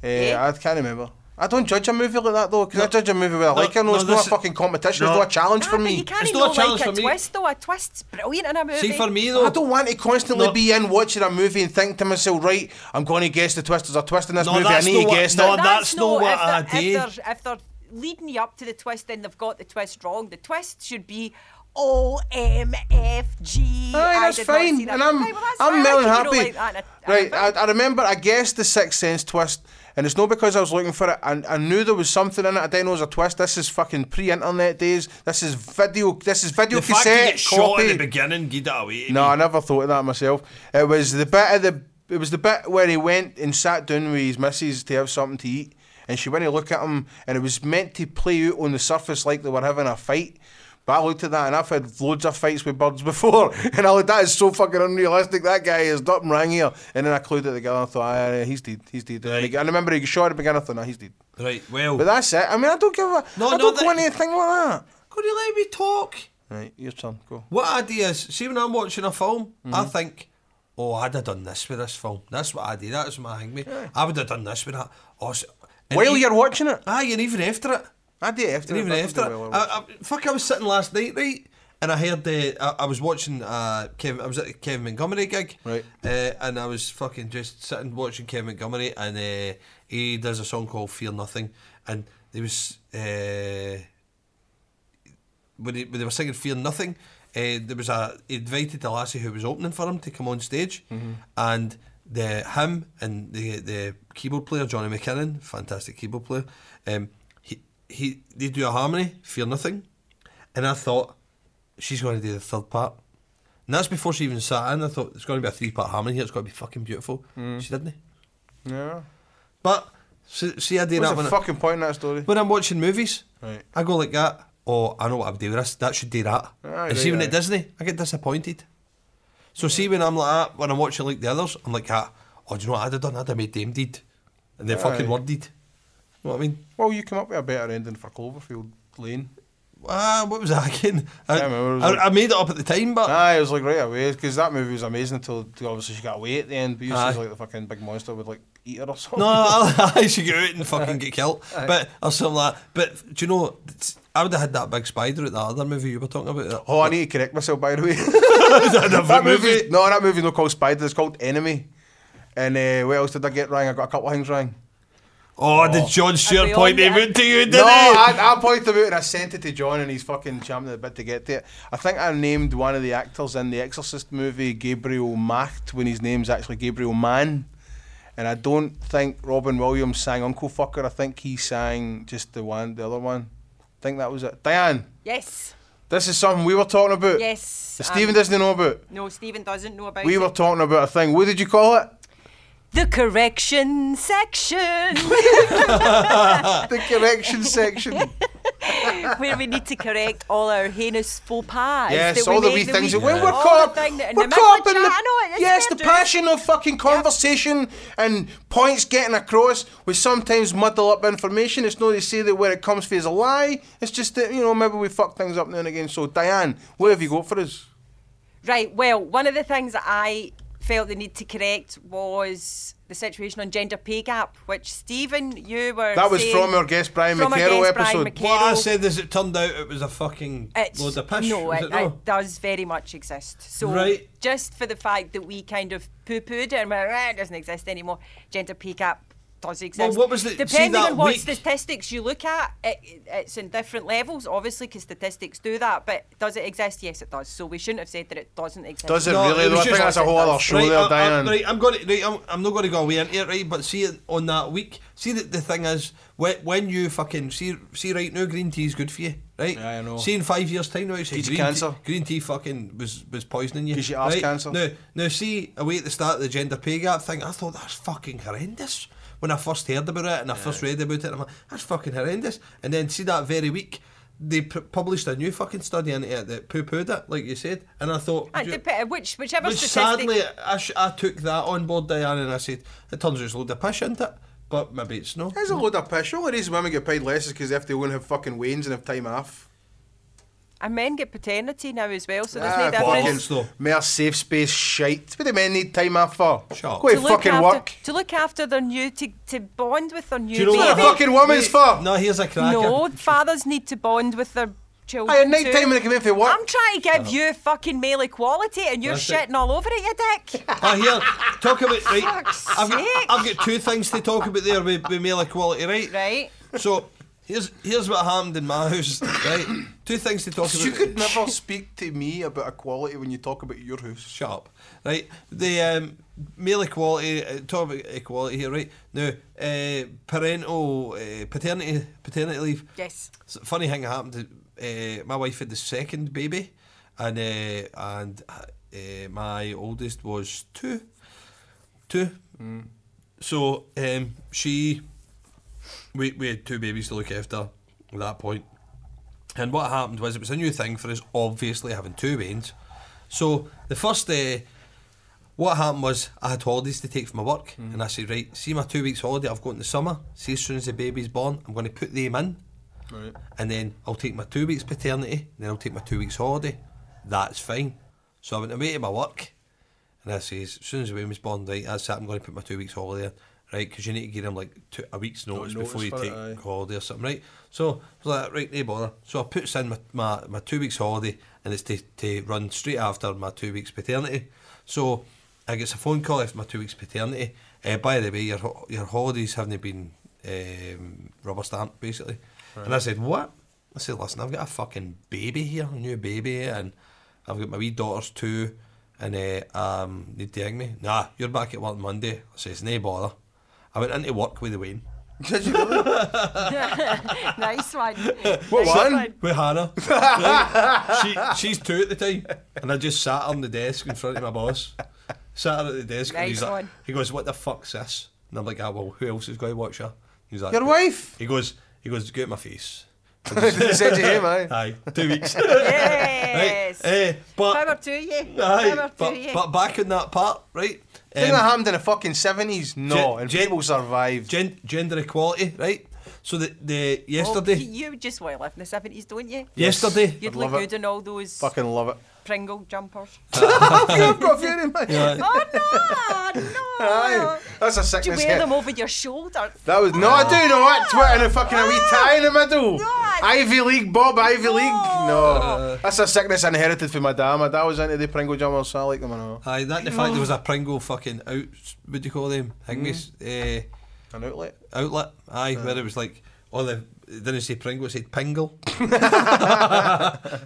Speaker 2: Eh,
Speaker 3: Yeah.
Speaker 2: I can't remember. I don't judge a movie like that though, because I judge a movie where I like it. No,
Speaker 1: no,
Speaker 2: it's not
Speaker 1: this-
Speaker 2: a fucking competition.
Speaker 1: no.
Speaker 2: It's not a challenge
Speaker 3: Ah,
Speaker 2: for
Speaker 3: but
Speaker 2: me.
Speaker 3: you can't
Speaker 1: It's
Speaker 3: even
Speaker 1: not a
Speaker 3: like a
Speaker 1: challenge for me.
Speaker 3: twist though. A twist's brilliant in a movie.
Speaker 1: See, for me though,
Speaker 2: I don't want to constantly
Speaker 1: No.
Speaker 2: be in watching a movie and think to myself, right, I'm going to guess the twist. There's a twist in this
Speaker 1: No,
Speaker 2: movie. I
Speaker 1: that's
Speaker 2: need
Speaker 1: not
Speaker 2: to
Speaker 1: what-
Speaker 2: guess
Speaker 1: no,
Speaker 2: it.
Speaker 1: that- that's not
Speaker 3: no,
Speaker 1: what
Speaker 3: if
Speaker 1: I
Speaker 3: they're-
Speaker 1: did.
Speaker 3: If they're, if they're leading you up to the twist, then they've got the twist wrong. The twist should be O M F G.
Speaker 2: Aye,
Speaker 3: I
Speaker 2: that's
Speaker 3: did not see
Speaker 2: fine.
Speaker 3: that.
Speaker 2: And I'm,
Speaker 3: Aye, well, that's
Speaker 2: I'm
Speaker 3: fine.
Speaker 2: well and
Speaker 3: How can
Speaker 2: happy.
Speaker 3: you not like that in a- in
Speaker 2: right,
Speaker 3: a
Speaker 2: I,
Speaker 3: film?
Speaker 2: I remember I guessed the Sixth Sense twist, and it's not because I was looking for it. I, I knew there was something in it. I didn't know it was a twist. This is fucking pre-internet days. This is video. This is video
Speaker 1: the fact you
Speaker 2: cassette
Speaker 1: get shot
Speaker 2: copy.
Speaker 1: at the beginning, get that away.
Speaker 2: No, I never thought of that myself. It was the bit of the it was the bit where he went and sat down with his missus to have something to eat, and she went to look at him, and it was meant to play out on the surface like they were having a fight. But I looked at that, and I've had loads of fights with birds before, and I looked, that is so fucking unrealistic. That guy is up and rang here, and then I clued it together. I thought, ah, he's dead, he's dead. And
Speaker 1: Right.
Speaker 2: I remember he got shot at the beginning. I thought, nah, he's dead.
Speaker 1: Right, well,
Speaker 2: But that's it. I mean, I don't give a.
Speaker 1: No, no,
Speaker 2: I don't
Speaker 1: that-
Speaker 2: go into anything like that.
Speaker 1: could you let me talk?
Speaker 2: Right, your turn. Go.
Speaker 1: What I do is, see when I'm watching a film, I
Speaker 2: Mm-hmm.
Speaker 1: think, oh, I'd have done this with this film. That's what I do. That's my thing, mate. I would have done this with that. Oh, s- and
Speaker 2: While
Speaker 1: e-
Speaker 2: you're watching it.
Speaker 1: Aye, and even after it,
Speaker 2: I did after.
Speaker 1: And even
Speaker 2: it, I
Speaker 1: after,
Speaker 2: don't do well
Speaker 1: I,
Speaker 2: with it.
Speaker 1: I, fuck, I was sitting last night, right, and I heard uh, I, I was watching uh, Kevin. I was at a Kevin Montgomery gig,
Speaker 2: Right.
Speaker 1: uh, and I was fucking just sitting watching Kevin Montgomery, and uh, he does a song called "Fear Nothing," and there was uh, when, he, when they were singing "Fear Nothing," uh, there was a he invited the lassie who was opening for him to come on stage, and the him and the the keyboard player Johnny McKinnon, fantastic keyboard player, um, he he they do a harmony, "Fear Nothing," and I thought she's going to do the third part. And that's before she even sat in. I thought it's going to be a three part harmony here. It's going to be fucking beautiful. She didn't.
Speaker 2: Yeah.
Speaker 1: But see, see I did
Speaker 2: What's
Speaker 1: that
Speaker 2: the
Speaker 1: when, I,
Speaker 2: fucking point in that story?
Speaker 1: when I'm watching movies.
Speaker 2: Right.
Speaker 1: I go like that. Oh, I know what I would do with this. That should do that.
Speaker 2: Aye,
Speaker 1: and see
Speaker 2: aye,
Speaker 1: when
Speaker 2: aye.
Speaker 1: it Disney, I get disappointed. So see when I'm like that, when I'm watching like the others, I'm like that. Oh, do you know what I'd have done? I'd have made them did, and they fucking
Speaker 2: Aye.
Speaker 1: worded. You know what I mean?
Speaker 2: Well, you come up with a better ending for Cloverfield Lane.
Speaker 1: Ah, what was that again? I,
Speaker 2: Can't remember, it Ah. was
Speaker 1: I,
Speaker 2: like-
Speaker 1: I made it up at the time, but
Speaker 2: Aye, it was like right away because that movie was amazing until until obviously she got away at the end. But you
Speaker 1: Aye.
Speaker 2: see like the fucking big monster would like eat her or something.
Speaker 1: No, I, I should get out and fucking get killed. But or something like that. But do you know? it's- I would have had that big spider at that other movie you were talking about. That,
Speaker 2: Oh, I need to correct myself by the way.
Speaker 1: that
Speaker 2: that movie, no, that movie's not called Spider. It's called Enemy. And uh, what else did I get wrong? I got a couple of things wrong.
Speaker 1: Oh, did John Stewart
Speaker 3: we
Speaker 1: point
Speaker 3: on
Speaker 1: them
Speaker 3: that?
Speaker 1: out to you? Did
Speaker 2: No,
Speaker 1: he?
Speaker 2: I, I pointed them out and I sent it to John, and he's fucking jamming a bit to get to it. I think I named one of the actors in the Exorcist movie Gabriel Macht when his name's actually Gabriel Mann. And I don't think Robin Williams sang Uncle Fucker. I think he sang just the one, the other one. I think that was it. Diane,
Speaker 3: Yes.
Speaker 2: this is something we were talking about.
Speaker 3: Yes.
Speaker 2: that
Speaker 3: um,
Speaker 2: Stephen doesn't know about.
Speaker 3: No, Stephen doesn't know about
Speaker 2: We
Speaker 3: it.
Speaker 2: were talking about a thing. What did you call it?
Speaker 3: The correction section,
Speaker 2: The correction section.
Speaker 3: where we need to correct all our heinous faux pas.
Speaker 2: Yes,
Speaker 3: that
Speaker 2: all the
Speaker 3: make
Speaker 2: wee
Speaker 3: that
Speaker 2: things.
Speaker 3: we-
Speaker 2: that When we're
Speaker 3: all
Speaker 2: caught up,
Speaker 3: the thing that in
Speaker 2: we're
Speaker 3: the middle of
Speaker 2: caught up in
Speaker 3: chat,
Speaker 2: the,
Speaker 3: I know, it's
Speaker 2: yes, the
Speaker 3: fair dues.
Speaker 2: passion of fucking conversation and points getting across. We sometimes muddle up information. It's not to say that where it comes from is a lie. It's just that you know maybe we fuck things up now and again. So Diane, what have you got for us?
Speaker 3: Right, well, one of the things that I felt the need to correct was the situation on gender pay gap, which Stephen, you were
Speaker 2: That was
Speaker 3: saying-
Speaker 2: from our guest Brian
Speaker 3: from our
Speaker 2: McCarroll
Speaker 3: guest Brian
Speaker 2: episode.
Speaker 3: McCarroll.
Speaker 1: What I said is, it turned out it was a fucking
Speaker 3: It's,
Speaker 1: load of pish.
Speaker 3: No,
Speaker 1: was
Speaker 3: it,
Speaker 1: it, no?
Speaker 3: it does very much exist. So
Speaker 1: Right.
Speaker 3: just for the fact that we kind of poo-pooed it and went, "Ah, it doesn't exist anymore, gender pay gap does exist.
Speaker 1: what was the- see,
Speaker 3: Depending
Speaker 1: that
Speaker 3: on what
Speaker 1: week-
Speaker 3: statistics you look at, it, it's in different levels, obviously, because statistics do that. But does it exist? Yes, it does. So we shouldn't have said that it doesn't exist.
Speaker 2: Does it
Speaker 1: No,
Speaker 2: really?
Speaker 1: it
Speaker 2: Though?
Speaker 1: was
Speaker 2: I think
Speaker 1: just-
Speaker 2: that's a whole other show
Speaker 1: Right,
Speaker 2: there,
Speaker 1: I,
Speaker 2: Diane.
Speaker 1: I, right, I'm going to. Right, I'm, I'm not going to go away into it, right? But see, it on that week, see that the thing is, when, when you fucking see, see right now, green tea's good for you, right?
Speaker 2: Yeah, I know.
Speaker 1: See in five years' time, now it's green
Speaker 2: Gives you cancer.
Speaker 1: Tea, green tea fucking was was poisoning you.
Speaker 2: Gives you arse
Speaker 1: right?
Speaker 2: cancer.
Speaker 1: Now, now see away at the start of the gender pay gap thing, I thought that's fucking horrendous. When I first heard about it and I first read about it, I'm like, that's fucking horrendous. And then see that very week. They pu- published a new fucking study into it that poo-pooed it, like you said, and I thought,
Speaker 3: And
Speaker 1: "Do you-
Speaker 3: dep- uh, which, whichever
Speaker 1: but
Speaker 3: statistic
Speaker 1: sadly, I, sh- I took that on board, Diane, and I said, it turns out it's a load of pish, isn't it? But maybe it's not.
Speaker 2: There's a load of pish. The only reason women get paid less is because if they won't have fucking wains and have time off.
Speaker 3: And men get paternity now as well, so there's
Speaker 2: Ah,
Speaker 3: no difference.
Speaker 1: fucking- though.
Speaker 2: Mere safe space shite. What do men need time off for?
Speaker 1: Shut up.
Speaker 2: Go
Speaker 1: To
Speaker 2: and fucking
Speaker 3: after,
Speaker 2: work.
Speaker 3: to look after their new to, to bond with their new
Speaker 1: Do you know
Speaker 3: baby.
Speaker 2: It's not a fucking woman's
Speaker 1: Wait,
Speaker 2: fault.
Speaker 1: No, here's a cracker.
Speaker 3: no, fathers need to bond with their children.
Speaker 2: Aye, at night
Speaker 3: too.
Speaker 2: time when they come in for work.
Speaker 3: I'm trying to give you fucking male equality and you're
Speaker 1: Oh. That's it.
Speaker 3: shitting all over it, you dick.
Speaker 1: Ah, here, talk about, right,
Speaker 3: Fuck's
Speaker 1: I've got,
Speaker 3: sake.
Speaker 1: I've got two things to talk about there with, with male equality, right?
Speaker 3: right?
Speaker 1: So, here's here's what happened in my house, right? Two things to talk about.
Speaker 2: You could never speak to me about equality when you talk about your house.
Speaker 1: Shut up, right? The um, male equality, uh, talk about equality here, right? Now, uh, parental, uh, paternity, paternity leave.
Speaker 3: Yes.
Speaker 1: S- funny thing happened. Uh, my wife had the second baby, and uh, and uh, my oldest was two, two. So um, she, we we had two babies to look after at that point, and what happened was it was a new thing for us, obviously having two babies. So the first uh, what happened was I had holidays to take from my work, and I said, right, see my two weeks holiday I've got in the summer. See, as soon as the baby's born, I'm going to put them in
Speaker 2: Right.
Speaker 1: and then I'll take my two weeks paternity, and then I'll take my two weeks holiday. That's fine. So I went away to my work, and I says, as soon as the baby was born, right, that's it, I'm going to put my two weeks holiday in. right? Because you need to give them like two, a week's notice,
Speaker 2: notice
Speaker 1: before you
Speaker 2: for it,
Speaker 1: take
Speaker 2: aye.
Speaker 1: holiday or something, right? So I was like, right, no bother. So I puts in my, my, my two weeks holiday, and it's to, to run straight after my two weeks paternity. So I gets a phone call after my two weeks paternity. Uh, by the way, your ho- your holidays haven't been um, rubber stamped, basically. And I said, what? I said, listen, I've got a fucking baby here, a new baby, and I've got my wee daughters too, and uh, um, they dig me. Nah, you're back at work Monday. I says, no bother. I went into work with the Wayne.
Speaker 2: Did you really?
Speaker 3: nice one.
Speaker 2: What
Speaker 3: Nice
Speaker 2: one?
Speaker 1: with Hannah. Right? she, she's two at the time, and I just sat her on the desk in front of my boss. Sat her at the desk, and he's
Speaker 3: Nice
Speaker 1: like,
Speaker 3: one.
Speaker 1: he goes, "What the fuck's this?" And I'm like, "Ah, well, who else is going to watch her?" He's like,
Speaker 2: Your wife?
Speaker 1: He goes, "He goes, get out my face."
Speaker 2: You said to him, aye.
Speaker 1: Aye, two weeks.
Speaker 3: Yes.
Speaker 1: Right? eh,
Speaker 3: Power
Speaker 1: but,
Speaker 3: to you. Power
Speaker 1: aye,
Speaker 3: to
Speaker 1: but,
Speaker 3: you. Oh,
Speaker 1: but back on that part, right?
Speaker 2: Didn't
Speaker 1: um,
Speaker 2: that happen in the fucking 70s? No,
Speaker 1: Gen-
Speaker 2: and
Speaker 1: gen-
Speaker 2: people survived.
Speaker 1: gen- gender equality, right? So the the yesterday,
Speaker 3: Oh, you just want to live in the 70s, don't you?
Speaker 1: yesterday,
Speaker 3: You'd
Speaker 2: I'd
Speaker 3: look
Speaker 2: love it.
Speaker 3: good in all those
Speaker 2: Fucking love it.
Speaker 3: Pringle jumpers.
Speaker 2: I've got a few in my
Speaker 1: Yeah.
Speaker 3: oh, no! No!
Speaker 2: Aye, that's a
Speaker 3: Do you
Speaker 2: sickness.
Speaker 3: wear
Speaker 2: hit.
Speaker 3: them over your shoulder?
Speaker 2: That was no, I do know it. Twit and a fucking a
Speaker 3: Ah,
Speaker 2: wee tie in the middle.
Speaker 3: No, I-
Speaker 2: Ivy League, Bob Ivy
Speaker 3: No.
Speaker 2: League. No, that's a sickness I inherited from my dad. My dad was into the Pringle jumpers, so I like them. I know.
Speaker 1: Aye, that and the fact there was a Pringle fucking out. What do you call them? Hingmies,
Speaker 3: Mm.
Speaker 1: eh,
Speaker 2: An outlet.
Speaker 1: outlet. Aye, where it was like all the it didn't say Pringle, it said Pingle.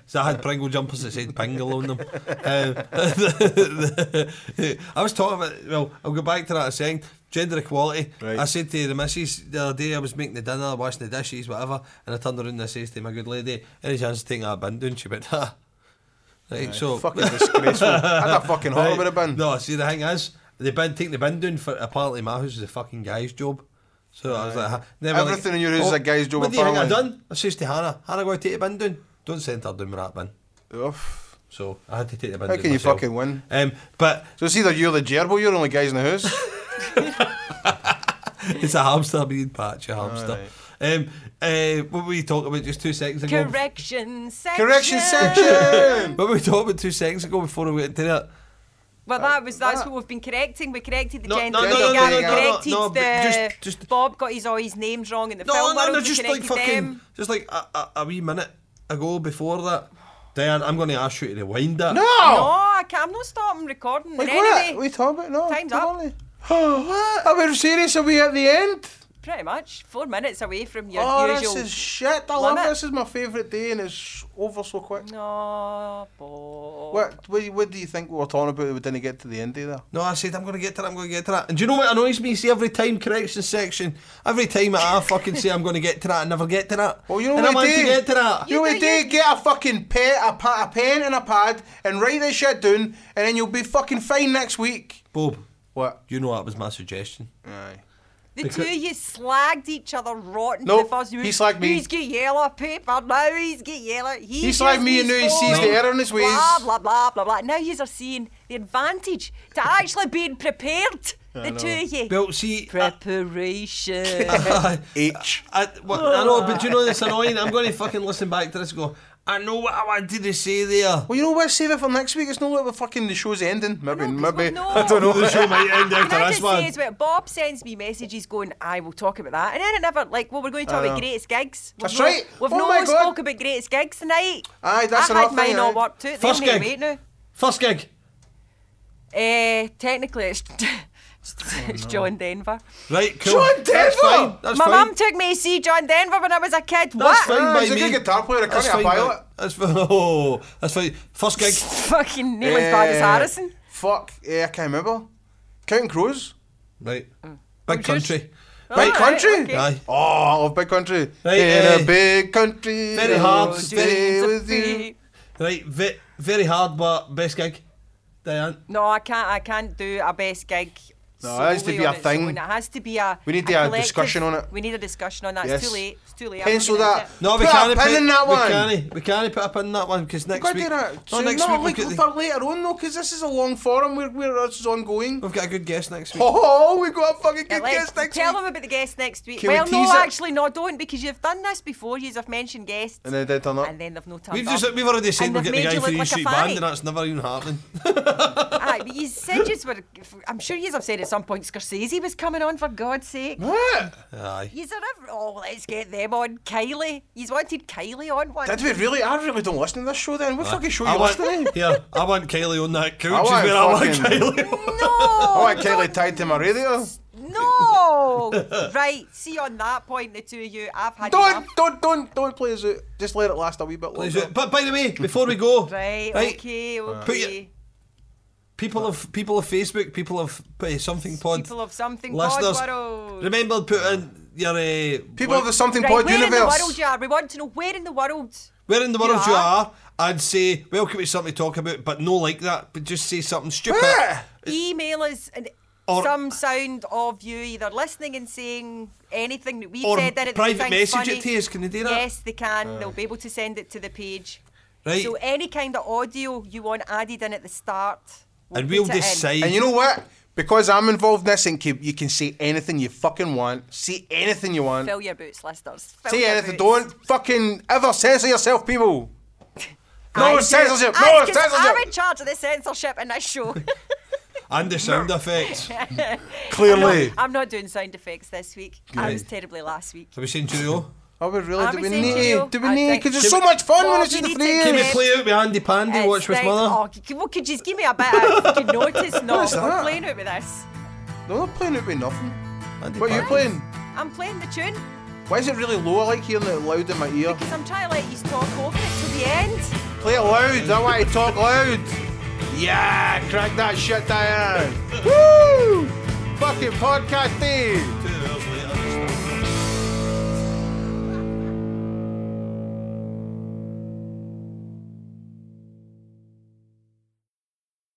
Speaker 1: so I had Pringle jumpers that said Pingle on them. Um, I was talking about. Well, I'll go back to that in a second. Gender equality.
Speaker 2: Right.
Speaker 1: I said to the missus the other day, I was making the dinner, washing the dishes, whatever, and I turned around and I says to my good lady, "Any chance of taking that bin down?" She went, "Ha." Right, so
Speaker 2: Fucking disgraceful. I had a fucking horror with a bin.
Speaker 1: no, see the thing is, the bin take the bin down for apparently my house is a fucking guy's job. So I was like, ha- then we're Oh,
Speaker 2: Everything in your house is a guy's job,
Speaker 1: What do you think I
Speaker 2: apparently."
Speaker 1: done? I says to Hannah, Hannah, go take the bin down. Don't send her down with that bin.
Speaker 2: Oof.
Speaker 1: So I had to take the bin.
Speaker 2: How
Speaker 1: down
Speaker 2: can you
Speaker 1: myself.
Speaker 2: fucking win?
Speaker 1: Um, but
Speaker 2: So it's either you're the gerbil, you're the only guys in the house.
Speaker 1: it's a hamster being patch, a hamster.
Speaker 2: Alright.
Speaker 1: Um, uh, what were we talking about just two seconds ago?
Speaker 3: Correction section.
Speaker 2: Correction section.
Speaker 1: What were we talking about two seconds ago before we went to that?
Speaker 3: Well, that was that's
Speaker 2: that-
Speaker 3: what we've been correcting. We corrected the
Speaker 1: No,
Speaker 3: gender
Speaker 1: no,
Speaker 2: no,
Speaker 3: pay
Speaker 2: no,
Speaker 3: gap.
Speaker 2: no,
Speaker 3: we
Speaker 2: no, no,
Speaker 3: corrected
Speaker 1: no, but
Speaker 3: the
Speaker 1: just- just-
Speaker 3: Bob got his all his names wrong in the film world. we
Speaker 1: just like
Speaker 3: corrected
Speaker 1: fucking,
Speaker 3: them.
Speaker 1: just like a, a, a wee minute ago before that. Diane, I'm going to ask you to rewind that.
Speaker 3: No,
Speaker 2: No.
Speaker 3: I can't. I'm not stopping recording.
Speaker 2: Like what?
Speaker 3: anyway,
Speaker 2: We talking about no.
Speaker 3: Time's
Speaker 2: come
Speaker 3: up.
Speaker 2: on then. what? Are we serious? Are we at the end?
Speaker 3: pretty much four minutes away from your
Speaker 2: oh,
Speaker 3: usual.
Speaker 2: this is shit. I love
Speaker 3: limit.
Speaker 2: this. Is my favourite day, and it's over so quick.
Speaker 3: No, Bob.
Speaker 2: What, what what do you think we were talking about that we didn't get to the end of there?
Speaker 1: No, I said I'm going to get to that. I'm going to get to that. And do you know what annoys me? See, every time correction section, every time I fucking say I'm going to get to that, I never get to that.
Speaker 2: Well, you know
Speaker 1: and
Speaker 2: what
Speaker 1: I
Speaker 2: I
Speaker 1: want
Speaker 2: do?
Speaker 1: to get to that.
Speaker 2: You know what I
Speaker 3: do,
Speaker 2: do?
Speaker 3: you-
Speaker 2: Get a fucking pen, a, pa- a pen and a pad and write this shit down and then you'll be fucking fine next week.
Speaker 1: Bob,
Speaker 2: What?
Speaker 1: you know that was my suggestion.
Speaker 2: Aye.
Speaker 3: The
Speaker 1: Because-
Speaker 3: two of you slagged each other rotten
Speaker 2: Nope,
Speaker 3: the first
Speaker 2: he slagged me.
Speaker 3: He's got yellow paper, now he's got yellow. He's
Speaker 2: He slagged me and now he sees the error in his ways.
Speaker 3: Blah, blah, blah, blah, blah. Now you are seeing the advantage to actually being prepared, the two of you.
Speaker 1: Well, see, I,
Speaker 3: Preparation.
Speaker 2: H.
Speaker 1: I, what, I know, but you know this annoying. I'm going to fucking listen back to this and go. I know what I wanted to say there.
Speaker 2: Well, you know what? Save it for next week. It's not like the fucking the show's ending. Maybe,
Speaker 3: No, 'cause
Speaker 2: maybe.
Speaker 3: we've not.
Speaker 2: I don't know.
Speaker 1: The show might end
Speaker 3: Can I
Speaker 1: after
Speaker 3: just
Speaker 1: this
Speaker 3: say
Speaker 1: one.
Speaker 3: as well, Bob sends me messages going, I will talk about that. And then I never, like, well, we're going to
Speaker 2: I
Speaker 3: talk
Speaker 2: know.
Speaker 3: about greatest gigs. We've
Speaker 2: That's
Speaker 3: no-
Speaker 2: right.
Speaker 3: We've
Speaker 2: Oh
Speaker 3: no
Speaker 2: my God.
Speaker 3: spoke about greatest gigs tonight.
Speaker 2: Aye, that's
Speaker 3: I had
Speaker 2: another thing,
Speaker 3: mine all
Speaker 2: aye.
Speaker 3: worked out.
Speaker 1: First
Speaker 3: They'll make
Speaker 1: gig.
Speaker 3: wait now.
Speaker 1: First gig,
Speaker 3: Uh, technically, it's,
Speaker 2: Oh,
Speaker 3: it's John Denver.
Speaker 1: right? Cool.
Speaker 2: John
Speaker 1: That's
Speaker 2: Denver!
Speaker 1: fine. That's
Speaker 3: My
Speaker 1: fine.
Speaker 3: mum took me to see John Denver when I was a kid.
Speaker 1: That's
Speaker 3: what?
Speaker 1: fine
Speaker 2: Ah,
Speaker 1: by
Speaker 2: he's a
Speaker 1: me.
Speaker 2: good guitar player, I can't
Speaker 1: That's
Speaker 2: get
Speaker 1: fine
Speaker 2: a
Speaker 1: by-
Speaker 2: pilot.
Speaker 1: That's fine. Oh, that's fine. First gig.
Speaker 3: Fucking Neil as bad as
Speaker 2: Eh,
Speaker 3: Harrison.
Speaker 2: Fuck. Yeah, I can't remember. Counting Crows.
Speaker 1: Right. Big
Speaker 3: Mm. Who's yours?
Speaker 1: country.
Speaker 2: Big
Speaker 3: Alright,
Speaker 2: Country.
Speaker 3: Oh, okay.
Speaker 1: Aye.
Speaker 2: Oh, I love Big Country.
Speaker 1: Right,
Speaker 2: In
Speaker 1: eh,
Speaker 2: a big country. oh,
Speaker 1: very hard to
Speaker 2: stay
Speaker 3: It's Oh, a
Speaker 2: with you.
Speaker 3: fee.
Speaker 1: Right. Ve- very hard, but best gig. Diane.
Speaker 3: No, I can't. I can't do a best gig.
Speaker 2: No, it has to
Speaker 3: solely
Speaker 2: be a
Speaker 3: on its
Speaker 2: thing.
Speaker 3: own. It has to be a.
Speaker 2: We need to have a
Speaker 3: collective-
Speaker 2: discussion on it.
Speaker 3: We need a discussion on that. It's
Speaker 2: Yes.
Speaker 3: too late. It's too late. I'm
Speaker 2: Pencil
Speaker 3: looking at
Speaker 2: that.
Speaker 3: it.
Speaker 1: No, we
Speaker 2: Put a
Speaker 1: can't
Speaker 2: pin in that
Speaker 1: we
Speaker 2: one.
Speaker 1: Can't, we can't put a pin in that one because next
Speaker 2: Got
Speaker 1: week.
Speaker 2: to do that.
Speaker 1: No,
Speaker 2: soon.
Speaker 1: next
Speaker 2: No,
Speaker 1: week
Speaker 2: like,
Speaker 1: we've,
Speaker 2: for
Speaker 1: got
Speaker 2: later on though, because this is a long forum. We're, we're this is ongoing.
Speaker 1: the, we've got a good guest next week.
Speaker 2: Oh, we got a fucking
Speaker 3: Yeah,
Speaker 2: good
Speaker 3: let's-
Speaker 2: guest next
Speaker 3: tell
Speaker 2: week.
Speaker 3: them about the guest next week.
Speaker 2: Can we
Speaker 3: well, no,
Speaker 2: tease it?
Speaker 3: actually, no, don't, because you've done this before. You've mentioned guests,
Speaker 2: And then they turn up.
Speaker 3: and then they've no time.
Speaker 1: We've just we've already said
Speaker 3: And
Speaker 1: we're
Speaker 3: they've
Speaker 1: getting the
Speaker 3: made
Speaker 1: guy
Speaker 3: you
Speaker 1: for the
Speaker 3: look like a
Speaker 1: East Street
Speaker 3: fanny.
Speaker 1: Band, and that's never even happening.
Speaker 3: Aye, but you said you were. I'm sure you have said it's some point Scorsese was coming on, for God's sake.
Speaker 2: What?
Speaker 1: Aye.
Speaker 3: He's a river. Oh, let's get them on. Kylie. He's wanted Kylie on one.
Speaker 2: Did we really? I really don't listen to this show then. What fucking show
Speaker 1: I
Speaker 2: you
Speaker 1: want,
Speaker 2: listening to?
Speaker 1: here, I want Kylie on that couch.
Speaker 2: I
Speaker 1: is
Speaker 2: want
Speaker 1: where I want
Speaker 2: fucking-
Speaker 1: Kylie. on.
Speaker 3: No!
Speaker 2: Oh, I want Kylie tied to my radio.
Speaker 3: No! right, see on that point, the two of you, I've had
Speaker 2: Don't,
Speaker 3: enough.
Speaker 2: don't, don't, don't play us out. Just let it last a wee bit
Speaker 1: Is
Speaker 2: longer.
Speaker 1: it- But by the way, before we go,
Speaker 3: Right, okay, okay.
Speaker 1: Put your- people of people of Facebook, people of uh, something pod,
Speaker 3: People of something
Speaker 1: listeners,
Speaker 3: pod world.
Speaker 1: remember to put in your uh,
Speaker 2: People of the Something
Speaker 3: Right,
Speaker 2: Pod
Speaker 3: where in the
Speaker 2: universe.
Speaker 3: world you are? We want to know where in the world.
Speaker 1: where in the world you
Speaker 3: Yeah.
Speaker 1: are, I'd say welcome to something to talk about, but no like that, but just say something stupid.
Speaker 2: Yeah.
Speaker 3: Email us and
Speaker 1: Or-
Speaker 3: some sound of you either listening and saying anything that we
Speaker 1: Or
Speaker 3: said that it's
Speaker 1: private
Speaker 3: thing's
Speaker 1: message
Speaker 3: funny.
Speaker 1: it to us, can they do that?
Speaker 3: Yes, they can. They'll be able to send it to the page.
Speaker 1: Right.
Speaker 3: So any kind of audio you want added in at the start,
Speaker 1: and we'll
Speaker 3: put it in.
Speaker 1: decide.
Speaker 2: And you know what? Because I'm involved in this, and keep- you can say anything you fucking want, say anything you want,
Speaker 3: Fill your boots, listeners. Fill
Speaker 2: say
Speaker 3: your
Speaker 2: anything.
Speaker 3: boots.
Speaker 2: Don't fucking ever censor yourself, people. No
Speaker 3: I
Speaker 2: censorship.
Speaker 3: do.
Speaker 2: No
Speaker 3: I- 'cause I'm in
Speaker 2: censorship.
Speaker 3: charge of the censorship in this show.
Speaker 1: and the sound effects. Are
Speaker 4: Clearly.
Speaker 3: I'm not doing sound effects this week. I
Speaker 1: Right.
Speaker 3: was terribly last week.
Speaker 1: we saying Cheerio?
Speaker 2: Are we Oh, really?
Speaker 3: Are
Speaker 2: Do
Speaker 3: we
Speaker 2: we
Speaker 3: saying
Speaker 2: need?
Speaker 3: cheerio?
Speaker 2: Do we
Speaker 3: I
Speaker 2: need?
Speaker 3: think-
Speaker 2: Because it's so much fun
Speaker 3: Well,
Speaker 2: when it's
Speaker 3: we
Speaker 2: just the
Speaker 3: need
Speaker 2: three
Speaker 3: to
Speaker 1: Can
Speaker 2: of
Speaker 1: we
Speaker 2: you.
Speaker 3: Yes.
Speaker 1: play out with Andy Pandy,
Speaker 3: It's
Speaker 1: watch with
Speaker 3: like-
Speaker 1: mother?
Speaker 3: Oh, c- c- well, could you just give me a bit of fucking notice? No,
Speaker 2: is
Speaker 3: we're
Speaker 2: that?
Speaker 3: playing out with this.
Speaker 2: No, I'm not playing it with nothing.
Speaker 1: Andy
Speaker 2: What are you
Speaker 1: Pandy.
Speaker 2: playing?
Speaker 3: I'm playing the tune
Speaker 2: Why is it really low? I like hearing it loud in my ear.
Speaker 3: because I'm trying to let you talk over it to the end.
Speaker 2: Play it loud. I want to talk loud. Yeah, crack that shit down. Woo! Fucking podcasting.